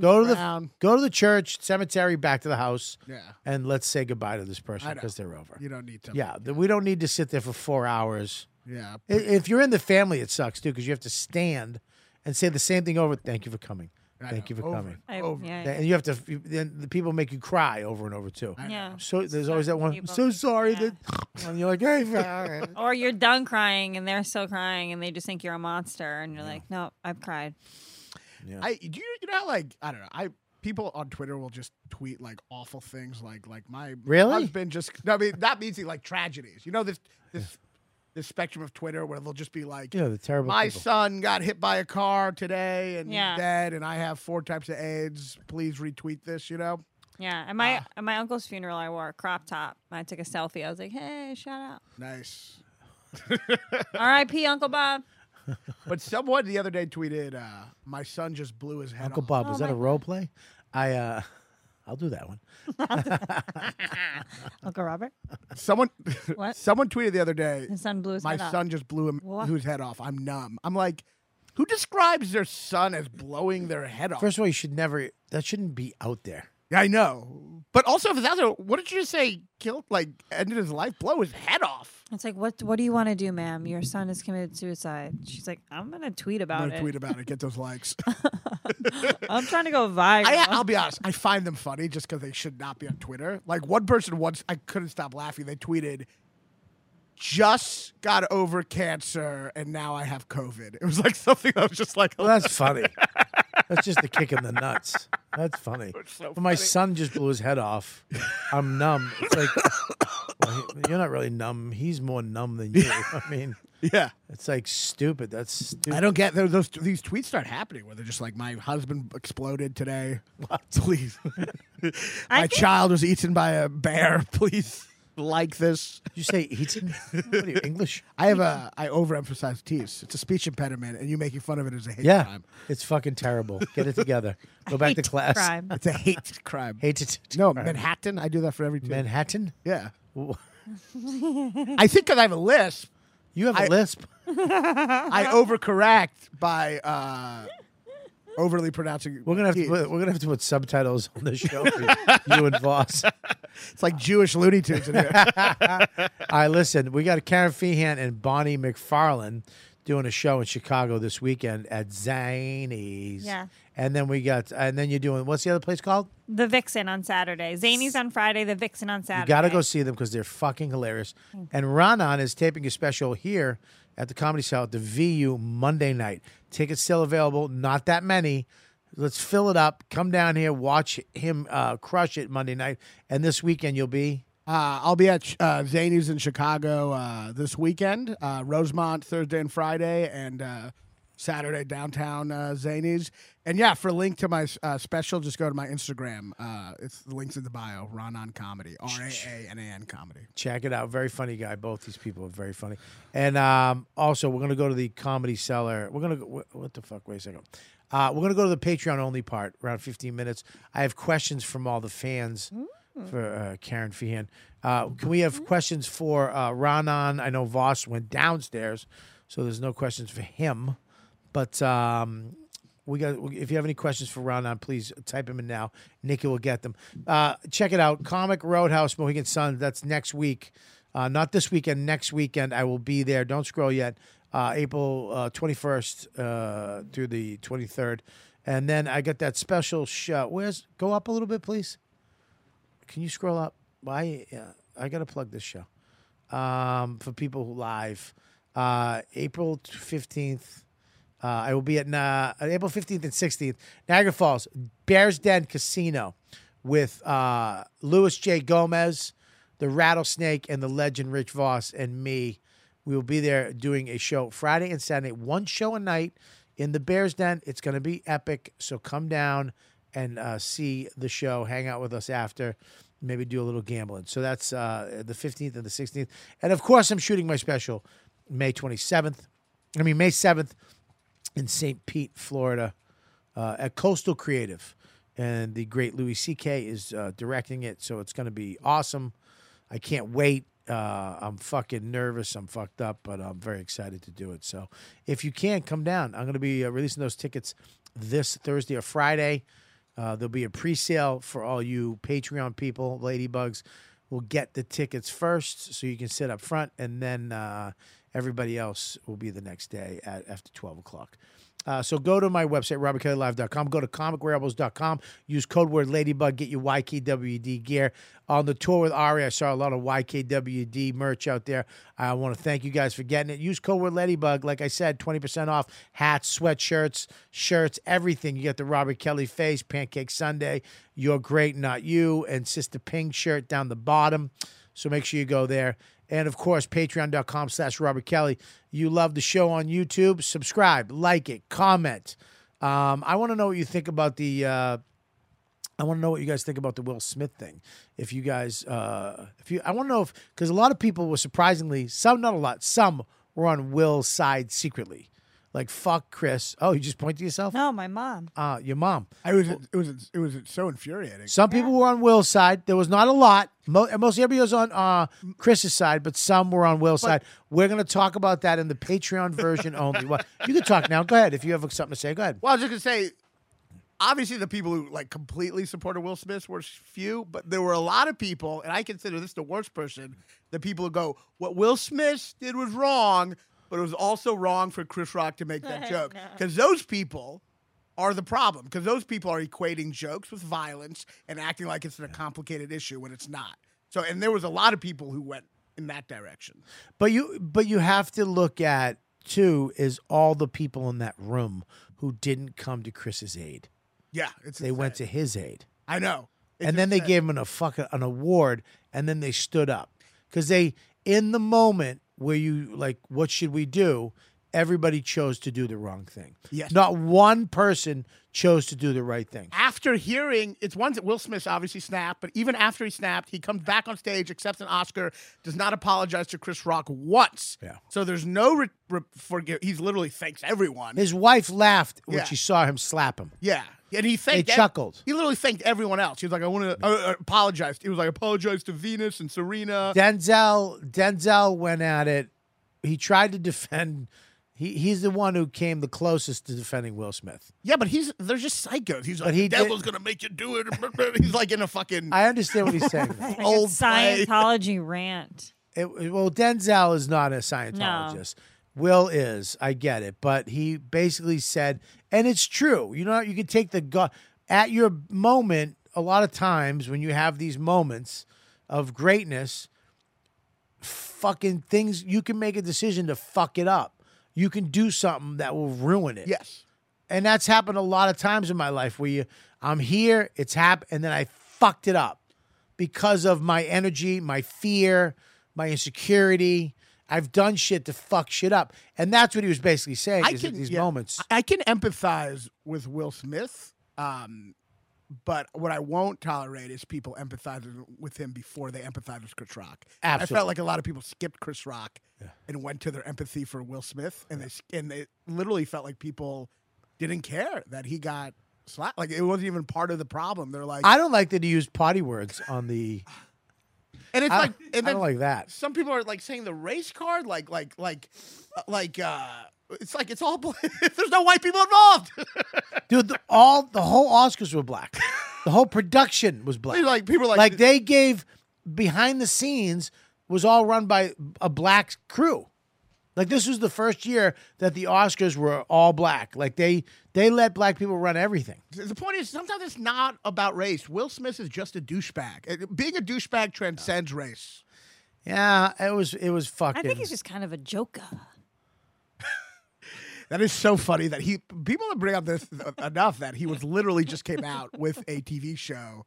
[SPEAKER 2] ground. Go to the
[SPEAKER 6] ground.
[SPEAKER 2] go to the church cemetery, back to the house,
[SPEAKER 6] Yeah.
[SPEAKER 2] and let's say goodbye to this person
[SPEAKER 6] I know.
[SPEAKER 2] because they're over.
[SPEAKER 6] You don't need to.
[SPEAKER 2] Yeah, th- we don't need to sit there for four hours.
[SPEAKER 6] Yeah.
[SPEAKER 2] I- If you're in the family, it sucks too because you have to stand and say the same thing over. Thank you for coming.
[SPEAKER 6] I
[SPEAKER 2] Thank
[SPEAKER 6] know.
[SPEAKER 2] you for
[SPEAKER 6] Over.
[SPEAKER 2] coming.
[SPEAKER 4] I,
[SPEAKER 6] over.
[SPEAKER 4] yeah,
[SPEAKER 2] And you have to. you- Then the people make you cry over and over too.
[SPEAKER 4] yeah.
[SPEAKER 2] So there's always that one. I'm
[SPEAKER 4] People-
[SPEAKER 2] so sorry
[SPEAKER 4] yeah.
[SPEAKER 2] that. And you're like, hey, sorry."
[SPEAKER 4] Or you're done crying and they're still crying and they just think you're a monster and you're like, no, I've cried.
[SPEAKER 6] I do you, you know how, like I don't know I people on Twitter will just tweet like awful things like like my
[SPEAKER 2] Really?
[SPEAKER 6] husband just no I mean that means he like tragedies you know this this this spectrum of Twitter where they'll just be like
[SPEAKER 2] you know the terrible.
[SPEAKER 6] my
[SPEAKER 2] people.
[SPEAKER 6] son got hit by a car today and
[SPEAKER 4] Yeah.
[SPEAKER 6] he's dead and I have four types of AIDS please retweet this you know
[SPEAKER 4] Yeah. At my at my uncle's funeral, I wore a crop top. I took a selfie. I was like, hey, shout out.
[SPEAKER 6] nice
[SPEAKER 4] R.I.P. Uncle Bob.
[SPEAKER 6] but someone the other day tweeted uh, my son just blew his head
[SPEAKER 2] Uncle
[SPEAKER 6] off.
[SPEAKER 2] Bob, was
[SPEAKER 4] Oh
[SPEAKER 2] that a
[SPEAKER 4] my
[SPEAKER 2] role play? I uh I'll do that one.
[SPEAKER 4] Uncle Robert.
[SPEAKER 6] someone
[SPEAKER 4] What?
[SPEAKER 6] someone tweeted the other day
[SPEAKER 4] His son blew his
[SPEAKER 6] my
[SPEAKER 4] head off.
[SPEAKER 6] son just blew him
[SPEAKER 4] What?
[SPEAKER 6] whose head off. I'm numb. I'm like, who describes their son as blowing their head off?
[SPEAKER 2] First of all, you should never that shouldn't be out there.
[SPEAKER 6] I know, but also if it's out there, what did you say? Killed, like ended his life, blow his head off.
[SPEAKER 4] It's like, what what do you want to do, ma'am? Your son has committed suicide. She's like, I'm gonna tweet
[SPEAKER 6] I'm
[SPEAKER 4] about
[SPEAKER 6] gonna
[SPEAKER 4] it.
[SPEAKER 6] tweet about it. Get those likes.
[SPEAKER 4] I'm trying to go viral.
[SPEAKER 6] I, I'll be honest. I find them funny just because they should not be on Twitter. Like one person once, I couldn't stop laughing. They tweeted, "Just got over cancer and now I have COVID." It was like something I was just like,
[SPEAKER 2] Well, that's funny. that's just the kick in the nuts. That's funny. But my son just blew his head off. I'm numb. It's like well, he- you're not really numb. He's more numb than you. I mean,
[SPEAKER 6] "Yeah."
[SPEAKER 2] it's like stupid. That's stupid.
[SPEAKER 6] I don't get those, those. These tweets start happening where they're just like, "My husband exploded today. Please, my
[SPEAKER 4] think-
[SPEAKER 6] child was eaten by a bear. Please, like this."
[SPEAKER 2] Did you say eaten? What are you English?
[SPEAKER 6] I have a. I overemphasize tease. It's a speech impediment, and you making fun of it is a hate
[SPEAKER 2] Yeah,
[SPEAKER 6] crime.
[SPEAKER 2] it's fucking terrible. Get it together. Go back to
[SPEAKER 4] Hate
[SPEAKER 2] class.
[SPEAKER 4] crime.
[SPEAKER 6] It's a hate crime.
[SPEAKER 2] Hate it.
[SPEAKER 6] No, Manhattan. I do that for every team.
[SPEAKER 2] Manhattan.
[SPEAKER 6] yeah,
[SPEAKER 2] You
[SPEAKER 6] I think because I have a lisp,
[SPEAKER 2] have a
[SPEAKER 6] I-
[SPEAKER 2] lisp.
[SPEAKER 6] I overcorrect by uh, overly pronouncing.
[SPEAKER 2] We're gonna have to
[SPEAKER 6] teas.
[SPEAKER 2] put, we're gonna have to put subtitles on the show for you and Voss.
[SPEAKER 6] It's like Jewish Looney Tunes in here.
[SPEAKER 2] I listen. We got Karen Feehan and Bonnie McFarlane. doing a show in Chicago this weekend at Zanies.
[SPEAKER 4] Yeah.
[SPEAKER 2] And then we got, and then you're doing, what's the other place called?
[SPEAKER 4] The Vixen on Saturday. Zany's on Friday. The Vixen on Saturday.
[SPEAKER 2] You got to go see them because they're fucking hilarious. And Ronan is taping a special here at the Comedy Cell at the VU Monday night. Tickets still available, not that many. Let's fill it up. Come down here, watch him uh, crush it Monday night. And this weekend you'll be
[SPEAKER 6] Uh, I'll be at uh, Zany's in Chicago uh, this weekend, uh, Rosemont Thursday and Friday, and uh, Saturday downtown uh, Zany's. And yeah, for a link to my uh, special, just go to my Instagram. Uh, it's the links in the bio. Ronan Comedy, R A A N A N Comedy.
[SPEAKER 2] check it out. Very funny guy. Both these people are very funny. And um, also, we're gonna go to the comedy cellar. We're gonna go, what, what the fuck? Wait a second. Uh, we're gonna go to the Patreon only part, around 15 minutes. I have questions from all the fans for uh, Karen Feehan. Uh, can we have questions for uh, Ronan? I know Voss went downstairs, so there's no questions for him. But um, we got. If you have any questions for Ronan, please type them in now. Nikki will get them. Uh, check it out. Comic Roadhouse, Mohegan Sun. That's next week. Uh, not this weekend. Next weekend, I will be there. Don't scroll yet. Uh, April twenty first uh, 21st, uh, through the twenty third, and then I got that special show. Where's go up a little bit, please? Can you scroll up? Why? Uh, I gotta plug this show um, for people who live. Uh, April 15th, uh, I will be at Na- uh, April 15th and 16th, Niagara Falls, Bears Den Casino with uh, Louis J. Gomez, the Rattlesnake, and the legend Rich Voss, and me. We will be there doing a show Friday and Saturday, one show a night in the Bears Den. It's going to be epic. So come down and uh, see the show, hang out with us after, maybe do a little gambling. So that's uh, the 15th and the 16th. And of course, I'm shooting my special May 27th. I mean, May 7th in St. Pete, Florida, uh, at Coastal Creative. And the great Louis C.K. is uh, directing it. So it's going to be awesome. I can't wait. Uh, I'm fucking nervous. I'm fucked up, but I'm very excited to do it. So if you can, come down. I'm going to be uh, releasing those tickets this Thursday or Friday. Uh, there'll be a pre sale for all you Patreon people, Ladybugs. will get the tickets first so you can sit up front, and then uh, everybody else will be the next day at, after 12 o'clock. Uh, so go to my website, robertkellylive.com. Go to comicwearables.com. Use code word Ladybug. Get your YKWD gear. On the tour with Ari, I saw a lot of YKWD merch out there. I want to thank you guys for getting it. Use code word Ladybug. Like I said, 20% off hats, sweatshirts, shirts, everything. You get the Robert Kelly face, Pancake Sunday, You're Great, Not You, and Sister Ping shirt down the bottom. So make sure you go there. And of course, patreon.com slash Robert Kelly. You love the show on YouTube. Subscribe, like it, comment. Um, I want to know what you think about the. Uh, I want to know what you guys think about the Will Smith thing. If you guys, uh, if you, I want to know if because a lot of people were surprisingly some, not a lot, some were on Will's side secretly, like fuck Chris. Oh, you just point to yourself.
[SPEAKER 4] No, my mom.
[SPEAKER 2] Uh, your mom.
[SPEAKER 6] I was it was it was so infuriating.
[SPEAKER 2] Some people were on Will's side. There was not a lot. Mo- mostly everybody was on uh, Chris's side, but some were on Will's side. We're going to talk about that in the Patreon version only. Well, you can talk now. Go ahead. If you have something to say, go ahead.
[SPEAKER 6] Well, I was just gonna say, obviously the people who like completely supported Will Smith were few, but there were a lot of people, and I consider this the worst person. The people who go, "What Will Smith did was wrong, but it was also wrong for Chris Rock to make that joke," because those people are the problem. Because those people are equating jokes with violence and acting like it's a complicated issue when it's not. So, and there was a lot of people who went in that direction.
[SPEAKER 2] But you, but you have to look at too is all the people in that room who didn't come to Chris's aid.
[SPEAKER 6] Yeah, it's
[SPEAKER 2] They went to his aid,
[SPEAKER 6] I know. It's
[SPEAKER 2] and then they
[SPEAKER 6] insane.
[SPEAKER 2] gave him an, a fucking an award, and then they stood up because they in the moment where you like, what should we do? Everybody chose to do the wrong thing.
[SPEAKER 6] Yes.
[SPEAKER 2] Not one person chose to do the right thing.
[SPEAKER 6] after hearing it's one that Will Smith obviously snapped, but even after he snapped, he comes back on stage, accepts an Oscar, does not apologize to Chris Rock once.
[SPEAKER 2] Yeah.
[SPEAKER 6] So there's no re- re- forgive. He's literally thanks everyone.
[SPEAKER 2] His wife laughed when
[SPEAKER 6] Yeah.
[SPEAKER 2] she saw him slap him.
[SPEAKER 6] yeah. And he thanked. ev-
[SPEAKER 2] chuckled.
[SPEAKER 6] He literally thanked everyone else. He was like, "I want to uh, uh, apologize." He was like, "Apologize to Venus and Serena."
[SPEAKER 2] Denzel Denzel went at it. He tried to defend. He, he's the one who came the closest to defending Will Smith.
[SPEAKER 6] yeah, but he's—they're just psychos. He's like,
[SPEAKER 2] he
[SPEAKER 6] "The devil's
[SPEAKER 2] did-
[SPEAKER 6] gonna make you do it." he's like in a fucking
[SPEAKER 2] I understand what he's saying. though.
[SPEAKER 4] Like a
[SPEAKER 6] old play.
[SPEAKER 4] Scientology rant.
[SPEAKER 2] It- well, Denzel is not a Scientologist. Will is, I get it, but he basically said, and it's true. You know, you can take the God at your moment. A lot of times when you have these moments of greatness, fucking things you can make a decision to fuck it up. You can do something that will ruin it
[SPEAKER 6] Yes.
[SPEAKER 2] and that's happened a lot of times in my life where you, I'm here, it's happened, and then I fucked it up because of my energy, my fear, my insecurity. I've done shit to fuck shit up, and that's what he was basically saying.
[SPEAKER 6] I
[SPEAKER 2] is that
[SPEAKER 6] can-
[SPEAKER 2] these
[SPEAKER 6] yeah.
[SPEAKER 2] moments.
[SPEAKER 6] I I can empathize with Will Smith, um, but what I won't tolerate is people empathizing with him before they empathize with Chris Rock. I
[SPEAKER 2] Absolutely.
[SPEAKER 6] felt like a lot of people skipped Chris Rock and went to their empathy for Will Smith, and they and they literally felt like people didn't care that he got slapped. Like it wasn't even part of the problem. They're like,
[SPEAKER 2] I don't like that he used potty words on the.
[SPEAKER 6] and it's
[SPEAKER 2] I,
[SPEAKER 6] like,
[SPEAKER 2] I
[SPEAKER 6] and then
[SPEAKER 2] don't like that.
[SPEAKER 6] some people are like saying the race card, like like like like uh, it's like it's all bla- there's no white people involved.
[SPEAKER 2] dude. The, all the whole Oscars were black. The whole production was black.
[SPEAKER 6] They're like- people are like-
[SPEAKER 2] they gave behind the scenes was all run by a black crew. Like this was the first year that the Oscars were all black. Like they they let black people run everything.
[SPEAKER 6] The point is, sometimes it's not about race. Will Smith is just a douchebag. Uh, Being a douchebag transcends race.
[SPEAKER 2] Yeah, it was it was
[SPEAKER 4] I
[SPEAKER 2] fucking.
[SPEAKER 4] think he's just kind of a joker.
[SPEAKER 6] That is so funny that he people don't bring up this uh, enough that he was literally just came out with a TV show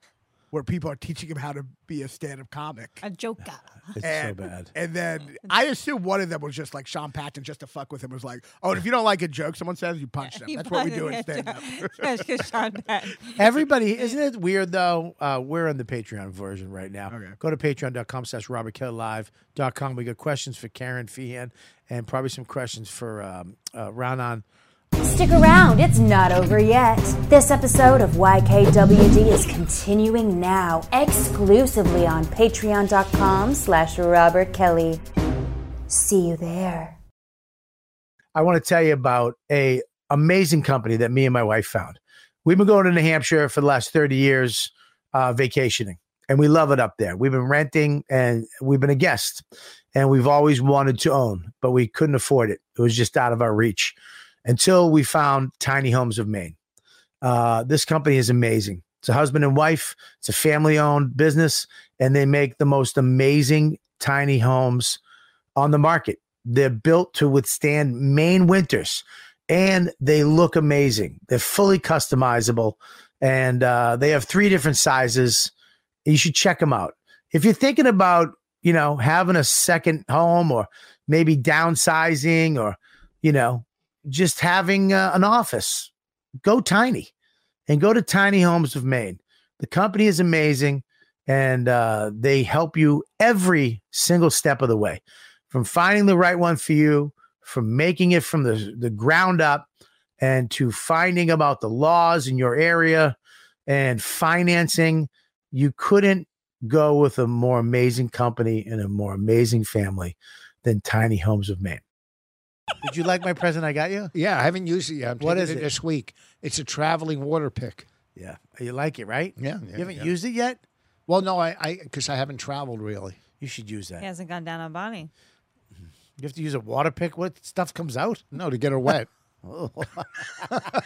[SPEAKER 6] where people are teaching him how to be a stand-up comic.
[SPEAKER 4] A joker.
[SPEAKER 2] it's
[SPEAKER 6] And,
[SPEAKER 2] so bad.
[SPEAKER 6] and then I assume one of them was just like Sean Patton, just to fuck with him, was like, "Oh, and if you don't like a joke someone says, you punch them.
[SPEAKER 4] He
[SPEAKER 6] That's what we
[SPEAKER 4] bought
[SPEAKER 6] do
[SPEAKER 4] it
[SPEAKER 6] in
[SPEAKER 4] at
[SPEAKER 6] stand-up."
[SPEAKER 4] John- That's 'cause Sean Patton.
[SPEAKER 2] Everybody, isn't it weird though? Uh, we're on the Patreon version right now.
[SPEAKER 6] Okay.
[SPEAKER 2] Go to patreon.com slash robertkellylive.com. We got questions for Karen Feehan and probably some questions for um, uh, Ronan.
[SPEAKER 8] Stick around, it's not over yet. This episode of YKWD is continuing now, exclusively on patreon.com slash Robert Kelly. See you there.
[SPEAKER 2] I want to tell you about a amazing company that me and my wife found. We've been going to New Hampshire for the last 30 years uh, vacationing, and we love it up there. We've been renting and we've been a guest, and we've always wanted to own, but we couldn't afford it. It was just out of our reach until we found Tiny Homes of Maine. Uh, this company is amazing. It's a husband and wife, it's a family owned business, and they make the most amazing tiny homes on the market. They're built to withstand Maine winters and they look amazing. They're fully customizable and uh, they have three different sizes. You should check them out. If you're thinking about, you know, having a second home or maybe downsizing or, you know, just having uh, an office, go tiny and go to Tiny Homes of Maine. The company is amazing and uh, they help you every single step of the way from finding the right one for you, from making it from the, the ground up, and to finding about the laws in your area and financing. You couldn't go with a more amazing company and a more amazing family than Tiny Homes of Maine. Did you like my present I got you?
[SPEAKER 3] Yeah, I haven't used it yet. I'm
[SPEAKER 2] What
[SPEAKER 3] taking
[SPEAKER 2] is it?
[SPEAKER 3] this week? It's a traveling water pick.
[SPEAKER 2] Yeah. You like it, right?
[SPEAKER 3] Yeah,
[SPEAKER 2] You haven't used it yet?
[SPEAKER 3] Well, no, I because I, haven't traveled really.
[SPEAKER 2] You should use that.
[SPEAKER 4] He hasn't gone down on Bonnie.
[SPEAKER 2] You have to use a water pick. What stuff comes out?
[SPEAKER 3] No, to get her wet.
[SPEAKER 2] All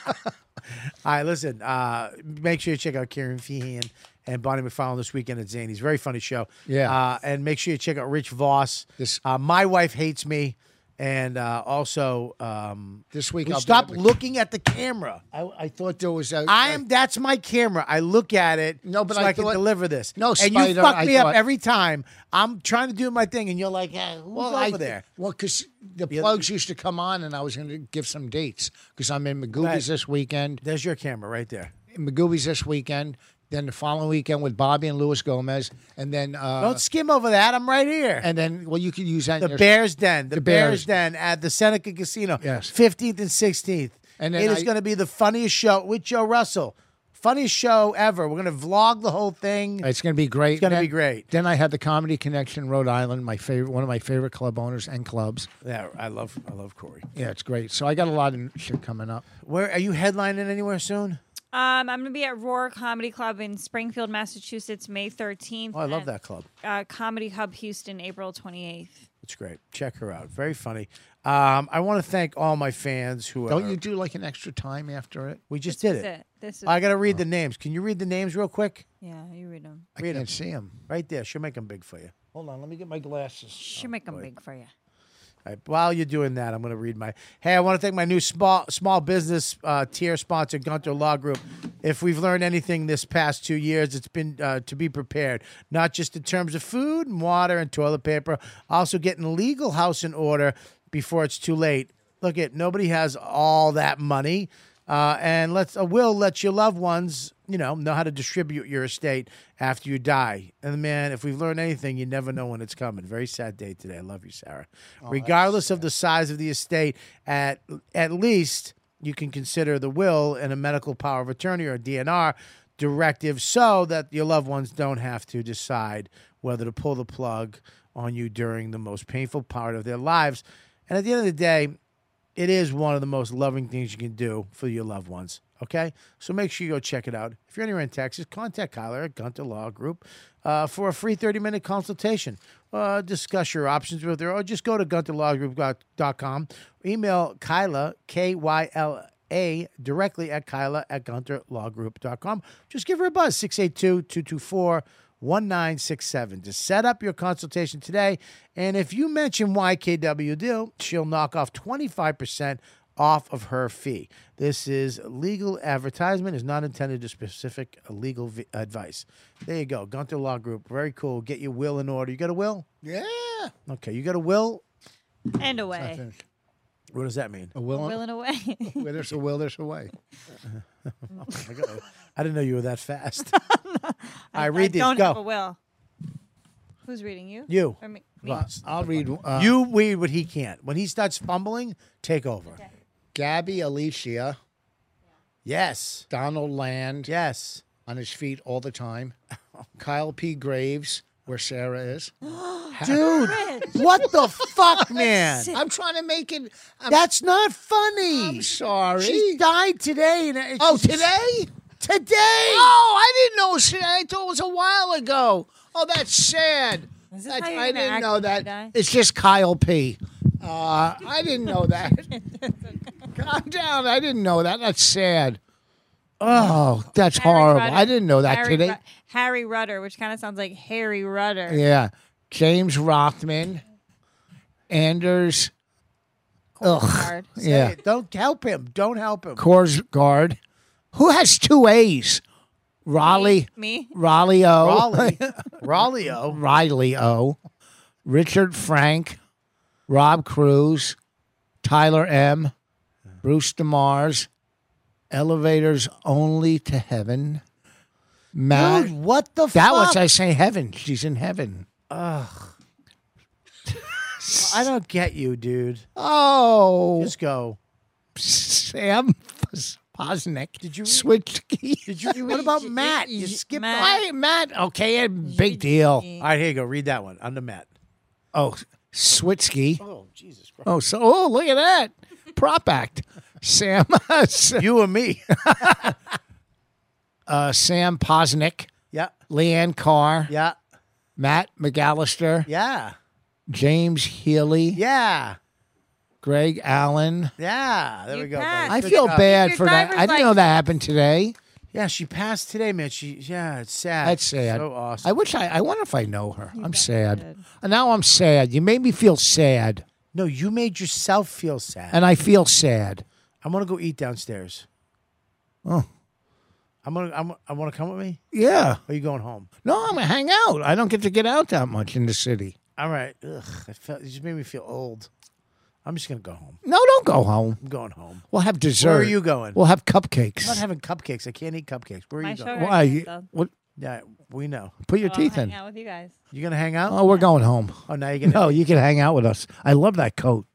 [SPEAKER 2] right, listen. Uh, make sure you check out Kieran Feehan and Bonnie McFarlane this weekend at Zany's. Very funny show.
[SPEAKER 3] Yeah.
[SPEAKER 2] Uh, and make sure you check out Rich Voss.
[SPEAKER 3] This-
[SPEAKER 2] uh, My wife hates me, and uh, also um,
[SPEAKER 3] This week
[SPEAKER 2] Will
[SPEAKER 3] I'll be
[SPEAKER 2] stop
[SPEAKER 3] up at-
[SPEAKER 2] looking at the camera.
[SPEAKER 3] I, I thought there was a.
[SPEAKER 2] I am. That's my camera. I look at it.
[SPEAKER 3] No, but
[SPEAKER 2] so
[SPEAKER 3] I
[SPEAKER 2] I, can
[SPEAKER 3] thought-
[SPEAKER 2] deliver this.
[SPEAKER 3] No,
[SPEAKER 2] and you
[SPEAKER 3] Spider,
[SPEAKER 2] fuck
[SPEAKER 3] I
[SPEAKER 2] me up
[SPEAKER 3] thought-
[SPEAKER 2] every time. I'm trying to do my thing, and you're like, eh, "Who's
[SPEAKER 3] well,
[SPEAKER 2] over
[SPEAKER 3] I,
[SPEAKER 2] there?"
[SPEAKER 3] Well, because the
[SPEAKER 2] Yeah.
[SPEAKER 3] plugs used to come on, and I was going to give some dates because I'm in Magoobies
[SPEAKER 2] Right.
[SPEAKER 3] this weekend.
[SPEAKER 2] There's your camera right there.
[SPEAKER 3] In Magoobies this weekend. Then the following weekend with Bobby and Luis Gomez, and then uh,
[SPEAKER 2] Don't skim over that. I'm right here.
[SPEAKER 3] and then well, you could use that. in
[SPEAKER 2] The
[SPEAKER 3] your-
[SPEAKER 2] Bears Den, the,
[SPEAKER 3] The
[SPEAKER 2] Bears.
[SPEAKER 3] Bears.
[SPEAKER 2] Den at the Seneca Casino,
[SPEAKER 3] Yes.
[SPEAKER 2] fifteenth and sixteenth. And
[SPEAKER 3] And
[SPEAKER 2] it
[SPEAKER 3] then
[SPEAKER 2] is
[SPEAKER 3] I-
[SPEAKER 2] going to be the funniest show with Joe Russell, funniest show ever. We're going to vlog the whole thing.
[SPEAKER 3] It's going to be great. It's
[SPEAKER 2] gonna be great.
[SPEAKER 3] Then I had the Comedy Connection, Rhode Island, my favorite, one of my favorite club owners and clubs.
[SPEAKER 2] Yeah, I love, I love Corey.
[SPEAKER 3] Yeah, it's great. So I got a lot of shit coming up.
[SPEAKER 2] Where are you headlining anywhere soon?
[SPEAKER 4] Um, I'm going to be at Roar Comedy Club in Springfield, Massachusetts, May 13th.
[SPEAKER 2] Oh, I love
[SPEAKER 4] and,
[SPEAKER 2] that club.
[SPEAKER 4] Uh, Comedy Hub Houston, April 28th.
[SPEAKER 2] It's great. Check her out. Very funny. Um, I want to thank all my fans who
[SPEAKER 3] Don't
[SPEAKER 2] are-
[SPEAKER 3] you do like an extra time after it?
[SPEAKER 2] We just
[SPEAKER 4] This
[SPEAKER 2] did
[SPEAKER 4] is
[SPEAKER 2] it.
[SPEAKER 4] This is
[SPEAKER 2] I got to
[SPEAKER 3] Oh.
[SPEAKER 2] read the names. Can you read the names real quick?
[SPEAKER 4] yeah. You read them.
[SPEAKER 3] I
[SPEAKER 2] Read
[SPEAKER 3] can't
[SPEAKER 2] 'em.
[SPEAKER 3] see him.
[SPEAKER 2] Right there. She'll make them big for you.
[SPEAKER 3] Hold on, let me get my glasses.
[SPEAKER 4] She'll make them big for you.
[SPEAKER 2] All right, while you're doing that, I'm going to read my. Hey, I want to thank my new small small business uh, tier sponsor, Gunter Law Group. If we've learned anything this past two years, it's been uh, to be prepared, not just in terms of food and water and toilet paper, also getting legal house in order before it's too late. Look, it nobody has all that money, uh, and let's uh, will let your loved ones, you know, know how to distribute your estate after you die. And man, if we've learned anything, you never know when it's coming. Very sad day today. I love you, Sarah. Regardless of the size of the estate, at at least you can consider the will and a medical power of attorney or DNR directive, so that your loved ones don't have to decide whether to pull the plug on you during the most painful part of their lives. And at the end of the day, it is one of the most loving things you can do for your loved ones. Okay, so make sure you go check it out. If you're anywhere in Texas, contact Kyler at Gunter Law Group uh, for a free 30 minute consultation. Uh, discuss your options with her, or just go to gunterlawgroup.com. Email Kyla K Y L A directly at Kyla at gunterlawgroup.com. Just give her a buzz 682 224 1967 to set up your consultation today. And if you mention YKW Deal, she'll knock off 25% off of her fee. This is legal advertisement, is not intended to specific legal v- advice. There you go. Gunther Law Group. Very cool. Get your will in order. You got a will?
[SPEAKER 3] Yeah.
[SPEAKER 2] Okay. You got a will?
[SPEAKER 4] And away.
[SPEAKER 2] What does that mean?
[SPEAKER 3] A will,
[SPEAKER 4] Will and away.
[SPEAKER 3] where there's a will, there's a way.
[SPEAKER 2] I got- I didn't know you were that fast. I, read
[SPEAKER 4] I
[SPEAKER 2] these.
[SPEAKER 4] don't
[SPEAKER 2] go.
[SPEAKER 4] have a will. Who's reading you?
[SPEAKER 2] You.
[SPEAKER 4] Or me? me?
[SPEAKER 2] Ross.
[SPEAKER 3] I'll read. Uh,
[SPEAKER 2] you read what he can't. When he starts fumbling, take over.
[SPEAKER 3] Gabby Alicia,
[SPEAKER 2] Yes.
[SPEAKER 3] Donald Land,
[SPEAKER 2] Yes.
[SPEAKER 3] on his feet all the time.
[SPEAKER 2] Oh,
[SPEAKER 3] Kyle P. Graves, where Sarah is.
[SPEAKER 2] Dude, what the fuck, man?
[SPEAKER 3] I'm trying to make it. I'm,
[SPEAKER 2] That's not funny.
[SPEAKER 3] I'm sorry.
[SPEAKER 2] She died today. And and
[SPEAKER 3] oh,
[SPEAKER 2] she's-
[SPEAKER 3] today?
[SPEAKER 2] Today.
[SPEAKER 3] Oh, I didn't know. it was today. I thought it was a while ago. Oh, that's sad.
[SPEAKER 4] this
[SPEAKER 3] That-
[SPEAKER 4] how you're
[SPEAKER 3] I
[SPEAKER 4] gonna
[SPEAKER 3] didn't
[SPEAKER 4] act
[SPEAKER 3] know
[SPEAKER 4] when you
[SPEAKER 3] that.
[SPEAKER 4] die?
[SPEAKER 3] It's just Kyle P. Uh, I didn't know that. Calm down. I didn't know that. That's sad. Oh, that's
[SPEAKER 4] Harry
[SPEAKER 3] horrible.
[SPEAKER 4] Rudder.
[SPEAKER 3] I didn't know that
[SPEAKER 4] Harry
[SPEAKER 3] today.
[SPEAKER 4] Ru- Harry Rudder, which kind of sounds like Harry Rudder.
[SPEAKER 3] Yeah. James Rothman, Anders,
[SPEAKER 4] Hard.
[SPEAKER 3] yeah,
[SPEAKER 2] Don't help him. Don't help him.
[SPEAKER 3] Korsgaard. Who has two A's? Raleigh,
[SPEAKER 4] Me?
[SPEAKER 3] Raleigh O,
[SPEAKER 2] Raleigh. Raleigh. oh.
[SPEAKER 3] Riley O, Richard Frank, Rob Cruz, Tyler M, Bruce DeMars, Elevators Only to Heaven, Matt.
[SPEAKER 2] Dude, what the
[SPEAKER 3] that
[SPEAKER 2] fuck?
[SPEAKER 3] was I say heaven. She's in heaven.
[SPEAKER 2] Oh, I don't get you, dude.
[SPEAKER 3] Oh,
[SPEAKER 2] Just go.
[SPEAKER 3] Sam Posnick.
[SPEAKER 2] Did you read-
[SPEAKER 3] Switchkey?
[SPEAKER 2] Did you? What about Matt? You skipped.
[SPEAKER 4] Matt.
[SPEAKER 3] Hey, Matt. Okay, a big deal.
[SPEAKER 2] All right, here you go. Read that one. Under Matt.
[SPEAKER 3] Oh, Switchkey.
[SPEAKER 2] Oh Jesus Christ!
[SPEAKER 3] Oh, so oh, look at that prop act. Sam,
[SPEAKER 2] You and me.
[SPEAKER 3] uh, Sam Posnick,
[SPEAKER 2] yeah.
[SPEAKER 3] Leanne Carr,
[SPEAKER 2] Yeah.
[SPEAKER 3] Matt McAllister,
[SPEAKER 2] Yeah.
[SPEAKER 3] James Healy,
[SPEAKER 2] Yeah.
[SPEAKER 3] Greg Allen.
[SPEAKER 2] Yeah. There we go. buddy.
[SPEAKER 4] passed.
[SPEAKER 3] I
[SPEAKER 2] Good
[SPEAKER 3] feel
[SPEAKER 2] job.
[SPEAKER 3] bad
[SPEAKER 4] Your
[SPEAKER 3] for that.
[SPEAKER 4] driver's
[SPEAKER 3] I didn't know
[SPEAKER 4] license.
[SPEAKER 3] that happened today.
[SPEAKER 2] Yeah, she passed today, man. She yeah, it's sad.
[SPEAKER 3] That's sad.
[SPEAKER 2] So awesome.
[SPEAKER 3] I wish I. I wonder if I know her. I'm sad. And now I'm sad. You made me feel sad,
[SPEAKER 2] No, you made yourself feel sad.
[SPEAKER 3] and I feel sad.
[SPEAKER 2] I'm gonna go eat downstairs.
[SPEAKER 3] Oh.
[SPEAKER 2] I'm gonna. I'm, I want to come with me.
[SPEAKER 3] Yeah.
[SPEAKER 2] Or are you going home?
[SPEAKER 3] No, I'm gonna hang out. I don't get to get out that much in the city.
[SPEAKER 2] All right. Ugh, I felt, it just made me feel old. I'm just gonna go home.
[SPEAKER 3] No, don't go home.
[SPEAKER 2] I'm going home.
[SPEAKER 3] We'll have dessert.
[SPEAKER 2] Where are you going?
[SPEAKER 3] We'll have cupcakes.
[SPEAKER 2] I'm not having cupcakes. I can't eat cupcakes. Where are
[SPEAKER 4] My
[SPEAKER 2] you going?
[SPEAKER 4] sugar
[SPEAKER 3] Why?
[SPEAKER 4] is
[SPEAKER 3] You-
[SPEAKER 4] canceled.
[SPEAKER 3] What?
[SPEAKER 2] Yeah, we Oh, know.
[SPEAKER 3] Put your
[SPEAKER 4] I'll
[SPEAKER 3] teeth
[SPEAKER 4] Oh, hang
[SPEAKER 3] in.
[SPEAKER 4] out with you guys.
[SPEAKER 2] You gonna hang out?
[SPEAKER 3] Oh, we're going home.
[SPEAKER 2] Oh, now you're gonna.
[SPEAKER 3] No, you can hang out with us. I love that coat.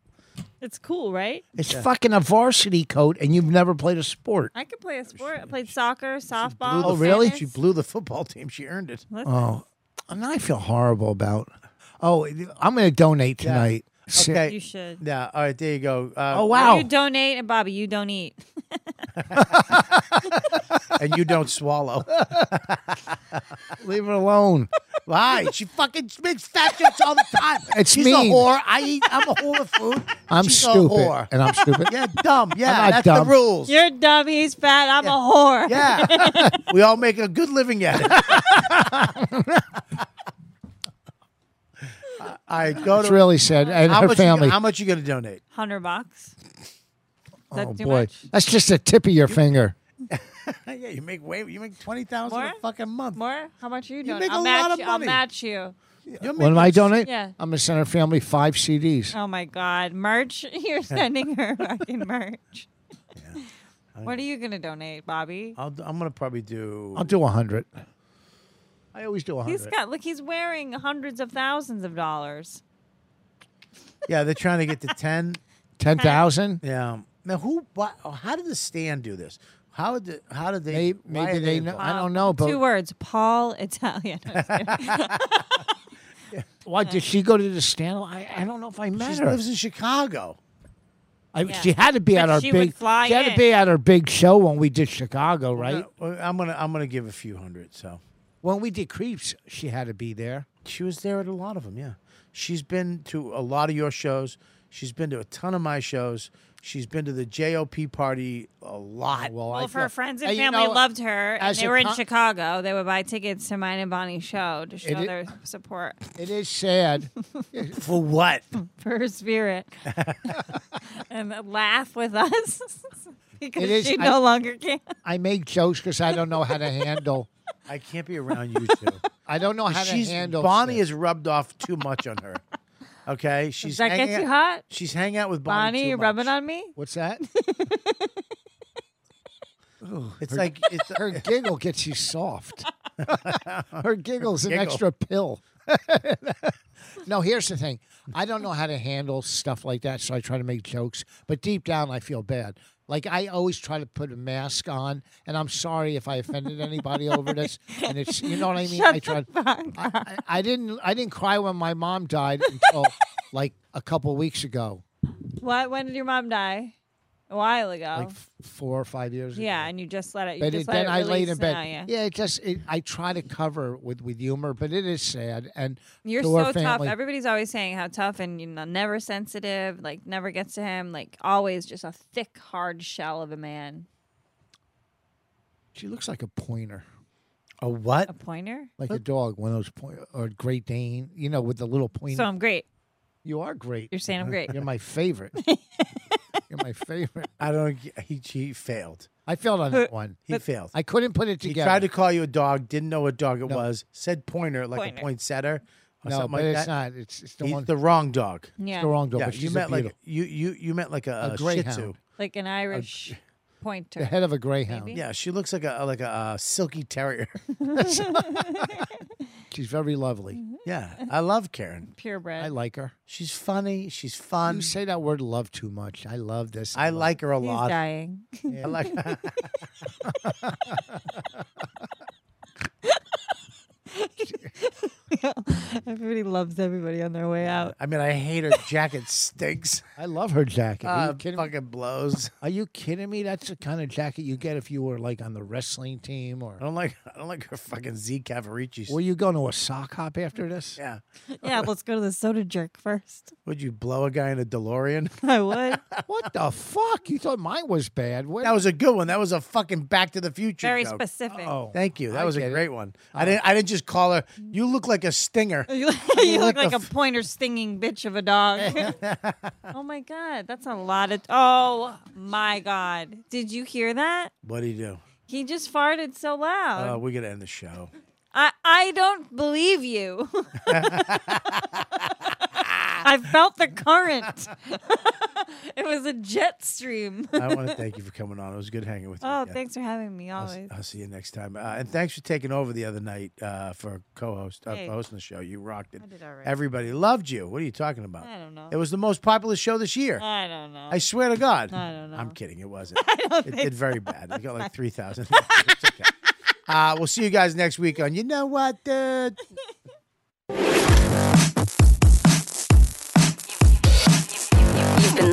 [SPEAKER 4] It's cool, right?
[SPEAKER 3] It's fucking a varsity coat, and you've never played a sport.
[SPEAKER 4] I could play a sport. I played soccer, softball.
[SPEAKER 2] Oh,
[SPEAKER 3] the- really?
[SPEAKER 4] tennis.
[SPEAKER 2] She blew the football team. She earned it.
[SPEAKER 4] Listen,
[SPEAKER 3] Oh, and now I feel horrible about. Oh, I'm going to donate tonight. Si-
[SPEAKER 2] Okay.
[SPEAKER 4] You should.
[SPEAKER 2] Yeah. All right. There you go. Uh,
[SPEAKER 3] Oh wow.
[SPEAKER 4] You donate, and Bobby, you don't eat.
[SPEAKER 2] and you don't swallow. Leave her alone. Why? She fucking makes fat jokes all the time.
[SPEAKER 3] It's
[SPEAKER 2] She's
[SPEAKER 3] mean.
[SPEAKER 2] a whore. I eat. I'm a whore of food.
[SPEAKER 3] I'm
[SPEAKER 2] She's
[SPEAKER 3] stupid,
[SPEAKER 2] A whore.
[SPEAKER 3] and I'm stupid.
[SPEAKER 2] yeah, dumb. Yeah,
[SPEAKER 3] not
[SPEAKER 2] that's
[SPEAKER 3] dumb.
[SPEAKER 2] the rules.
[SPEAKER 4] You're dumb. He's fat. I'm a whore.
[SPEAKER 2] Yeah. we all make a good living at it. I- I go
[SPEAKER 3] It's
[SPEAKER 2] to
[SPEAKER 3] really sad. And
[SPEAKER 2] how
[SPEAKER 3] her
[SPEAKER 2] much
[SPEAKER 3] family.
[SPEAKER 2] You, how much you gonna donate?
[SPEAKER 4] Hundred bucks. That's
[SPEAKER 3] oh
[SPEAKER 4] too
[SPEAKER 3] boy,
[SPEAKER 4] much.
[SPEAKER 3] that's just the tip of your finger.
[SPEAKER 2] yeah, you make way. You make twenty thousand a
[SPEAKER 4] More?
[SPEAKER 2] fucking month.
[SPEAKER 4] More? How much are you doing?
[SPEAKER 2] make
[SPEAKER 4] I'll
[SPEAKER 2] a
[SPEAKER 4] match
[SPEAKER 2] lot of
[SPEAKER 4] you. I'll
[SPEAKER 2] money.
[SPEAKER 4] match you.
[SPEAKER 2] You're
[SPEAKER 3] What am
[SPEAKER 2] making
[SPEAKER 3] I
[SPEAKER 2] s-
[SPEAKER 3] donating?
[SPEAKER 4] Yeah.
[SPEAKER 3] I'm gonna send her family five CDs.
[SPEAKER 4] Oh my God. Merch? You're sending her fucking merch. What are you gonna donate, Bobby?
[SPEAKER 2] I'll, do- I'm gonna probably do.
[SPEAKER 3] I'll do a hundred. I always do a
[SPEAKER 4] He's
[SPEAKER 3] hundred.
[SPEAKER 4] got look. He's wearing hundreds of thousands of dollars.
[SPEAKER 2] Yeah, they're trying to get to ten.
[SPEAKER 3] Ten thousand.
[SPEAKER 2] Yeah. Now who? Why, how did the stand do this? How did? How did they?
[SPEAKER 3] Maybe,
[SPEAKER 2] why are
[SPEAKER 3] maybe they. Know,
[SPEAKER 2] involved?
[SPEAKER 3] I don't know,
[SPEAKER 4] Two
[SPEAKER 3] Oh, but
[SPEAKER 4] words: Paul Italian. No, I'm just kidding.
[SPEAKER 3] why did she go to the stand? I, I don't know if I met
[SPEAKER 2] She
[SPEAKER 3] her.
[SPEAKER 2] lives in Chicago.
[SPEAKER 3] I, She had to be
[SPEAKER 4] But
[SPEAKER 3] at our
[SPEAKER 4] she would
[SPEAKER 3] big.
[SPEAKER 4] fly
[SPEAKER 3] she had to
[SPEAKER 4] in.
[SPEAKER 3] be at our big show when we did Chicago, right?
[SPEAKER 2] Uh, I'm gonna. I'm gonna give a few hundred. So.
[SPEAKER 3] When we did Creeps, she had to be there.
[SPEAKER 2] She was there at a lot of them. Yeah, she's been to a lot of your shows. She's been to a ton of my shows. She's been to the JOP party a lot.
[SPEAKER 3] Well,
[SPEAKER 4] Well,
[SPEAKER 3] I
[SPEAKER 4] if her
[SPEAKER 3] feel-
[SPEAKER 4] friends and
[SPEAKER 3] Hey, you
[SPEAKER 4] family
[SPEAKER 3] know what?
[SPEAKER 4] loved her, and
[SPEAKER 3] as
[SPEAKER 4] they
[SPEAKER 3] a
[SPEAKER 4] were in
[SPEAKER 3] con-
[SPEAKER 4] Chicago, they would buy tickets to mine and Bonnie's show to show
[SPEAKER 3] i-
[SPEAKER 4] their support
[SPEAKER 3] It is sad.
[SPEAKER 2] for what?
[SPEAKER 4] for her spirit and laugh with us because
[SPEAKER 3] It is-
[SPEAKER 4] she
[SPEAKER 3] I-
[SPEAKER 4] no longer can.
[SPEAKER 3] I make jokes because I don't know how to handle.
[SPEAKER 2] I can't be around you two.
[SPEAKER 3] I don't know how
[SPEAKER 2] she's
[SPEAKER 3] to handle.
[SPEAKER 2] Bonnie
[SPEAKER 3] shit.
[SPEAKER 2] has rubbed off too much on her. Okay, she's
[SPEAKER 4] Does that
[SPEAKER 2] hanging
[SPEAKER 4] get you
[SPEAKER 2] out-
[SPEAKER 4] hot?
[SPEAKER 2] She's hanging out with Bonnie.
[SPEAKER 4] Bonnie,
[SPEAKER 2] too
[SPEAKER 4] you're rubbing
[SPEAKER 2] much.
[SPEAKER 4] on me?
[SPEAKER 3] What's that?
[SPEAKER 2] It's like it's
[SPEAKER 3] Her giggle gets you soft. Her giggle's an
[SPEAKER 2] Giggle.
[SPEAKER 3] extra pill. no, here's the thing. I don't know how to handle stuff like that, so I try to make jokes. But deep down, I feel bad. Like I always try to put a mask on, and I'm sorry if I offended anybody over this. And it's you know what I mean. I tried. I, I, I didn't. I didn't cry when my mom died until like a couple weeks ago,
[SPEAKER 4] What? When did your mom die? A while ago.
[SPEAKER 3] like f- four or five years ago.
[SPEAKER 4] yeah, and you just let it. You
[SPEAKER 3] but
[SPEAKER 4] just
[SPEAKER 3] it,
[SPEAKER 4] let
[SPEAKER 3] then
[SPEAKER 4] it
[SPEAKER 3] I laid in
[SPEAKER 4] release
[SPEAKER 3] bed.
[SPEAKER 4] now,
[SPEAKER 3] yeah.
[SPEAKER 4] yeah.
[SPEAKER 3] it just it, I try to cover with with humor, but it is sad. And
[SPEAKER 4] You're
[SPEAKER 3] to
[SPEAKER 4] so
[SPEAKER 3] her
[SPEAKER 4] tough.
[SPEAKER 3] family-
[SPEAKER 4] Everybody's always saying how tough and you know never sensitive, like never gets to him, like always just a thick, hard shell of a man.
[SPEAKER 3] She looks like a pointer,
[SPEAKER 2] a what?
[SPEAKER 4] A pointer?
[SPEAKER 3] like a dog, one of those point or Great Dane, you know, with the little pointer.
[SPEAKER 4] So I'm great.
[SPEAKER 3] you are great.
[SPEAKER 4] You're saying I'm great.
[SPEAKER 3] You're my favorite. You're my favorite.
[SPEAKER 2] I don't. get- He, he failed.
[SPEAKER 3] I failed on that one.
[SPEAKER 2] He failed.
[SPEAKER 3] I couldn't put it
[SPEAKER 2] he
[SPEAKER 3] together.
[SPEAKER 2] tried to call you a dog. Didn't know what dog it was. Said pointer like
[SPEAKER 4] Pointer.
[SPEAKER 2] a poinsettia or
[SPEAKER 3] no,
[SPEAKER 2] something
[SPEAKER 3] but
[SPEAKER 2] like
[SPEAKER 3] it's
[SPEAKER 2] that.
[SPEAKER 3] not. It's it's the
[SPEAKER 2] He's
[SPEAKER 3] one.
[SPEAKER 2] the wrong dog.
[SPEAKER 4] Yeah.
[SPEAKER 3] the wrong dog.
[SPEAKER 2] Yeah,
[SPEAKER 3] but she's
[SPEAKER 2] you
[SPEAKER 3] a
[SPEAKER 2] meant like
[SPEAKER 3] beautiful-
[SPEAKER 2] you you you meant like a,
[SPEAKER 3] A
[SPEAKER 2] a
[SPEAKER 3] greyhound.
[SPEAKER 2] Shih Tzu.
[SPEAKER 4] Like an Irish
[SPEAKER 3] the
[SPEAKER 4] pointer.
[SPEAKER 3] head of a greyhound.
[SPEAKER 4] Maybe.
[SPEAKER 2] Yeah, she looks like a like a uh, silky terrier.
[SPEAKER 3] She's very lovely.
[SPEAKER 4] Mm-hmm.
[SPEAKER 2] yeah, I love Karen.
[SPEAKER 4] Purebred.
[SPEAKER 3] I like her.
[SPEAKER 2] She's funny. She's
[SPEAKER 3] You
[SPEAKER 2] fun.
[SPEAKER 3] say that word "love" too much. I love this.
[SPEAKER 2] Mm-hmm. I like her a
[SPEAKER 4] He's
[SPEAKER 2] lot.
[SPEAKER 4] dying.
[SPEAKER 2] I like.
[SPEAKER 4] Everybody loves everybody on their way out.
[SPEAKER 2] I mean, I hate her jacket. Stinks.
[SPEAKER 3] I love her jacket. Are you
[SPEAKER 2] Uh,
[SPEAKER 3] kidding me?
[SPEAKER 2] fucking blows.
[SPEAKER 3] Are you kidding me? That's the kind of jacket you get if you were like on the wrestling team
[SPEAKER 2] I
[SPEAKER 3] or
[SPEAKER 2] don't like. I don't like her fucking Z Cavaricis.
[SPEAKER 3] were you going to a sock hop after this?
[SPEAKER 2] yeah.
[SPEAKER 4] Yeah, let's go to the soda jerk first.
[SPEAKER 2] Would you blow a guy in a DeLorean?
[SPEAKER 4] I would.
[SPEAKER 3] What the fuck? You thought mine was bad. What?
[SPEAKER 2] That was a good one. That was a fucking Back to the Future.
[SPEAKER 4] Very
[SPEAKER 2] joke.
[SPEAKER 4] specific.
[SPEAKER 3] oh,
[SPEAKER 2] Thank you. That
[SPEAKER 3] I
[SPEAKER 2] was
[SPEAKER 3] get
[SPEAKER 2] a
[SPEAKER 3] it. Uh-huh.
[SPEAKER 2] great one. I didn't. I didn't just call her. You look like a stinger.
[SPEAKER 4] Mm. You you
[SPEAKER 2] What
[SPEAKER 4] look
[SPEAKER 2] the
[SPEAKER 4] like a
[SPEAKER 2] f-
[SPEAKER 4] pointer stinging bitch of a dog. oh my god, that's a lot of. Oh my god, did you hear that?
[SPEAKER 2] What do you do?
[SPEAKER 4] He just farted so
[SPEAKER 2] Uh,
[SPEAKER 4] loud.
[SPEAKER 2] we're gonna end the show.
[SPEAKER 4] I I don't believe you. I felt the current. it was a jet stream.
[SPEAKER 2] I want to thank you for coming on. It was good hanging with you.
[SPEAKER 4] Oh,
[SPEAKER 2] again.
[SPEAKER 4] thanks for having me always.
[SPEAKER 2] I'll see you next time. Uh, and thanks for taking over the other night uh, for co-host uh,
[SPEAKER 4] Hey.
[SPEAKER 2] for hosting the show. You rocked it.
[SPEAKER 4] I did all right.
[SPEAKER 2] Everybody loved you. What are you talking about?
[SPEAKER 4] I don't know.
[SPEAKER 2] It was the most popular show this year.
[SPEAKER 4] I don't know.
[SPEAKER 2] I swear to God.
[SPEAKER 4] I don't know.
[SPEAKER 2] I'm kidding. It wasn't. it did very bad. It got like three thousand. okay. Uh, we'll see you guys next week on You Know What, Dude.
[SPEAKER 9] You've been